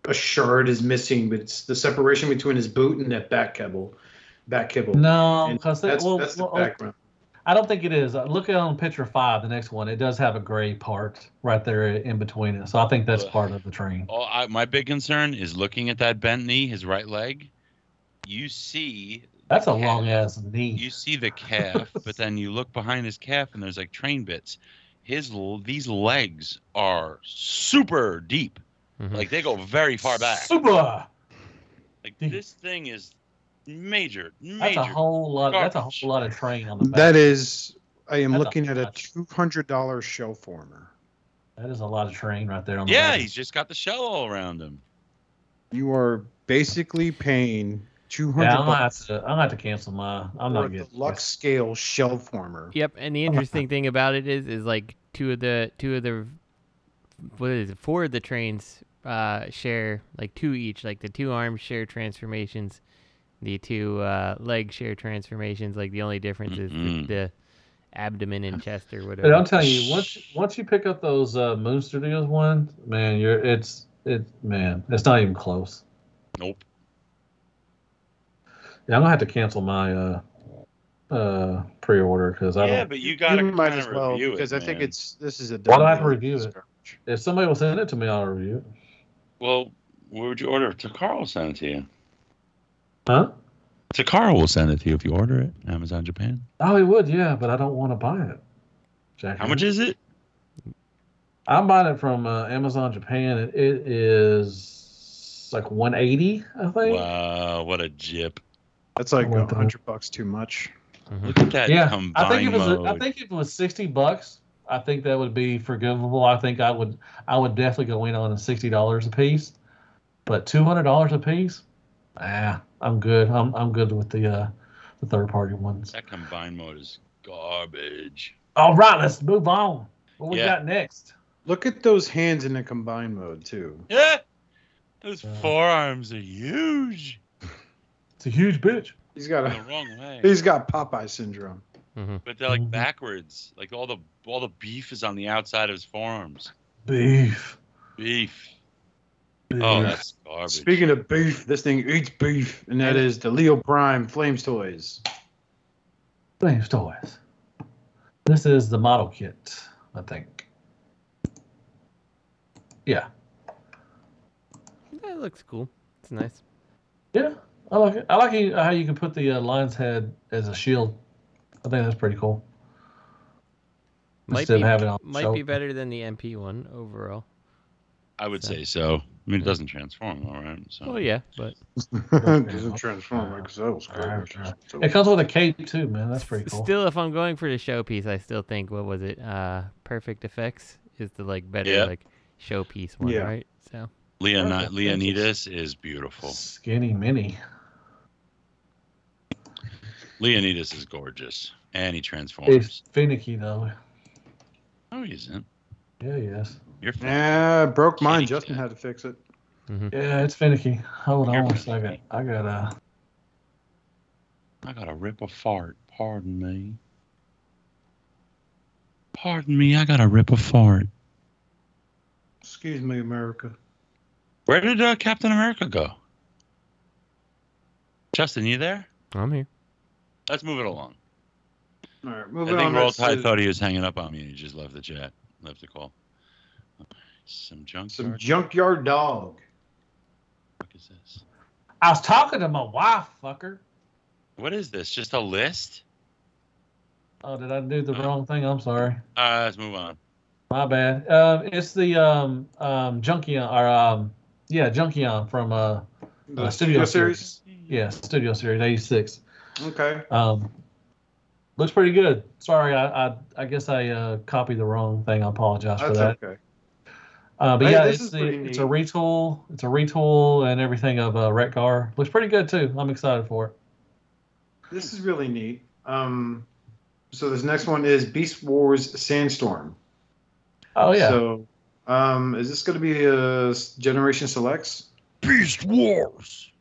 Speaker 2: a shard is missing, but it's the separation between his boot and that back kibble, back kibble.
Speaker 4: No,
Speaker 2: And
Speaker 4: because
Speaker 2: that's,
Speaker 4: well,
Speaker 2: that's the
Speaker 4: well,
Speaker 2: background.
Speaker 4: I don't think it is. Uh, Look on picture five, the next one. It does have a gray part right there in between it. So I think that's
Speaker 3: Ugh.
Speaker 4: part of the train.
Speaker 3: Oh, I, my big concern is looking at that bent knee, his right leg. You see,
Speaker 4: That's a
Speaker 3: Yeah.
Speaker 4: long ass knee.
Speaker 3: you see the calf, but then you look behind his calf, and there's like train bits. His l- these legs are super deep.
Speaker 5: Mhm.
Speaker 3: Like they go very far back.
Speaker 4: Super.
Speaker 3: Like this thing is major,
Speaker 4: That's
Speaker 3: major.
Speaker 4: a whole lot. That's a
Speaker 3: Garbage.
Speaker 4: whole lot of train on oh, the back.
Speaker 2: That is, I am
Speaker 4: That's a
Speaker 2: looking at a
Speaker 4: lot.
Speaker 2: two hundred dollar show former.
Speaker 4: that is a lot of train right there on the
Speaker 3: yeah,
Speaker 4: back.
Speaker 3: he's just got the shell all around him.
Speaker 2: You are basically paying two hundred
Speaker 4: Yeah, I'm gonna
Speaker 2: dollars
Speaker 4: have to. I'm gonna have to cancel my. I'm
Speaker 2: for a
Speaker 4: not good.
Speaker 2: deluxe scale shell former.
Speaker 5: Yep, and the interesting thing about it is, is like two of the two of the what is it? Four of the trains uh, share like two each, like the two arms share transformations, the two uh, legs share transformations. Like the only difference is
Speaker 3: Mm-mm.
Speaker 5: the, the abdomen and chest or whatever.
Speaker 4: But I'm telling you, once once you pick up those uh, Moon Studios ones, man, you're it's it man, it's not even close.
Speaker 3: Nope.
Speaker 4: Yeah, I'm gonna have to cancel my uh, uh, pre-order because I
Speaker 3: Yeah,
Speaker 4: don't.
Speaker 3: but you gotta
Speaker 2: you might
Speaker 3: kinda
Speaker 2: as well
Speaker 3: review
Speaker 2: because
Speaker 3: it,
Speaker 2: I think
Speaker 3: man.
Speaker 2: it's this is a.
Speaker 4: Why do I
Speaker 2: dumb
Speaker 4: have to
Speaker 2: deal.
Speaker 4: review it? If somebody will send it to me, I'll review it.
Speaker 3: well. Where would you order? To Carl send it to you.
Speaker 4: Huh?
Speaker 3: To Carl will send it to you if you order it. Amazon Japan.
Speaker 4: Oh, it would, yeah, but I don't want to buy it. Jack,
Speaker 3: How much is it?
Speaker 4: I'm buying it from uh, Amazon Japan. and It is like 180, I think.
Speaker 3: Wow, what a jip!
Speaker 2: That's like
Speaker 4: What
Speaker 2: a
Speaker 4: the-
Speaker 2: hundred bucks too much.
Speaker 5: Mhm.
Speaker 3: Look at that
Speaker 4: Yeah,
Speaker 3: combine
Speaker 4: I think if it was
Speaker 3: mode.
Speaker 4: I think if it was 60 bucks, I think that would be forgivable. I think I would I would definitely go in on the $60 a piece. But $200 a piece? Ah, I'm good. I'm I'm good with the uh the third party ones.
Speaker 3: that combine mode is garbage.
Speaker 4: All right, let's move on. What we
Speaker 3: Yeah.
Speaker 4: got next?
Speaker 2: Look at those hands in the combined mode too.
Speaker 3: Yeah, those
Speaker 4: Uh,
Speaker 3: forearms are huge.
Speaker 4: It's a huge bitch.
Speaker 2: He's got
Speaker 3: In the
Speaker 2: a
Speaker 3: wrong way.
Speaker 2: he's got Popeye syndrome.
Speaker 3: But they're like
Speaker 5: Mm-hmm.
Speaker 4: Mhm.
Speaker 3: backwards. Like all the all the beef is on the outside of his forearms.
Speaker 4: Beef.
Speaker 3: Beef. Oh, that's garbage.
Speaker 2: Speaking of beef, this thing eats beef, and that is the Leo Prime Flames toys.
Speaker 4: Flames toys. This is the model kit, I think. Yeah.
Speaker 5: That looks cool. It's nice.
Speaker 4: Yeah, I like it. I like you- how you can put the uh, lion's head as a shield. I think that's pretty cool.
Speaker 5: Might
Speaker 4: Instead
Speaker 5: be
Speaker 4: of having it on the
Speaker 5: might
Speaker 4: shoulder.
Speaker 5: be better than the MP one overall.
Speaker 3: I would
Speaker 5: So-
Speaker 3: say so. I mean, it doesn't transform, all right. So
Speaker 5: Oh yeah, but
Speaker 2: Doesn't transform like that was garbage.
Speaker 4: Alright, It comes with a cape too, man. That's pretty
Speaker 5: S-
Speaker 4: cool.
Speaker 5: Still, if I'm going for the showpiece, I still think what was it? Uh, Perfect Effects is the like better
Speaker 3: Yeah.
Speaker 5: like showpiece one,
Speaker 2: Yeah.
Speaker 5: right? So
Speaker 3: Leon-
Speaker 4: Perfect.
Speaker 3: Leonidas is beautiful.
Speaker 4: Skinny mini.
Speaker 3: Leonidas is gorgeous, and he transforms.
Speaker 4: It's finicky though.
Speaker 3: No, he isn't.
Speaker 4: Yeah, yes.
Speaker 3: You're fine.
Speaker 2: Yeah, broke mine.
Speaker 3: Shitty
Speaker 2: Justin
Speaker 3: cat.
Speaker 2: had to fix it.
Speaker 4: Yeah, it's finicky. Hold on one second. I got uh, a.
Speaker 3: I gotta rip a fart. Pardon me. Pardon me. I gotta rip a fart.
Speaker 2: Excuse me, America.
Speaker 3: Where did uh, Captain America go? Justin, you there?
Speaker 5: I'm here.
Speaker 3: Let's move it along.
Speaker 2: All right,
Speaker 3: I
Speaker 2: moving
Speaker 3: think
Speaker 2: on.
Speaker 3: Roll
Speaker 2: That's
Speaker 3: Tide
Speaker 2: the-
Speaker 3: thought he was hanging up on me, and he just left the chat, left the call. Some junk.
Speaker 2: Some junkyard dog.
Speaker 3: fuck is this?
Speaker 4: I was talking to my wife, fucker.
Speaker 3: What is this? Just a list?
Speaker 4: Oh, did I do the wrong thing? I'm sorry.
Speaker 3: Uh, let's move on.
Speaker 4: My bad. Uh, it's the um um Junkion or um yeah Junkion from uh
Speaker 2: The
Speaker 4: Uh,
Speaker 2: studio
Speaker 4: Studio
Speaker 2: series.
Speaker 4: yeah Studio Series '86.
Speaker 2: Okay.
Speaker 4: Um, looks pretty good. Sorry, I I, I guess I uh, copied the wrong thing. I apologize for
Speaker 2: That's
Speaker 4: that.
Speaker 2: okay.
Speaker 4: Uh, but
Speaker 2: Hey,
Speaker 4: yeah,
Speaker 2: this
Speaker 4: it's,
Speaker 2: is
Speaker 4: the,
Speaker 2: pretty
Speaker 4: it's a
Speaker 2: neat.
Speaker 4: retool. It's a retool and everything of uh, Retgar. Looks pretty good too. I'm excited for it.
Speaker 2: This is really neat. Um, so this next one is Beast Wars Sandstorm.
Speaker 4: Oh yeah,
Speaker 2: So, um, is this going to be a Generation Selects?
Speaker 3: Beast Wars.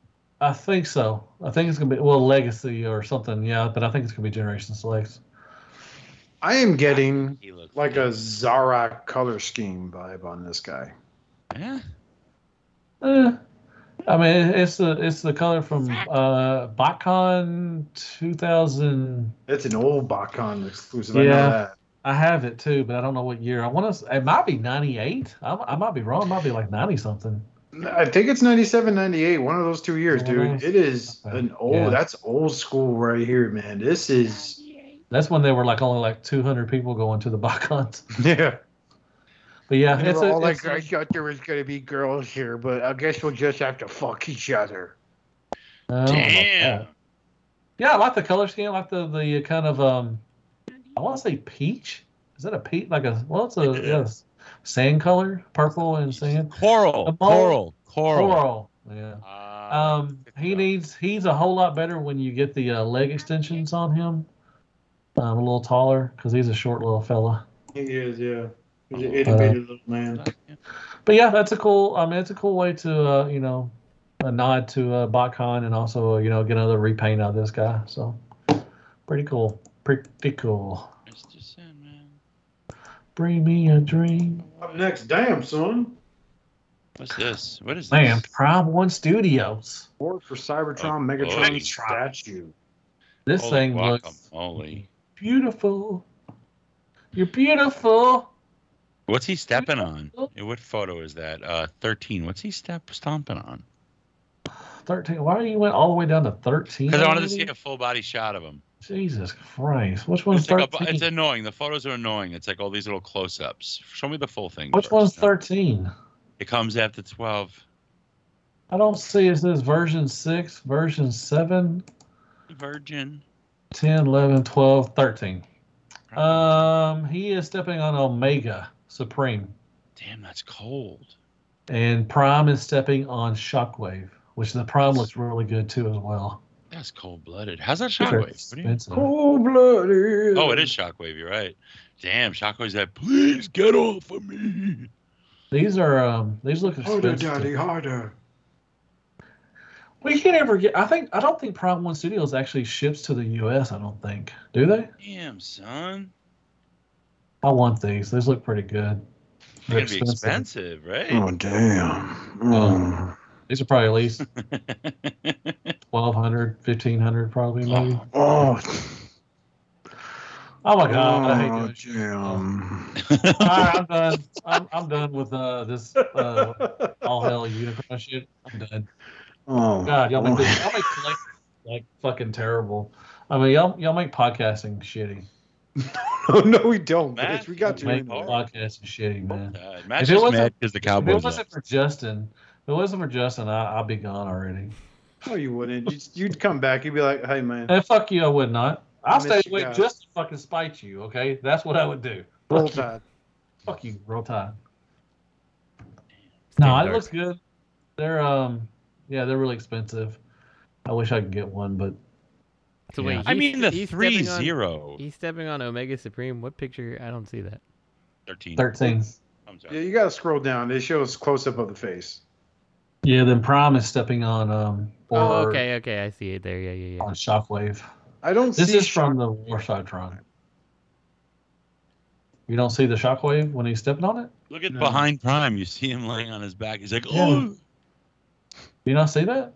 Speaker 4: I think so. I think it's gonna be well Legacy or something. Yeah, but I think it's gonna be Generation Selects.
Speaker 2: I am getting
Speaker 3: He looks
Speaker 2: like a Zarak color scheme vibe on this guy.
Speaker 3: Yeah.
Speaker 4: Eh. I mean, it- it's the it's the color from uh, BotCon 2000.
Speaker 2: It's an old Bacon exclusive. I
Speaker 4: Yeah.
Speaker 2: know that.
Speaker 4: I have it too, but I don't know what year. I want to. It might be '98. I, I might be wrong. It might be like '90 something.
Speaker 2: I think it's 97, 98, one of those two years,
Speaker 4: One of
Speaker 2: dude.
Speaker 4: those?
Speaker 2: It is
Speaker 4: Okay.
Speaker 2: an old,
Speaker 4: Yeah.
Speaker 2: that's old school right here, man. This is,
Speaker 4: That's when there were like only like 200 people going to the BotCons.
Speaker 2: yeah.
Speaker 4: But yeah,
Speaker 2: They
Speaker 4: it's
Speaker 2: were
Speaker 4: a,
Speaker 2: all
Speaker 4: it's
Speaker 2: like, I thought there was going to be girls here, but I guess we'll just have to fuck each other.
Speaker 4: Oh,
Speaker 3: Damn.
Speaker 4: yeah. Yeah, I like the color scheme. I like the the kind of um, I want to say peach. Is that a peach? Like a well, it's a yes, sand color, purple and sand.
Speaker 3: Coral,
Speaker 4: The
Speaker 3: coral,
Speaker 4: mole-
Speaker 3: coral.
Speaker 4: Coral. Yeah.
Speaker 3: Uh,
Speaker 4: Um, he
Speaker 3: Yeah.
Speaker 4: needs he's a whole lot better when you get the uh, leg extensions on him. Um, a little taller because he's a short little fella.
Speaker 2: He is, yeah.
Speaker 3: He's
Speaker 4: Uh,
Speaker 3: an
Speaker 4: itty-bitty
Speaker 2: little man.
Speaker 4: But yeah, that's a cool. I mean, it's a cool way to uh, you know, a nod to uh, BotCon and also you know get another repaint out of this guy. So pretty cool. Pretty cool.
Speaker 3: Mr. Sandman,
Speaker 4: Bring me a dream.
Speaker 2: Up next, damn son.
Speaker 3: what's this? What is this?
Speaker 4: Man, Prime One Studios.
Speaker 2: War for
Speaker 3: Oh,
Speaker 2: Cybertron, Megatron
Speaker 3: Megatron.
Speaker 2: statue.
Speaker 4: This
Speaker 3: Holy
Speaker 4: thing looks
Speaker 3: guacamole.
Speaker 4: beautiful. You're beautiful.
Speaker 3: What's he stepping on? Hey, What photo is that? Uh, thirteen. What's he step stomping on?
Speaker 4: Thirteen. Why you went all the way down to thirteen?
Speaker 3: Because I wanted to see a full body shot of him.
Speaker 4: Jesus Christ! Which one's
Speaker 3: It's, like
Speaker 4: thirteen?
Speaker 3: a, it's annoying. The photos are annoying. It's like all these little close ups. Show me the full thing.
Speaker 4: Which
Speaker 3: first.
Speaker 4: one's thirteen?
Speaker 3: It comes after twelve.
Speaker 4: I don't see. It says version six, version seven,
Speaker 3: Virgin.
Speaker 4: 10, 11, 12, 13. Um, he is stepping on Omega Supreme,
Speaker 3: Damn, that's cold.
Speaker 4: and Prime is stepping on Shockwave, which the Prime looks really good too as well.
Speaker 3: That's cold blooded. How's that
Speaker 4: These are
Speaker 3: shockwave? What do you-
Speaker 4: expensive.
Speaker 2: Cold blooded.
Speaker 3: Oh, it is shockwave. You're right. Damn, shockwave's that. Please get off of me.
Speaker 4: These are um, these look
Speaker 2: Harder,
Speaker 4: expensive.
Speaker 2: daddy, harder.
Speaker 4: We can't ever get. I think I don't think Prime One Studios actually ships to the U.S. I don't think. Do they?
Speaker 3: Damn, son.
Speaker 4: I want these. These look pretty good.
Speaker 3: It's
Speaker 4: They're
Speaker 3: gonna be expensive, right?
Speaker 2: Oh, damn.
Speaker 3: Oh.
Speaker 2: Mm.
Speaker 4: These are probably at least 1200 1500 probably maybe. Oh,
Speaker 2: Oh,
Speaker 4: my god, I hate
Speaker 2: oh,
Speaker 4: doing shit.
Speaker 2: damn.
Speaker 4: All right, I'm done. I'm, I'm done with uh, this uh, all hell unicorn shit. I'm done.
Speaker 2: Oh,
Speaker 4: God, y'all make this, y'all make collect, like fucking terrible. I mean, y'all y'all make podcasting shitty.
Speaker 2: no, no, we don't.
Speaker 3: Matt,
Speaker 2: bitch. we got
Speaker 3: you
Speaker 2: you.
Speaker 4: Make
Speaker 2: in
Speaker 3: hard.
Speaker 2: there.
Speaker 4: podcasting shitty, man.
Speaker 3: Uh, Matt's
Speaker 4: If it
Speaker 3: just
Speaker 4: wasn't-
Speaker 3: mad because the
Speaker 4: If it
Speaker 3: Cowboys.
Speaker 4: wasn't
Speaker 3: lost.
Speaker 4: for Justin, if it wasn't for Justin, I, I'd be gone already.
Speaker 2: No, you wouldn't. You'd, you'd come back. You'd be like, hey, man.
Speaker 4: And fuck you, I would not. I'll
Speaker 2: miss
Speaker 4: stay
Speaker 2: you
Speaker 4: away
Speaker 2: guys.
Speaker 4: just to fucking spite you. Okay, that's what I would do.
Speaker 2: Roll Tide.
Speaker 4: Fuck you, roll tide.
Speaker 5: Damn
Speaker 4: No, it
Speaker 5: dark.
Speaker 4: looks good. They're um, yeah, they're really expensive. I wish I could get one, but
Speaker 5: So wait,
Speaker 4: Yeah.
Speaker 3: I
Speaker 5: he's-
Speaker 3: mean, the
Speaker 5: he's
Speaker 3: 3
Speaker 5: stepping on-
Speaker 3: 0.
Speaker 5: He's stepping on Omega Supreme. What picture? I don't see that.
Speaker 3: 13.
Speaker 4: thirteen.
Speaker 3: I'm
Speaker 2: Yeah,
Speaker 3: sorry.
Speaker 2: you got to scroll down. They show us close up of the face.
Speaker 4: Yeah, then Prime is stepping on um or
Speaker 5: Oh, okay, okay, I see it there. Yeah, yeah, yeah.
Speaker 4: on Shockwave.
Speaker 2: I don't
Speaker 4: This
Speaker 2: see.
Speaker 4: is from the War Cybertron. You don't see the Shockwave when he's stepping on it.
Speaker 3: Look at
Speaker 2: No.
Speaker 3: behind Prime. You see him laying on his back. He's like, oh.
Speaker 4: You not see that?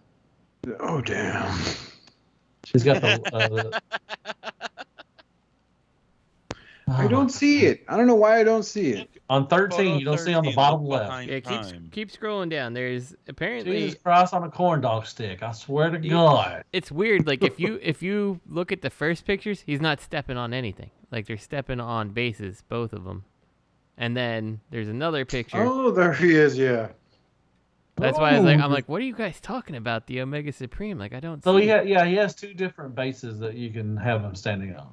Speaker 2: oh, damn.
Speaker 4: He's got the. Uh, the-
Speaker 2: I don't see it. I don't know why I don't see it.
Speaker 4: on thirteen.
Speaker 3: Photo
Speaker 4: You don't see on the
Speaker 3: 13,
Speaker 4: bottom
Speaker 3: look
Speaker 4: left.
Speaker 3: behind
Speaker 5: Yeah, keep
Speaker 3: Prime.
Speaker 5: keep scrolling down. There's apparently
Speaker 4: Jesus Christ on a corn dog stick. I swear to
Speaker 5: You-
Speaker 4: God.
Speaker 5: it's weird. Like if you if you look at the first pictures, he's not stepping on anything. Like they're stepping on bases, both of them. And then there's another picture.
Speaker 2: Oh, there he is. Yeah.
Speaker 5: That's why I was like, I'm
Speaker 4: Oh.
Speaker 5: like, what are you guys talking about? The Omega Supreme? Like I don't.
Speaker 4: So
Speaker 5: see
Speaker 4: he
Speaker 5: it.
Speaker 4: ha- yeah, he has two different bases that you can have him standing on.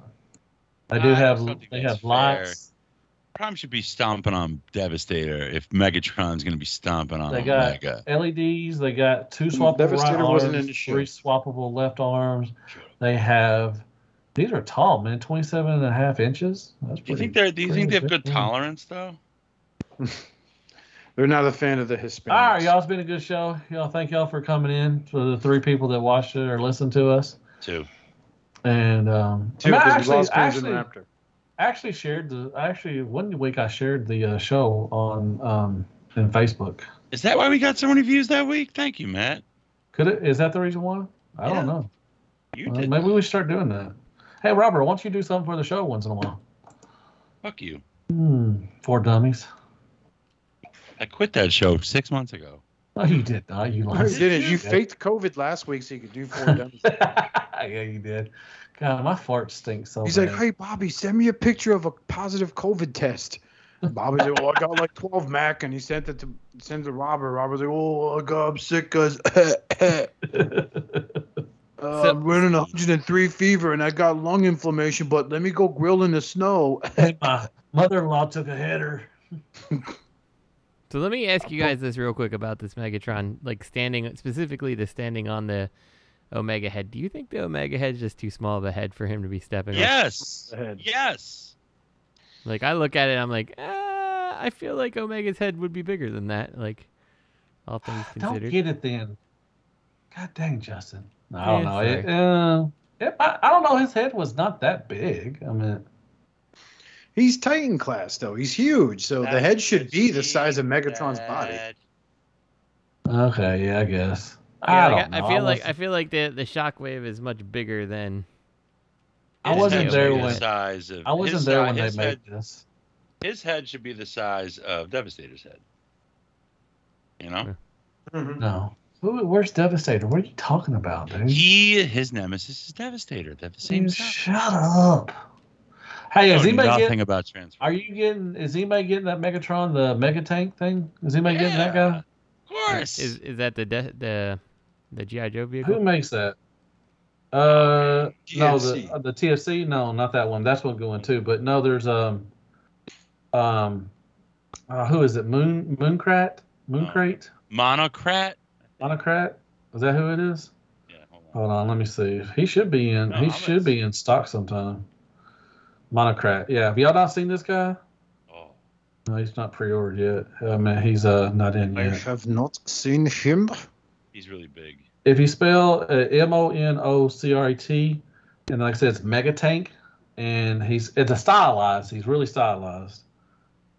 Speaker 4: They
Speaker 3: I
Speaker 4: do have
Speaker 3: don't think
Speaker 4: they
Speaker 3: that's
Speaker 4: have lights.
Speaker 3: Prime should be stomping on Devastator if Megatron's going to be stomping on
Speaker 4: They got-
Speaker 3: Omega.
Speaker 4: LEDs. E They got two swappable
Speaker 2: Devastator
Speaker 4: right
Speaker 2: wasn't
Speaker 4: arms,
Speaker 2: in the show.
Speaker 4: three swappable left arms. They have these are tall, man, 27 and a half inches. That's
Speaker 3: Do you
Speaker 4: pretty.
Speaker 3: think they're? Do you think they have
Speaker 4: pretty
Speaker 3: good
Speaker 4: good.
Speaker 3: tolerance though?
Speaker 2: They're not a fan of the Hispanics.
Speaker 4: All right, y'all. It's been a good show. Y'all, thank y'all for coming in for the three people that watched it or listened to us.
Speaker 3: Too.
Speaker 4: And um,
Speaker 2: Two,
Speaker 4: and I
Speaker 2: 'cause we
Speaker 4: actually,
Speaker 2: lost Crimson
Speaker 4: actually,
Speaker 2: Raptor.
Speaker 4: actually shared the actually one week I shared the uh, show on um in Facebook.
Speaker 3: Is that why we got so many views that week? Thank you, Matt.
Speaker 4: Could it? Is that the reason why? I
Speaker 3: Yeah,
Speaker 4: don't know.
Speaker 3: You
Speaker 4: Well,
Speaker 3: did.
Speaker 4: maybe we should start doing that. Hey, Robert, why don't you do something for the show once in a while?
Speaker 3: Fuck you.
Speaker 4: Hmm. Four dummies.
Speaker 3: I quit that show six months ago.
Speaker 4: No, you did not. You
Speaker 2: No, you
Speaker 4: lied.
Speaker 2: didn't. You
Speaker 4: Yeah.
Speaker 2: faked COVID last week so you could do four dummies.
Speaker 4: yeah, you did. God, my fart stinks so
Speaker 2: He's
Speaker 4: bad.
Speaker 2: like, hey, Bobby, send me a picture of a positive COVID test. Bob was like, "Well, I got like 12 Mac," and he sent it to sent it to Robert. Robert was like, "Oh, I got, I'm sick because uh, I'm running 103 fever and I got lung inflammation, but let me go grill in the snow."
Speaker 4: My mother-in-law took a header.
Speaker 5: So let me ask you guys this real quick about this Megatron, like standing specifically the standing on the Omega head. Do you think the Omega head's just too small of a head for him to be stepping? on?
Speaker 3: Yes.
Speaker 2: Ahead.
Speaker 3: Yes.
Speaker 5: Like I look at it, I'm like, ah, I feel like Omega's head would be bigger than that. Like all things
Speaker 4: Don't
Speaker 5: considered.
Speaker 4: get it then. God dang, Justin. No, I don't
Speaker 5: Yeah,
Speaker 4: know. It, uh, it- I, I don't know. His head was not that big. I mean,
Speaker 2: He's Titan class though. He's huge, so the head should be the size of Megatron's body.
Speaker 4: okay, yeah, I guess. I,
Speaker 5: Yeah, like,
Speaker 4: don't
Speaker 5: I,
Speaker 4: know.
Speaker 5: I feel like I
Speaker 4: wasn't-
Speaker 5: feel like the the shockwave is much bigger than
Speaker 4: I wasn't
Speaker 5: his
Speaker 4: there
Speaker 5: head
Speaker 4: when
Speaker 3: size of,
Speaker 4: I wasn't
Speaker 3: his
Speaker 4: there
Speaker 3: si-
Speaker 4: when they
Speaker 3: his
Speaker 4: made
Speaker 3: head,
Speaker 4: this.
Speaker 3: His head should be the size of Devastator's head. You know,
Speaker 4: No. Who, where's Devastator? What are you talking about, dude?
Speaker 3: he his nemesis is Devastator. They're the same
Speaker 4: Dude,
Speaker 3: size.
Speaker 4: shut up. Hey,
Speaker 3: I
Speaker 4: is
Speaker 3: know
Speaker 4: anybody
Speaker 3: nothing
Speaker 4: getting,
Speaker 3: about Transformers.
Speaker 4: are you getting is anybody getting that Megatron, the Mega Tank thing? Is anybody getting that guy?
Speaker 3: Of course.
Speaker 5: is is that the de- the the GI Joe
Speaker 4: Who
Speaker 5: vehicle?
Speaker 4: makes that? Uh no,
Speaker 2: GFC.
Speaker 4: the uh, the TFC, no, not that one. That's one going too. But no, there's um um uh, who is it? Moon Mooncrat? Mooncrate?
Speaker 3: Monocrat. Uh-huh.
Speaker 4: Monocrat? Is that who it is?
Speaker 3: Yeah, hold on.
Speaker 4: Hold on, let me see. He should be in.
Speaker 3: No,
Speaker 4: he
Speaker 3: I'm
Speaker 4: should be in stock sometime. Monocrat. Yeah. Have y'all not seen this guy?
Speaker 3: Oh.
Speaker 4: No, he's not pre-ordered yet. I mean, he's uh not in
Speaker 2: I
Speaker 4: yet.
Speaker 2: have not seen him.
Speaker 3: He's really big.
Speaker 4: If you spell uh, M O N O C R A T, and like I said, it's Mega Tank, and he's it's a stylized. He's really stylized.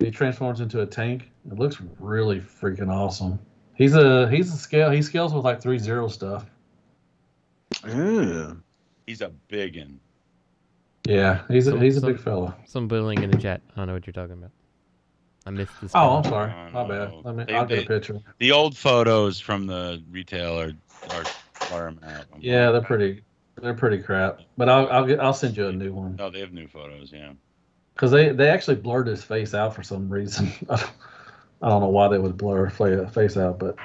Speaker 4: He transforms into a tank. It looks really freaking awesome. He's a he's a scale. He scales with like three zero stuff.
Speaker 2: Yeah.
Speaker 3: He's a big one.
Speaker 4: Yeah, he's a,
Speaker 5: So-
Speaker 4: he's a
Speaker 5: so-
Speaker 4: big fella.
Speaker 5: Some billing in the chat. I don't know what you're talking about. I missed this.
Speaker 4: Oh, I'm
Speaker 5: comment.
Speaker 4: sorry.
Speaker 3: No,
Speaker 4: My
Speaker 3: no,
Speaker 4: bad.
Speaker 3: no.
Speaker 4: Let me.
Speaker 3: They-
Speaker 4: I'll get
Speaker 3: they-
Speaker 4: a picture.
Speaker 3: The old photos from the retailer are blur 'em out. I'm
Speaker 4: Yeah,
Speaker 3: like,
Speaker 4: they're pretty. They're pretty crap. But I'll I'll get I'll send you a new one
Speaker 3: No, they have new photos. Yeah.
Speaker 4: because they they actually blurred his face out for some reason. I don't- I don't know why they would blur his face out, but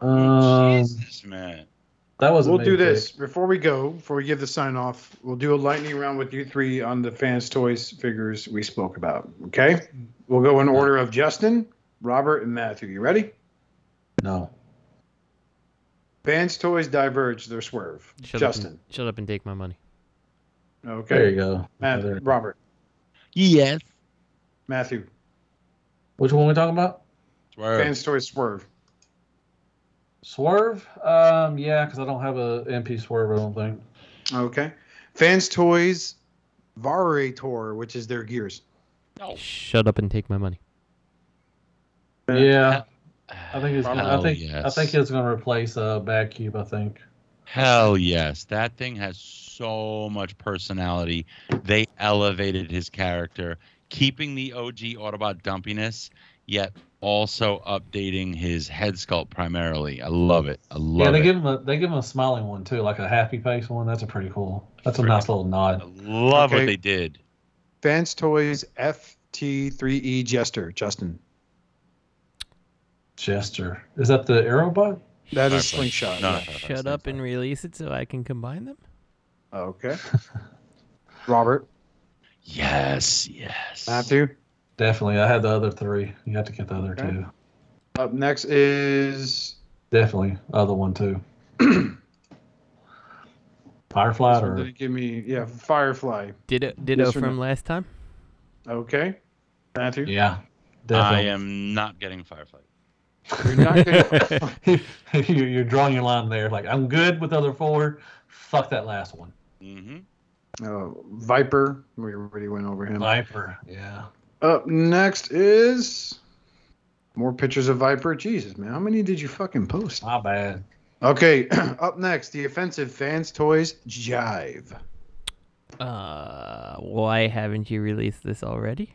Speaker 4: um,
Speaker 3: Jesus, man.
Speaker 4: that was
Speaker 2: We'll do this before we go, before we give the sign off. We'll do a lightning round with you three on the fans' toys figures we spoke about. Okay, we'll go in order of Justin, Robert, and Matthew. You ready?
Speaker 4: No,
Speaker 2: Fans' toys diverge. They're swerve.
Speaker 5: Shut up and-
Speaker 2: Justin.
Speaker 5: shut up and take my money.
Speaker 4: there
Speaker 2: Okay.
Speaker 4: you go.
Speaker 2: Matt,
Speaker 4: There.
Speaker 2: Robert,
Speaker 3: Yes.
Speaker 2: Matthew.
Speaker 4: Which one we talking about?
Speaker 2: Fans' toys swerve.
Speaker 4: Swerve? Um, yeah, because I don't have a MP Swerve. I don't think.
Speaker 2: Okay. Fans' toys Variator, which is their gears.
Speaker 5: Shut up and take my money.
Speaker 4: Yeah, I think it's. I
Speaker 3: Hell
Speaker 4: think. I
Speaker 3: Oh, yes.
Speaker 4: think it's going to replace uh, Bad Cube. I think.
Speaker 3: Hell yes. That thing has so much personality. They elevated his character, keeping the OG Autobot dumpiness, yet also updating his head sculpt primarily. I love it. I love
Speaker 4: yeah, they
Speaker 3: it.
Speaker 4: give him a they give him a smiling one too, like a happy face one. That's a pretty cool. That's a
Speaker 3: Frick.
Speaker 4: nice little
Speaker 3: I
Speaker 4: nod.
Speaker 3: love
Speaker 2: Okay.
Speaker 3: what they did.
Speaker 2: Fans' toys FT3E E Jester. Justin.
Speaker 4: Jester. Is that the Aerobot?
Speaker 2: That is
Speaker 3: Firefly.
Speaker 2: slingshot.
Speaker 3: No, no, no,
Speaker 5: Shut
Speaker 3: no,
Speaker 5: up
Speaker 3: no.
Speaker 5: and release it so I can combine them.
Speaker 2: Okay. Robert,
Speaker 3: Yes, yes.
Speaker 2: Matthew.
Speaker 4: Definitely. I had the other three. You have to get the other
Speaker 2: Okay.
Speaker 4: two.
Speaker 2: Up next is
Speaker 4: Definitely. Other one too. Firefly
Speaker 2: this one
Speaker 4: or
Speaker 2: didn't give me yeah Firefly.
Speaker 5: Ditto, ditto
Speaker 2: Yes or
Speaker 5: from
Speaker 2: no?
Speaker 5: last time.
Speaker 2: Okay, Matthew,
Speaker 4: Yeah.
Speaker 3: I
Speaker 4: Definitely.
Speaker 3: am not getting Firefly.
Speaker 2: you're not gonna,
Speaker 4: you, you're drawing your line there. Like I'm good with other four. Fuck that last one.
Speaker 3: Mm-hmm.
Speaker 2: uh, Viper. We already went over him.
Speaker 4: Viper. Yeah.
Speaker 2: Up next is more pictures of Viper. Jesus man, how many did you fucking post?
Speaker 4: My bad.
Speaker 2: Okay, up next the offensive fans toys Jive.
Speaker 5: Uh, why haven't you released this already?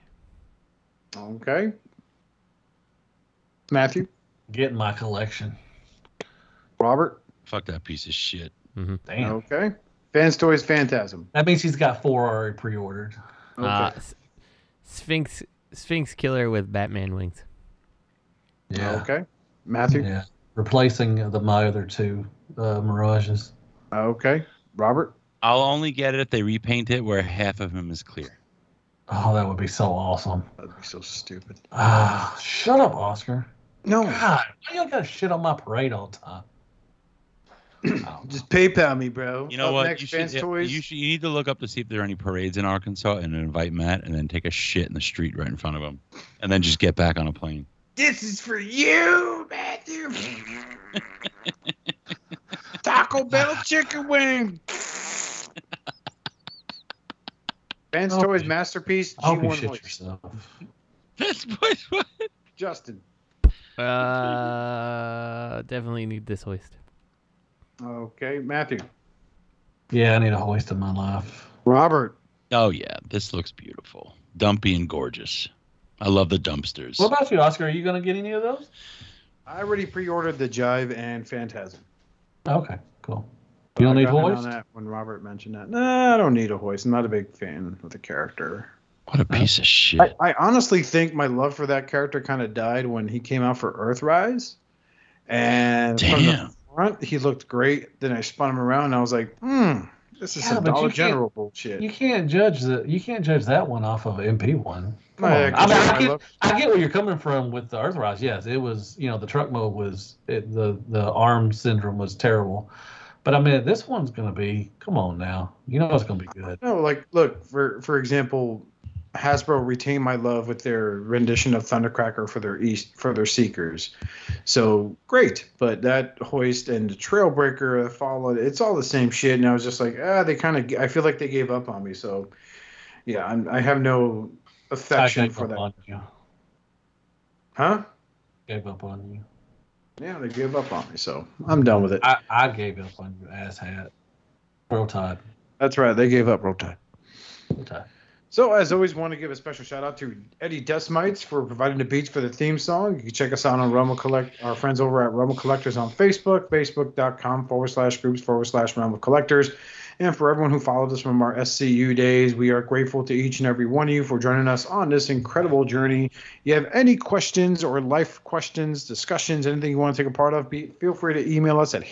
Speaker 2: Okay, Matthew,
Speaker 4: Get in my collection.
Speaker 2: Robert.
Speaker 3: Fuck that piece of shit.
Speaker 4: Damn.
Speaker 2: Okay, fans toys Phantasm.
Speaker 3: Uh,
Speaker 4: That means he's got four already pre-ordered.
Speaker 2: Okay.
Speaker 5: Uh, S- Sphinx Sphinx Killer with Batman wings.
Speaker 4: Yeah.
Speaker 2: Okay. Matthew.
Speaker 4: Yeah. Replacing the my other two uh, mirages.
Speaker 2: Okay. Robert.
Speaker 3: I'll only get it if they repaint it where half of him is clear.
Speaker 4: Oh, that would be so awesome.
Speaker 2: That'd be so stupid.
Speaker 4: Ah, shut up, Oscar.
Speaker 2: No.
Speaker 4: God, why you gotta shit on my parade all the time? Oh,
Speaker 2: Just PayPal me, bro.
Speaker 3: You know
Speaker 2: Up
Speaker 3: what?
Speaker 2: Next,
Speaker 3: you should.
Speaker 2: Fans Toys.
Speaker 3: You should. You need to look up to see if there are any parades in Arkansas and invite Matt, and then take a shit in the street right in front of him, and then just get back on a plane.
Speaker 2: This is for you, Matthew. Taco Bell chicken wing. Fans
Speaker 4: Oh,
Speaker 2: Toys
Speaker 4: you-
Speaker 2: masterpiece.
Speaker 4: I hope you
Speaker 2: G1
Speaker 4: shit
Speaker 2: voice.
Speaker 4: yourself.
Speaker 3: That's what. what?
Speaker 2: Justin.
Speaker 5: Uh, definitely need this hoist.
Speaker 2: Okay, Matthew.
Speaker 4: Yeah, I need a hoist in my life.
Speaker 2: Robert.
Speaker 3: Oh yeah, this looks beautiful, dumpy and gorgeous. I love the dumpsters.
Speaker 4: What about you, Oscar? Are you gonna get any of those?
Speaker 2: I already pre-ordered the Jive and Phantasm.
Speaker 4: Okay, cool. You don't
Speaker 2: I
Speaker 4: need
Speaker 2: got in on
Speaker 4: hoist?
Speaker 2: that when Robert mentioned that. Nah, I don't need a hoist. I'm not a big fan of the character.
Speaker 3: What a piece of shit.
Speaker 2: I, I honestly think my love for that character kind of died when he came out for Earthrise. And from the
Speaker 3: Damn.
Speaker 2: front, he looked great. Then I spun him around and I was like, hmm, this is
Speaker 4: Yeah,
Speaker 2: some
Speaker 4: but you
Speaker 2: Dollar
Speaker 4: can't-
Speaker 2: General bullshit.
Speaker 4: You can't judge the you can't judge that one off of MP one. Come
Speaker 2: My-
Speaker 4: on.
Speaker 2: I
Speaker 4: I, mean, I
Speaker 2: my
Speaker 4: get,
Speaker 2: love-
Speaker 4: I get where you're coming from with the Earthrise. Yes, it was you know the truck mode was it, the the arm syndrome was terrible, but I mean this one's gonna be come on now you know it's gonna be good.
Speaker 2: No, like, look, for, for example, Hasbro retained my love with their rendition of Thundercracker for their East for their Seekers. So great. But that hoist and the Trailbreaker followed, it's all the same shit. And I was just like, ah, they kind of, I feel like they gave up on me. So yeah, I'm, I have no
Speaker 4: I
Speaker 2: affection
Speaker 4: gave
Speaker 2: for
Speaker 4: up
Speaker 2: that.
Speaker 4: on you.
Speaker 2: Huh?
Speaker 4: Gave up on you.
Speaker 2: Yeah, they gave up on me, so I'm done with it.
Speaker 4: I, I gave up on you, asshat. Roll Tide.
Speaker 2: That's right, they gave up real time.
Speaker 4: Roll Tide.
Speaker 2: So, as always, want to give a special shout out to Eddie Desmites for providing the beats for the theme song. You can check us out on Rumble Collect, our friends over at Rumble Collectors on Facebook, facebook.com forward slash groups forward slash Rumble Collectors. And for everyone who followed us from our SCU days, we are grateful to each and every one of you for joining us on this incredible journey. You have any questions or life questions, discussions, anything you want to take a part of, be, feel free to email us at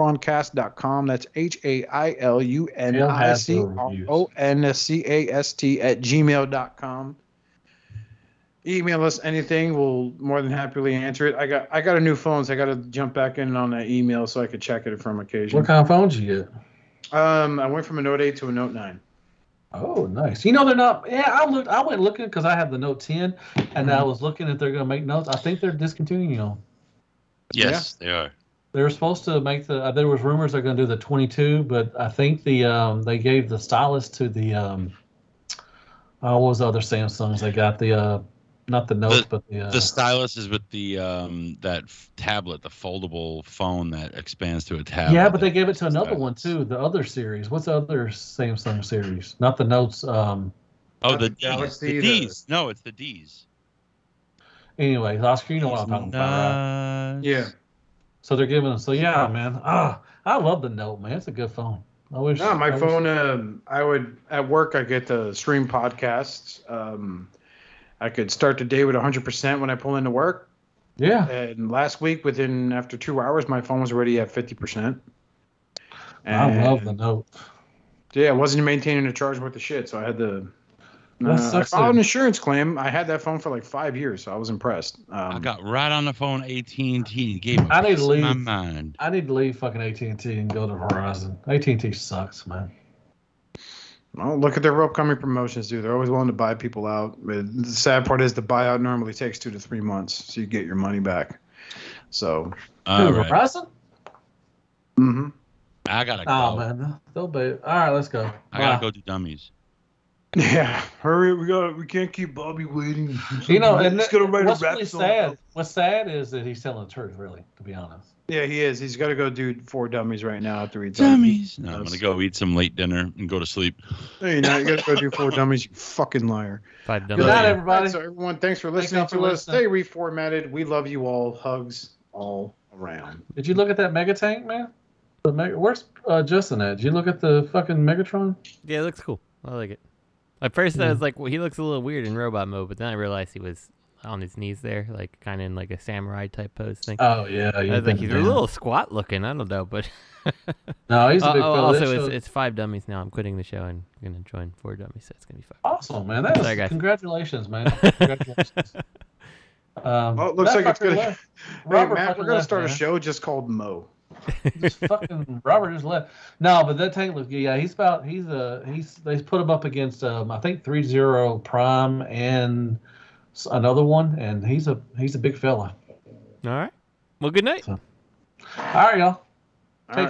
Speaker 2: hailunicroncast.com. That's H A I L U N I C R O N C A S T at gmail.com. Email us anything. We'll more than happily answer it. I got I got a new phone, so I got to jump back in on that email so I could check it from occasion.
Speaker 4: What kind of phones you get?
Speaker 2: Um, I went from a Note 8 to a Note 9.
Speaker 4: Oh, nice. You know they're not. Yeah, I looked. I went looking because I have the Note 10, and I was looking if they're gonna make notes. I think they're discontinuing them.
Speaker 3: yes, they are.
Speaker 4: They were supposed to make the. Uh, there was rumors they're gonna do the 22, but I think the um they gave the stylus to the um. Uh, what was the other Samsungs? They got the uh, not the notes, but the uh,
Speaker 3: The stylus is with the um that f- tablet, the foldable phone that expands to a tablet.
Speaker 4: Yeah, but they gave it to another
Speaker 3: Stylus.
Speaker 4: one too. The other series. What's the other Samsung series? Not the notes. Um.
Speaker 3: Oh, the
Speaker 2: Not the
Speaker 3: D's.
Speaker 2: Galaxy,
Speaker 3: The
Speaker 2: the-
Speaker 3: D's. No, it's the D's.
Speaker 4: Anyway, Oscar, you know what I'm talking about, right?
Speaker 3: Nice.
Speaker 2: Yeah.
Speaker 4: So they're giving them. So yeah, man. Ah, I love the Note, man. It's a good phone. I wish.
Speaker 2: No,
Speaker 4: I
Speaker 2: my
Speaker 4: wish-
Speaker 2: phone. Um, I would at work. I get to stream podcasts. Um, I could start the day with 100% when I pull into work.
Speaker 4: Yeah.
Speaker 2: And last week, within after two hours, my phone was already at 50%.
Speaker 4: I love
Speaker 2: And,
Speaker 4: the Note.
Speaker 2: Yeah, I wasn't maintaining a charge worth of shit, so I had to.
Speaker 4: That
Speaker 2: Uh, I
Speaker 4: sucks,
Speaker 2: filed
Speaker 4: dude.
Speaker 2: an insurance claim. I had that phone for like five years, so I was impressed. Um,
Speaker 3: I got right on the phone. AT and T gave me
Speaker 4: I need to leave.
Speaker 3: my mind.
Speaker 4: I need to leave fucking AT and T and go to Verizon. AT and T sucks, man.
Speaker 2: Well, look at their upcoming promotions, dude. They're always willing to buy people out. But the sad part is the buyout normally takes two to three months, so you get your money back. So,
Speaker 3: All
Speaker 4: Who,
Speaker 3: right,
Speaker 4: Verizon?
Speaker 2: hmm
Speaker 3: I gotta go.
Speaker 4: Oh man, they'll be. All right, let's go.
Speaker 3: I gotta
Speaker 4: Bye.
Speaker 3: go do dummies.
Speaker 2: yeah, hurry, we got, we can't keep Bobby waiting.
Speaker 4: You know, and
Speaker 2: he's gonna write a
Speaker 4: what's
Speaker 2: rap
Speaker 4: really
Speaker 2: song.
Speaker 4: sad? What's sad is that he's telling the truth, really. To be honest.
Speaker 2: Yeah, he is. He's got to go do four dummies right now after he does.
Speaker 3: Dummies. No, I'm
Speaker 2: Yes.
Speaker 3: gonna go eat some late dinner and go to sleep.
Speaker 2: No, you're not. You got to go do four dummies. You fucking liar.
Speaker 5: Five
Speaker 4: Good
Speaker 5: dummies.
Speaker 4: night,
Speaker 2: Alright,
Speaker 4: everybody.
Speaker 2: So everyone, thanks for
Speaker 4: Thanks
Speaker 2: listening
Speaker 4: all for
Speaker 2: to us. Stay
Speaker 4: listening.
Speaker 2: reformatted. We love you all. Hugs all around.
Speaker 4: Did you look at that Mega Tank, man? The mega, where's uh, Justin at? Did you look at the fucking Megatron?
Speaker 5: Yeah, it looks cool. I like it. At first, I
Speaker 4: Yeah.
Speaker 5: was like, well, he looks a little weird in robot mode, but then I realized he was on his knees there, like kind of in like a samurai type pose thing.
Speaker 4: Oh yeah,
Speaker 5: I
Speaker 4: yeah.
Speaker 5: was like, he's a little squat looking. I don't know, but
Speaker 4: No, he's a
Speaker 5: oh,
Speaker 4: big
Speaker 5: oh,
Speaker 4: fella. That
Speaker 5: also,
Speaker 4: shows-
Speaker 5: it's, it's five dummies now. I'm quitting the show and I'm gonna join four dummies, so it's gonna be fun.
Speaker 4: awesome, man. That is
Speaker 5: Sorry, guys.
Speaker 4: congratulations, man. Congratulations. um,
Speaker 2: Oh, it looks
Speaker 4: that
Speaker 2: like it's
Speaker 4: fucker
Speaker 2: gonna-
Speaker 4: left.
Speaker 2: Hey,
Speaker 4: Robert
Speaker 2: Matt,
Speaker 4: fucking
Speaker 2: we're gonna
Speaker 4: left,
Speaker 2: start a
Speaker 4: man.
Speaker 2: show just called Mo.
Speaker 4: Just fucking Robert just left. No, but that tank looked good. Yeah, he's about he's uh he's they put him up against um I think three zero prime and s- another one, and he's a he's a big fella.
Speaker 5: All right. Well, good night.
Speaker 4: All right, y'all.
Speaker 2: All
Speaker 4: Take
Speaker 2: right.